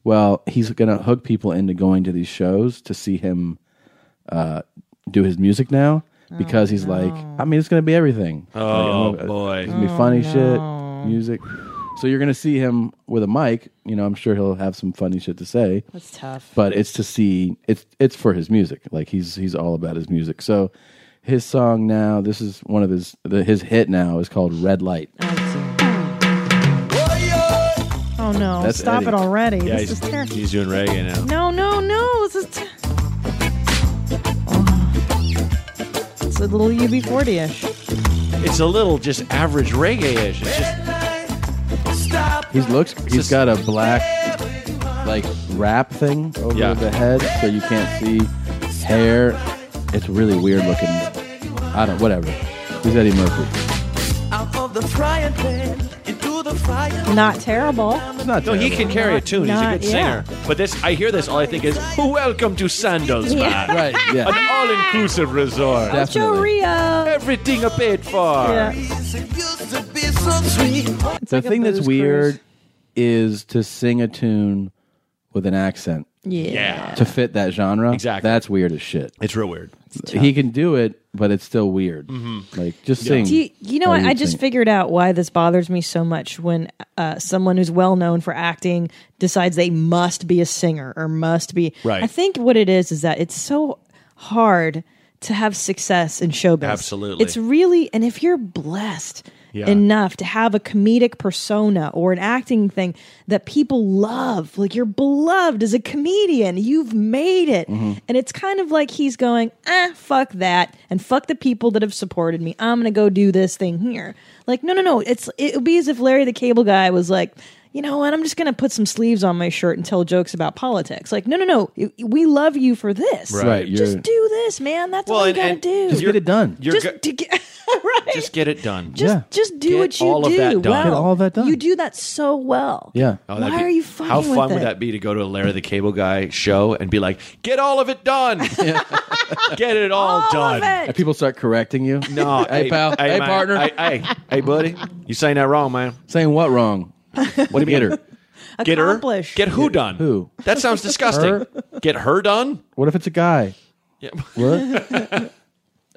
[SPEAKER 2] Well, he's going to hook people into going to these shows to see him uh, do his music now because he's like, I mean, it's going to be everything.
[SPEAKER 3] Oh,
[SPEAKER 2] Like,
[SPEAKER 3] boy.
[SPEAKER 2] it's going to be
[SPEAKER 3] Oh,
[SPEAKER 2] funny shit, music. So you're going to see him with a mic. You know, I'm sure he'll have some funny shit to say.
[SPEAKER 1] That's tough.
[SPEAKER 2] But it's to see it's it's for his music. Like he's he's all about his music. So his song now, this is one of his the, his hit now is called Red Light.
[SPEAKER 1] Oh no!
[SPEAKER 2] That's
[SPEAKER 1] Stop
[SPEAKER 2] Eddie.
[SPEAKER 1] it already.
[SPEAKER 2] Yeah,
[SPEAKER 1] this is
[SPEAKER 2] he's-
[SPEAKER 1] terrible.
[SPEAKER 3] He's doing reggae
[SPEAKER 1] No,
[SPEAKER 3] now.
[SPEAKER 1] no, no! This is. Ter- It's a little UB40 ish.
[SPEAKER 3] It's a little just average reggae-ish. It's just
[SPEAKER 2] He's looks he's got a black like wrap thing over
[SPEAKER 3] Yeah.
[SPEAKER 2] the head so you can't see hair. It's really weird looking. I don't whatever. He's Eddie Murphy.
[SPEAKER 15] Out of the frying pan into the fire.
[SPEAKER 1] Not terrible.
[SPEAKER 2] not
[SPEAKER 3] no, he can carry a tune. He's a
[SPEAKER 1] Not-
[SPEAKER 3] good singer. But this, I hear this, all I think is, "Welcome to Sandals
[SPEAKER 1] Yeah.
[SPEAKER 3] Bar,
[SPEAKER 2] right?
[SPEAKER 3] *laughs*
[SPEAKER 1] yeah.
[SPEAKER 3] an all-inclusive resort.
[SPEAKER 1] Joe Rio.
[SPEAKER 3] Everything I paid for.
[SPEAKER 1] Yeah.
[SPEAKER 2] the thing that's weird is to sing a tune with an accent.
[SPEAKER 1] Yeah.
[SPEAKER 2] To fit that genre. Exactly. That's weird as shit.
[SPEAKER 3] It's real weird.
[SPEAKER 2] He can do it, but it's still weird. Like just sing.
[SPEAKER 1] Do you, you know
[SPEAKER 2] how
[SPEAKER 1] what? I
[SPEAKER 2] would
[SPEAKER 1] just
[SPEAKER 2] sing.
[SPEAKER 1] figured out why this bothers me so much when uh, someone who's well known for acting decides they must be a singer or must be.
[SPEAKER 3] Right.
[SPEAKER 1] I think what it is is that it's so hard to have success in showbiz.
[SPEAKER 3] Absolutely.
[SPEAKER 1] It's really, and if you're blessed
[SPEAKER 3] Yeah.
[SPEAKER 1] enough to have a comedic persona or an acting thing that people love, like you're beloved as a comedian, you've made it.
[SPEAKER 3] Mm-hmm.
[SPEAKER 16] Mhm.
[SPEAKER 1] And it's kind of like he's going, ah, fuck that, and fuck the people that have supported me. I'm gonna go do this thing here. Like, no, no, no. It's it would be as if Larry the Cable Guy was like, you know what? I'm just gonna put some sleeves on my shirt and tell jokes about politics. Like, no, no, no. We love you for this.
[SPEAKER 3] Right. Right, you're-
[SPEAKER 1] Just do this, man. That's all you gotta do.
[SPEAKER 2] done.
[SPEAKER 3] You're
[SPEAKER 1] Just
[SPEAKER 3] go-
[SPEAKER 1] to get *laughs* right.
[SPEAKER 3] Just get it done.
[SPEAKER 1] Just just do
[SPEAKER 3] Get
[SPEAKER 1] what you
[SPEAKER 3] all
[SPEAKER 1] do.
[SPEAKER 3] Of that done.
[SPEAKER 1] Well, You do that so well.
[SPEAKER 2] Yeah.
[SPEAKER 1] Why
[SPEAKER 3] Oh, that'd
[SPEAKER 1] are you fucking
[SPEAKER 3] How
[SPEAKER 1] with
[SPEAKER 3] fun
[SPEAKER 1] it?
[SPEAKER 3] would that be to go to a Larry the Cable Guy show and be like, "Get all of
[SPEAKER 1] *laughs*
[SPEAKER 3] it done. Get it all, done."
[SPEAKER 2] And people start correcting you.
[SPEAKER 3] *laughs* No,
[SPEAKER 2] *laughs* hey, pal. Hey,
[SPEAKER 3] man.
[SPEAKER 2] partner.
[SPEAKER 3] Hey, hey, *laughs* hey, buddy. You saying that wrong, man?
[SPEAKER 2] Saying what wrong?
[SPEAKER 3] What do you mean?
[SPEAKER 2] Get
[SPEAKER 3] Get her.
[SPEAKER 1] Accomplish.
[SPEAKER 3] Get who done?
[SPEAKER 2] Who?
[SPEAKER 3] That sounds disgusting.
[SPEAKER 2] Her?
[SPEAKER 3] Get her done.
[SPEAKER 2] What if it's a guy?
[SPEAKER 3] Yeah.
[SPEAKER 2] What?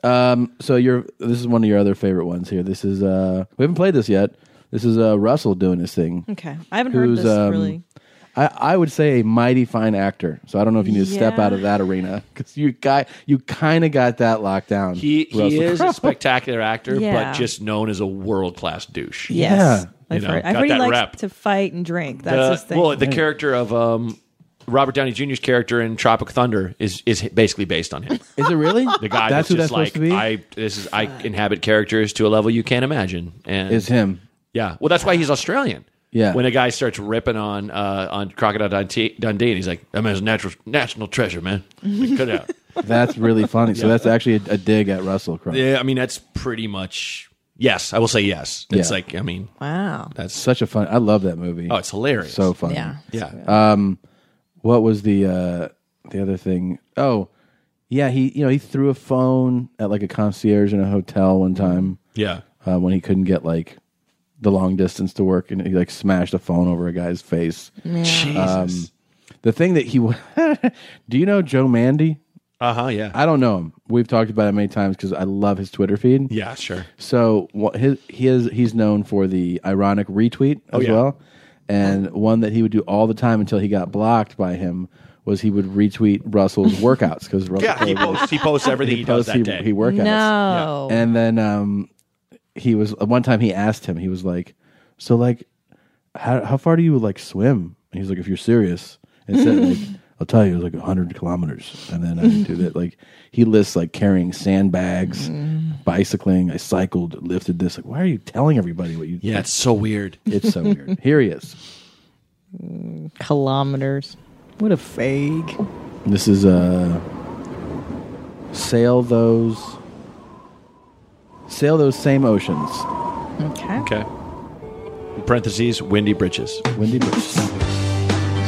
[SPEAKER 2] um, so you're this is one of your other favorite ones here. This is uh we haven't played this yet. This is uh Russell doing his thing.
[SPEAKER 1] Okay. I haven't heard
[SPEAKER 2] who's,
[SPEAKER 1] this
[SPEAKER 2] um,
[SPEAKER 1] really.
[SPEAKER 2] I, I would say a mighty fine actor. So I don't know if you need to step
[SPEAKER 1] Yeah.
[SPEAKER 2] out of that arena because you guy you kind of got that locked down.
[SPEAKER 3] He he
[SPEAKER 2] Russell
[SPEAKER 3] is
[SPEAKER 2] Crowe.
[SPEAKER 3] a spectacular actor,
[SPEAKER 1] Yeah.
[SPEAKER 3] but just known as a world class douche.
[SPEAKER 1] Yes.
[SPEAKER 3] You
[SPEAKER 1] I've
[SPEAKER 3] know,
[SPEAKER 1] heard, I've
[SPEAKER 3] got
[SPEAKER 1] heard he
[SPEAKER 3] that
[SPEAKER 1] likes
[SPEAKER 3] rep.
[SPEAKER 1] to fight and drink. That's
[SPEAKER 3] The-
[SPEAKER 1] his thing.
[SPEAKER 3] Uh, Well, the character of um, Robert Downey Jr.'s character in Tropic Thunder is is basically based on him.
[SPEAKER 2] *laughs* Is it really
[SPEAKER 3] The guy
[SPEAKER 2] That's
[SPEAKER 3] that's,
[SPEAKER 2] who
[SPEAKER 3] just
[SPEAKER 2] that's
[SPEAKER 3] like
[SPEAKER 2] supposed to be?
[SPEAKER 3] I this is I inhabit characters to a level you can't imagine. And
[SPEAKER 2] Is him.
[SPEAKER 3] Yeah. Well, that's why he's Australian.
[SPEAKER 2] Yeah.
[SPEAKER 3] When a guy starts ripping on uh, on Crocodile Dundee, Dundee, and he's like, "That man's a natural national treasure, man." Like, cut it out.
[SPEAKER 2] That's really funny. So
[SPEAKER 3] Yeah.
[SPEAKER 2] that's actually a, a dig at Russell Crowe.
[SPEAKER 3] *laughs* Yeah, I mean that's pretty much yes. I will say yes. It's
[SPEAKER 2] Yeah.
[SPEAKER 3] like I mean,
[SPEAKER 1] wow,
[SPEAKER 3] that's
[SPEAKER 2] such a fun. I love that movie.
[SPEAKER 3] Oh, it's hilarious.
[SPEAKER 2] So fun.
[SPEAKER 3] Yeah. Yeah.
[SPEAKER 2] Um, what was the uh the other thing? Oh, yeah. He you know he threw a phone at like a concierge in a hotel one time.
[SPEAKER 3] Yeah.
[SPEAKER 2] Uh, when he couldn't get like the long distance to work, and he like smashed a phone over a guy's face. Um,
[SPEAKER 3] Yeah. Jesus.
[SPEAKER 2] the thing that he *laughs* do you know Joe Mandy?
[SPEAKER 3] Uh huh. Yeah.
[SPEAKER 2] I don't know him. We've talked about it many times because I love his Twitter feed.
[SPEAKER 3] Yeah, sure.
[SPEAKER 2] So what his he is he's known for the ironic retweet as
[SPEAKER 3] Oh, yeah.
[SPEAKER 2] well, and one that he would do all the time until he got blocked by him was he would retweet Russell's workouts because Russell
[SPEAKER 3] Yeah, he
[SPEAKER 2] Crowe-
[SPEAKER 3] posts- he posts everything he does that
[SPEAKER 2] he,
[SPEAKER 3] day.
[SPEAKER 2] He workouts.
[SPEAKER 1] No. Yeah.
[SPEAKER 2] And then um, he was one time he asked him he was like, so like, how how far do you like swim? And he's like, if you're serious, and said like. I'll tell you, it was like 100 kilometers. And then I do that. Like, he lists like carrying sandbags, bicycling. I cycled, lifted this. Like, why are you telling everybody what you?
[SPEAKER 3] Yeah, it's so weird.
[SPEAKER 2] It's so weird. Here he is.
[SPEAKER 1] Kilometers. What a fag.
[SPEAKER 2] This is uh, sail those, sail those same oceans.
[SPEAKER 1] Okay.
[SPEAKER 3] Okay. In parentheses, Windy Britches.
[SPEAKER 2] Windy Britches.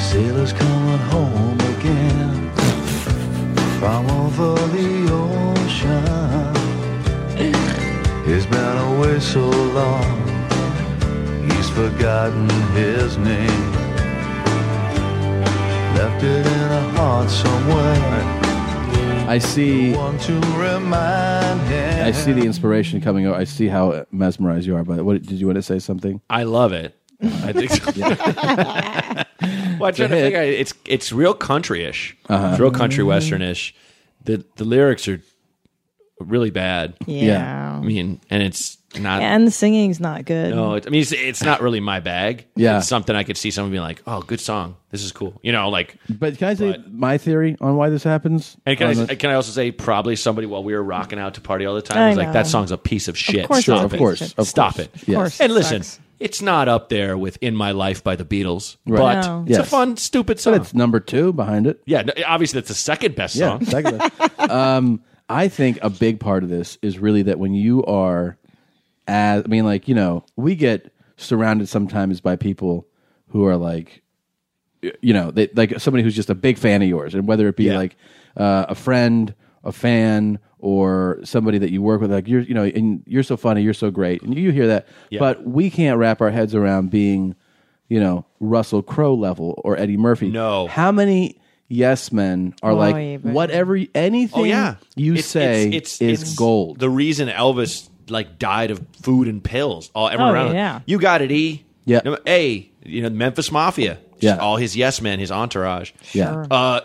[SPEAKER 16] Sailors coming home again from over the ocean. He's been away so long, he's forgotten his name. Left it in a heart somewhere.
[SPEAKER 2] I see.
[SPEAKER 16] One to remind him.
[SPEAKER 2] I see the inspiration coming out. I see how mesmerized you are. But what did you want to say? Something?
[SPEAKER 3] I love it. I think so. *laughs* Well, I'm
[SPEAKER 2] It's a
[SPEAKER 3] trying to
[SPEAKER 2] hit.
[SPEAKER 3] think. I, it's it's real country ish.
[SPEAKER 2] Uh-huh.
[SPEAKER 3] It's real country
[SPEAKER 2] Mm.
[SPEAKER 3] western ish. The the lyrics are really bad.
[SPEAKER 1] Yeah.
[SPEAKER 3] I mean, and it's not.
[SPEAKER 1] and the singing's not good.
[SPEAKER 3] no, it, I mean, it's, it's not really my bag.
[SPEAKER 2] Yeah.
[SPEAKER 3] It's something I could see someone being like, oh, good song. This is cool. You know, like,
[SPEAKER 2] But can I say my theory on why this happens?
[SPEAKER 3] and can,
[SPEAKER 2] On
[SPEAKER 3] I,
[SPEAKER 2] the-
[SPEAKER 3] can I also say, probably somebody while we were rocking out to party all the
[SPEAKER 2] I
[SPEAKER 3] time was like, that
[SPEAKER 2] know.
[SPEAKER 3] song's a piece of shit.
[SPEAKER 2] course
[SPEAKER 3] Stop
[SPEAKER 2] it's a
[SPEAKER 3] it.
[SPEAKER 2] piece of shit. Of
[SPEAKER 3] Stop
[SPEAKER 2] course.
[SPEAKER 3] it.
[SPEAKER 2] Of course
[SPEAKER 3] And
[SPEAKER 2] it
[SPEAKER 3] listen,
[SPEAKER 2] sucks.
[SPEAKER 3] it's not up there with In My Life by the Beatles,
[SPEAKER 2] Right.
[SPEAKER 3] but it's a
[SPEAKER 2] Yes.
[SPEAKER 3] fun, stupid song.
[SPEAKER 2] But it's number two behind it.
[SPEAKER 3] Yeah, no, obviously that's the second best
[SPEAKER 2] Yeah,
[SPEAKER 3] song.
[SPEAKER 2] second best. *laughs* um, I think a big part of this is really that when you are, as I mean, like you know, we get surrounded sometimes by people who are like, y- you know, they, like somebody who's just a big fan of yours, and whether it be like uh, a friend, a fan, or somebody that you work with, like you're, you know, and you're so funny, you're so great, and you, you hear that,
[SPEAKER 17] Yeah.
[SPEAKER 2] but we can't wrap our heads around being you know Russell Crowe level or Eddie Murphy. No, how many yes men are
[SPEAKER 3] Oh, yeah,
[SPEAKER 2] like
[SPEAKER 3] but-
[SPEAKER 2] whatever anything
[SPEAKER 3] Oh yeah,
[SPEAKER 2] you
[SPEAKER 3] It's-
[SPEAKER 2] say
[SPEAKER 3] it's,
[SPEAKER 2] is gold.
[SPEAKER 3] The reason Elvis like died of food and pills. All everyone
[SPEAKER 2] Oh,
[SPEAKER 3] around. him,
[SPEAKER 2] yeah.
[SPEAKER 3] you got it, E.
[SPEAKER 2] Yeah.
[SPEAKER 3] No, A. You know, Memphis Mafia. Just
[SPEAKER 2] Yeah.
[SPEAKER 3] all his yes men, his entourage.
[SPEAKER 2] Yeah. Sure.
[SPEAKER 3] Uh,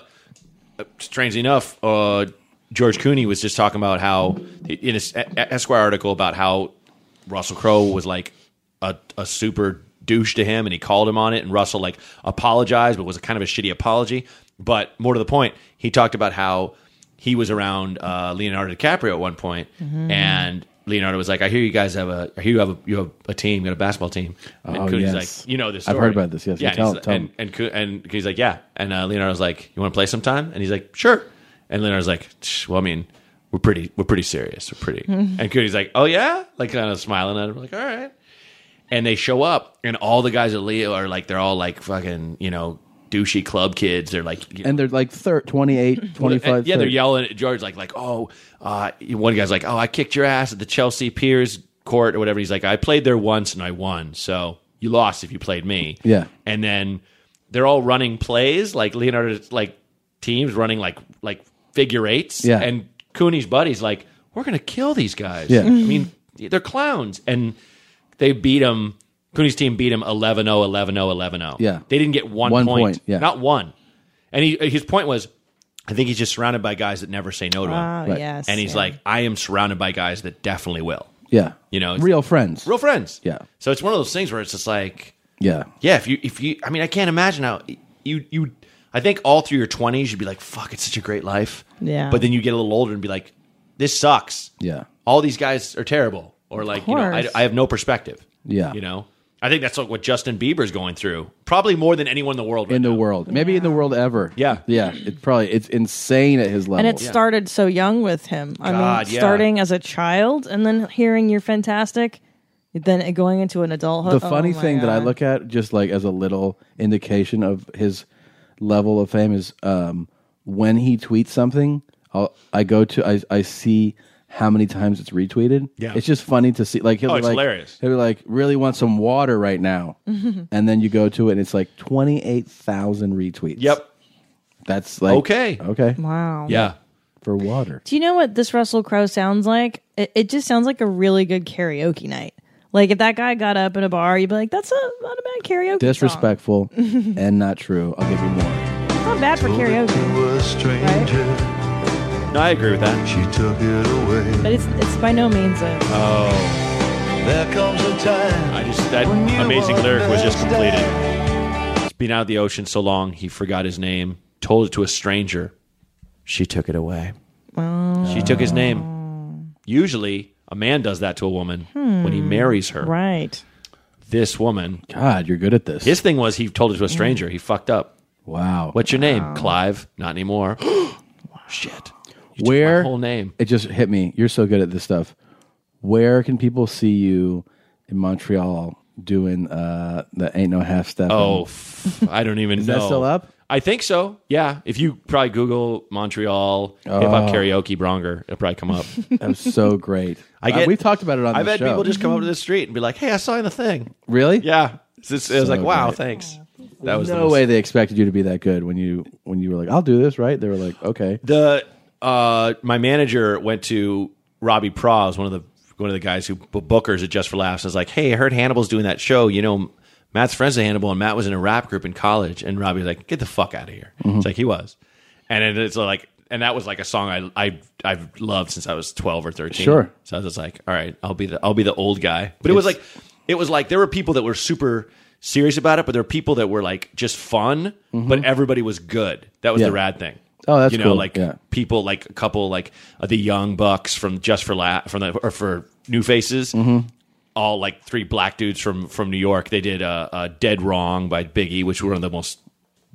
[SPEAKER 3] strangely enough, uh, George Cooney was just talking about how in his E- Esquire article about how Russell Crowe was like a, a super douche to him, and he called him on it, and Russell like apologized, but it was kind of a shitty apology. But more to the point, he talked about how he was around uh, Leonardo DiCaprio at one point,
[SPEAKER 17] Mhm.
[SPEAKER 3] and Leonardo was like, "I hear you guys have a, I hear you have a, you have a team, you got a basketball team." And
[SPEAKER 2] Oh,
[SPEAKER 3] Cooney's
[SPEAKER 2] yes.
[SPEAKER 3] like, "You know this?
[SPEAKER 2] I've
[SPEAKER 3] story."
[SPEAKER 2] heard about this, yes.
[SPEAKER 3] yeah."
[SPEAKER 2] Tell-
[SPEAKER 3] and, he's-
[SPEAKER 2] tell
[SPEAKER 3] and, and Coo- and he's like, "Yeah." And uh, Leonardo's like, "You want to play sometime?" And he's like, "Sure." And Leonardo's like, "Tch, "Well, I mean, we're pretty, we're pretty serious.
[SPEAKER 2] *laughs*
[SPEAKER 3] We're pretty."
[SPEAKER 17] Mhm.
[SPEAKER 3] and Cooney's like, "Oh yeah," like kind of smiling at him, like, "All right." And they show up, and all the guys at Leo are like, they're all like fucking, you know, douchey club kids. They're like, you know,
[SPEAKER 2] and they're like thir-
[SPEAKER 3] *laughs*
[SPEAKER 2] 28, 25,
[SPEAKER 3] yeah, they're
[SPEAKER 2] 30.
[SPEAKER 3] yelling at George like like oh, uh, one guy's like oh I kicked your ass at the Chelsea Piers court or whatever. He's like I played there once and I won, so you lost if you played me.
[SPEAKER 2] Yeah.
[SPEAKER 3] and then they're all running plays like Leonardo's like teams running like like figure eights.
[SPEAKER 2] Yeah.
[SPEAKER 3] and Cooney's buddies like we're gonna kill these guys.
[SPEAKER 2] Yeah.
[SPEAKER 3] I mean they're clowns and they beat him. Cooney's team beat oh, him 11-0, 11-0, 11-0.
[SPEAKER 2] Yeah.
[SPEAKER 3] They didn't get one,
[SPEAKER 2] One
[SPEAKER 3] point.
[SPEAKER 2] point, yeah.
[SPEAKER 3] Not one. And he, his point was, I think he's just surrounded by guys that never say no to him.
[SPEAKER 1] Ah, Right. yes,
[SPEAKER 3] And he's
[SPEAKER 1] yeah.
[SPEAKER 3] like, I am surrounded by guys that definitely will.
[SPEAKER 2] yeah,
[SPEAKER 3] You know, it's-
[SPEAKER 2] real friends.
[SPEAKER 3] real friends.
[SPEAKER 2] Yeah,
[SPEAKER 3] So it's one of those things where it's just like,
[SPEAKER 2] yeah,
[SPEAKER 3] yeah, if you, if you, I mean, I can't imagine how you, you, I think all through your twenties you'd be like, fuck, it's such a great life.
[SPEAKER 1] Yeah.
[SPEAKER 3] But then you get a little older and be like, this sucks.
[SPEAKER 2] yeah,
[SPEAKER 3] All these guys are terrible, or like, you know, I,
[SPEAKER 2] course.
[SPEAKER 3] I have no perspective.
[SPEAKER 2] Yeah.
[SPEAKER 3] You know, I think that's like what Justin Bieber's going through, probably more than anyone in the world.
[SPEAKER 2] in the world, maybe in the world ever. Yeah, yeah. It probably it's insane at his level.
[SPEAKER 1] And it started so young with him. I
[SPEAKER 2] God,
[SPEAKER 1] mean,
[SPEAKER 2] yeah.
[SPEAKER 1] starting as a child and then hearing you're fantastic, then going into an adulthood.
[SPEAKER 2] the
[SPEAKER 1] *laughs* Oh
[SPEAKER 2] funny
[SPEAKER 1] my
[SPEAKER 2] thing that I
[SPEAKER 1] God.
[SPEAKER 2] look at, just like as a little indication of his level of fame, is um, when he tweets something, I'll, I go to, I, I see how many times it's retweeted.
[SPEAKER 17] Yeah.
[SPEAKER 2] It's just funny to see. Like, he'll
[SPEAKER 17] Oh,
[SPEAKER 2] be
[SPEAKER 17] it's
[SPEAKER 2] like,
[SPEAKER 17] hilarious.
[SPEAKER 2] He'll be like, really want some water right
[SPEAKER 1] *laughs*
[SPEAKER 2] now. and then you go to it and it's like 28,000 retweets. Yep. That's like,
[SPEAKER 3] Okay.
[SPEAKER 2] Okay.
[SPEAKER 1] Wow.
[SPEAKER 3] Yeah.
[SPEAKER 2] For water.
[SPEAKER 1] Do you know what this Russell Crowe sounds like? It, it just sounds like a really good karaoke night. Like if that guy got up in a bar, you'd be like, "That's a not a bad karaoke song.
[SPEAKER 2] Disrespectful
[SPEAKER 1] *laughs*
[SPEAKER 2] and not true. I'll give you more.
[SPEAKER 1] It's not bad for karaoke,
[SPEAKER 3] No, I agree with that.
[SPEAKER 16] She took it away.
[SPEAKER 1] but it's it's by no means a.
[SPEAKER 3] Oh.
[SPEAKER 16] There comes a time.
[SPEAKER 3] I just that
[SPEAKER 16] you
[SPEAKER 3] amazing lyric was just completed.
[SPEAKER 16] understand.
[SPEAKER 3] He's been out of the ocean so long he forgot his name. Told it to a stranger. She took it away. She took his name. Usually, a man does that to a woman when he
[SPEAKER 1] Hmm.
[SPEAKER 3] marries her.
[SPEAKER 1] Right.
[SPEAKER 3] This woman.
[SPEAKER 2] God, you're good at this.
[SPEAKER 3] His thing was he told it to a stranger. He fucked up.
[SPEAKER 2] Wow.
[SPEAKER 3] What's your name? Clive. Not anymore. *gasps* Shit.
[SPEAKER 2] Where
[SPEAKER 3] whole name?
[SPEAKER 2] It just hit me. You're so good at this stuff. Where can people see you in Montreal doing uh, the Ain't No Half Step.
[SPEAKER 3] Oh, f- I don't
[SPEAKER 2] *laughs*
[SPEAKER 3] even
[SPEAKER 2] Is
[SPEAKER 3] know.
[SPEAKER 2] that still up?
[SPEAKER 3] I think so. Yeah. If you probably Google Montreal hip hop
[SPEAKER 2] Oh.
[SPEAKER 3] karaoke Bronger, it'll probably
[SPEAKER 2] *laughs*
[SPEAKER 3] come up.
[SPEAKER 2] That was so great.
[SPEAKER 3] *laughs* I
[SPEAKER 2] Uh,
[SPEAKER 3] get-
[SPEAKER 2] we've talked about it on
[SPEAKER 3] I've
[SPEAKER 2] the
[SPEAKER 3] had
[SPEAKER 2] show.
[SPEAKER 3] people just come up to the street and be like, "Hey, I saw you in the thing."
[SPEAKER 2] Really?
[SPEAKER 3] Yeah. It's just- it was
[SPEAKER 2] So
[SPEAKER 3] like, "Wow,
[SPEAKER 2] great.
[SPEAKER 3] thanks." That was the
[SPEAKER 2] no
[SPEAKER 3] most-
[SPEAKER 2] way they expected you to be that good when you when you were like, I'll do this, right? They were like, okay.
[SPEAKER 3] The uh, my manager went to Robbie Praz, one of the one of the guys who b- bookers at Just for Laughs. I was like, "Hey, I heard Hannibal's doing that show. You know, Matt's friends with Hannibal, and Matt was in a rap group in college." And Robbie was like, "Get the fuck out of here!"
[SPEAKER 2] Mhm.
[SPEAKER 3] It's like he was, and it- it's like, and that was like a song I I I've loved since I was twelve or thirteen.
[SPEAKER 2] Sure.
[SPEAKER 3] So I was just like, "All right, I'll be the I'll be the old guy." But it was
[SPEAKER 2] It's-
[SPEAKER 3] like it was like there were people that were super serious about it, but there were people that were like just fun, but everybody was good. That was
[SPEAKER 2] Mm-hmm. Yeah.
[SPEAKER 3] the rad thing.
[SPEAKER 2] Oh, that's
[SPEAKER 3] you know
[SPEAKER 2] cool.
[SPEAKER 3] like
[SPEAKER 2] Yeah.
[SPEAKER 3] people like a couple like uh, the young bucks from just for la from the or for new faces
[SPEAKER 2] Mm-hmm.
[SPEAKER 3] all like three black dudes from from new york they did uh, uh dead wrong by biggie which were one of the most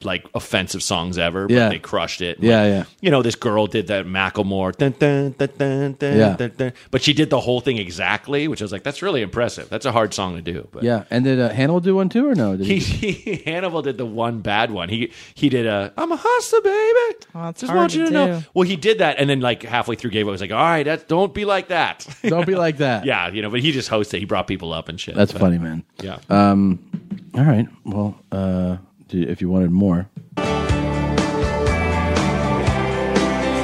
[SPEAKER 3] like offensive songs ever but
[SPEAKER 2] Yeah.
[SPEAKER 3] they crushed it
[SPEAKER 2] Yeah,
[SPEAKER 3] Like,
[SPEAKER 2] yeah.
[SPEAKER 3] you know this girl did that macklemore dun, dun, dun, dun, dun,
[SPEAKER 2] Yeah.
[SPEAKER 3] dun, dun. but she did the whole thing exactly which i was like that's really impressive that's a hard song to do but
[SPEAKER 2] yeah. And did uh, Hannibal do one too or no? Did
[SPEAKER 3] he, he- Hannibal did the one bad one. He he did a I'm a hustler, baby. Just
[SPEAKER 2] hard
[SPEAKER 3] want you
[SPEAKER 2] to
[SPEAKER 3] to,
[SPEAKER 2] do.
[SPEAKER 3] know. Well, he did that, and then like halfway through gave, I was like, all right, that don't be like that.
[SPEAKER 2] *laughs* *laughs*
[SPEAKER 3] *laughs*
[SPEAKER 2] Don't be like that.
[SPEAKER 3] yeah, you know. But he just hosted. He brought people up and shit.
[SPEAKER 2] That's
[SPEAKER 3] But-
[SPEAKER 2] funny, man.
[SPEAKER 3] Yeah.
[SPEAKER 2] Um, all right. Well, uh, do- if you wanted more,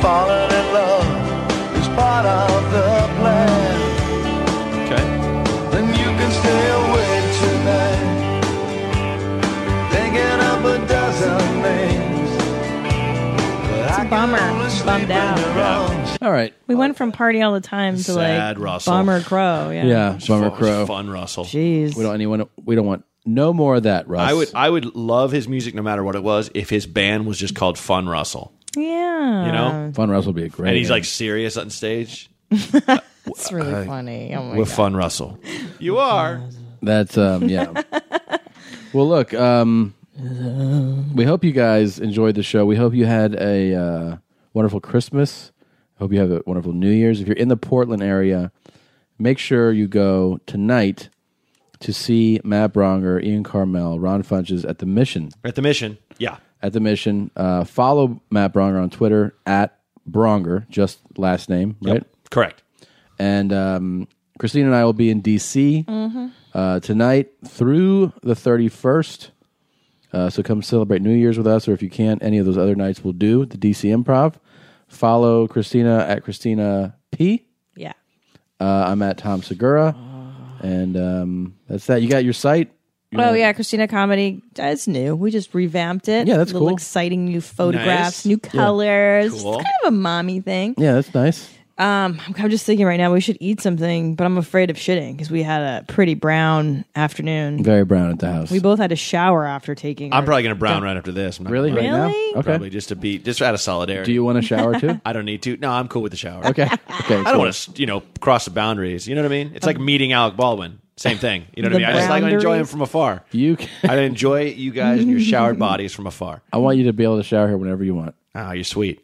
[SPEAKER 16] Falling in love is part of the plan.
[SPEAKER 3] Okay.
[SPEAKER 16] Then you can stay awake tonight. Thinking of a dozen names.
[SPEAKER 1] It's a bummer. Bummed out.
[SPEAKER 2] All right.
[SPEAKER 1] We went from party all the time to
[SPEAKER 3] Oh. Sad
[SPEAKER 1] like
[SPEAKER 3] Russell.
[SPEAKER 1] bummer crow.
[SPEAKER 2] yeah,
[SPEAKER 1] Yeah.
[SPEAKER 2] Bummer
[SPEAKER 3] fun-
[SPEAKER 2] Crow,
[SPEAKER 3] fun Russell.
[SPEAKER 1] Jeez.
[SPEAKER 2] We don't anyone. We don't want no more of that, Russ.
[SPEAKER 3] I would I would love his music no matter what it was if his band was just called Fun Russell.
[SPEAKER 1] Yeah.
[SPEAKER 3] You know,
[SPEAKER 2] Fun Russell would be a great.
[SPEAKER 3] and he's
[SPEAKER 2] name.
[SPEAKER 3] like serious on stage.
[SPEAKER 1] It's really
[SPEAKER 2] Uh,
[SPEAKER 1] funny. Oh my
[SPEAKER 3] We're
[SPEAKER 1] God.
[SPEAKER 2] *laughs*
[SPEAKER 3] Fun Russell. You are.
[SPEAKER 2] That's um yeah. well, look, um we hope you guys enjoyed the show. We hope you had a uh, wonderful Christmas. Hope you have a wonderful New Year's. If you're in the Portland area, make sure you go tonight to see Matt Bronger, Ian Carmel, Ron Funches at the Mission.
[SPEAKER 3] At the Mission. Yeah.
[SPEAKER 2] At the Mission. Uh, follow Matt Bronger on Twitter at Bronger, just last name,
[SPEAKER 3] Yep.
[SPEAKER 2] right?
[SPEAKER 3] Correct.
[SPEAKER 2] And um, Christine and I will be in D.C.
[SPEAKER 1] Mhm.
[SPEAKER 2] uh, tonight through the 31st. Uh, so come celebrate New Year's with us, or if you can't, any of those other nights will do. at The DC Improv. Follow Christina at Christina P.
[SPEAKER 1] Yeah.
[SPEAKER 2] Uh, I'm at Tom Segura, and um, that's that. You got your site. You
[SPEAKER 1] Oh
[SPEAKER 2] know-
[SPEAKER 1] yeah, Christina comedy. It's new. We just revamped it.
[SPEAKER 2] Yeah, that's
[SPEAKER 1] Little
[SPEAKER 2] cool.
[SPEAKER 1] Exciting new
[SPEAKER 2] Nice.
[SPEAKER 1] photographs, new
[SPEAKER 2] Yeah.
[SPEAKER 1] colors.
[SPEAKER 2] Cool.
[SPEAKER 1] It's kind of a mommy thing.
[SPEAKER 2] Yeah, that's nice.
[SPEAKER 1] Um, I'm- I'm just thinking right now we should eat something, but I'm afraid of shitting because we had a pretty brown afternoon.
[SPEAKER 2] Very brown at the house.
[SPEAKER 1] We both had a shower after taking.
[SPEAKER 3] I'm
[SPEAKER 1] our-
[SPEAKER 3] probably gonna brown right after this. I'm not
[SPEAKER 2] Really?
[SPEAKER 3] gonna
[SPEAKER 2] Right
[SPEAKER 3] lie.
[SPEAKER 2] now? Really? Okay.
[SPEAKER 3] Probably just to be just out of solidarity.
[SPEAKER 2] Do you want a shower, too?
[SPEAKER 3] I don't need to. No, I'm cool with the shower.
[SPEAKER 2] Okay. Okay.
[SPEAKER 3] I don't want to you know cross the boundaries. You know what I mean? It's like meeting Alec Baldwin.
[SPEAKER 2] *laughs*
[SPEAKER 3] Same thing. You know
[SPEAKER 2] Um,
[SPEAKER 3] what I
[SPEAKER 2] The
[SPEAKER 3] mean? I just like to enjoy him
[SPEAKER 2] boundaries?
[SPEAKER 3] from afar.
[SPEAKER 2] You.
[SPEAKER 3] I enjoy you guys and your showered bodies from afar.
[SPEAKER 2] *laughs* I want you to be able to shower here whenever you want.
[SPEAKER 3] Oh, you're sweet.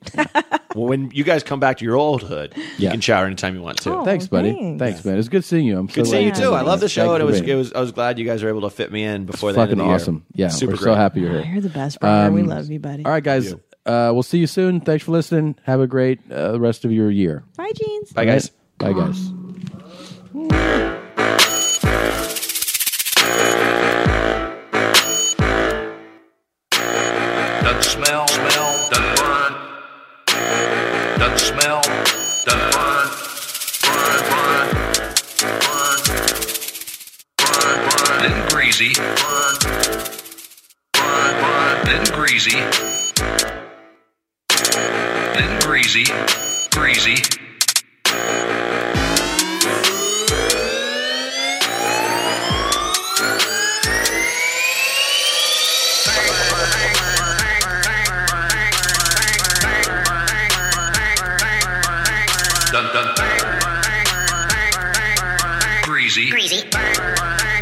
[SPEAKER 3] well, when you guys come back to your old hood, you can shower anytime you want to.
[SPEAKER 2] thanks, buddy. Thanks,
[SPEAKER 3] thanks.
[SPEAKER 2] man. It's good seeing you. I'm
[SPEAKER 3] Good
[SPEAKER 2] so
[SPEAKER 3] seeing you
[SPEAKER 2] glad
[SPEAKER 3] too.
[SPEAKER 2] came
[SPEAKER 3] I
[SPEAKER 2] on.
[SPEAKER 3] love the show,
[SPEAKER 2] Thank
[SPEAKER 3] and it
[SPEAKER 2] you
[SPEAKER 3] was
[SPEAKER 2] for being
[SPEAKER 3] it was I was glad you guys were able to fit me in before
[SPEAKER 2] It's
[SPEAKER 3] the end of
[SPEAKER 2] fucking
[SPEAKER 3] the year.
[SPEAKER 2] awesome. Yeah,
[SPEAKER 3] super
[SPEAKER 2] we're
[SPEAKER 3] great.
[SPEAKER 2] so happy you're here.
[SPEAKER 1] You're the best, Brian. we love you, buddy.
[SPEAKER 2] Um, All right, guys. Uh, we'll see you soon. Thanks for listening. Have a great uh, rest of your year.
[SPEAKER 1] Bye, jeans.
[SPEAKER 2] All right? Bye, guys.
[SPEAKER 17] Doesn't smell, smell, doesn't burn. Doesn't smell, doesn't burn. Burn, burn, burn, burn, burn. Then greasy. Burn, burn, burn. Then greasy. Then greasy, greasy. Dun, dun. Greasy. Greasy.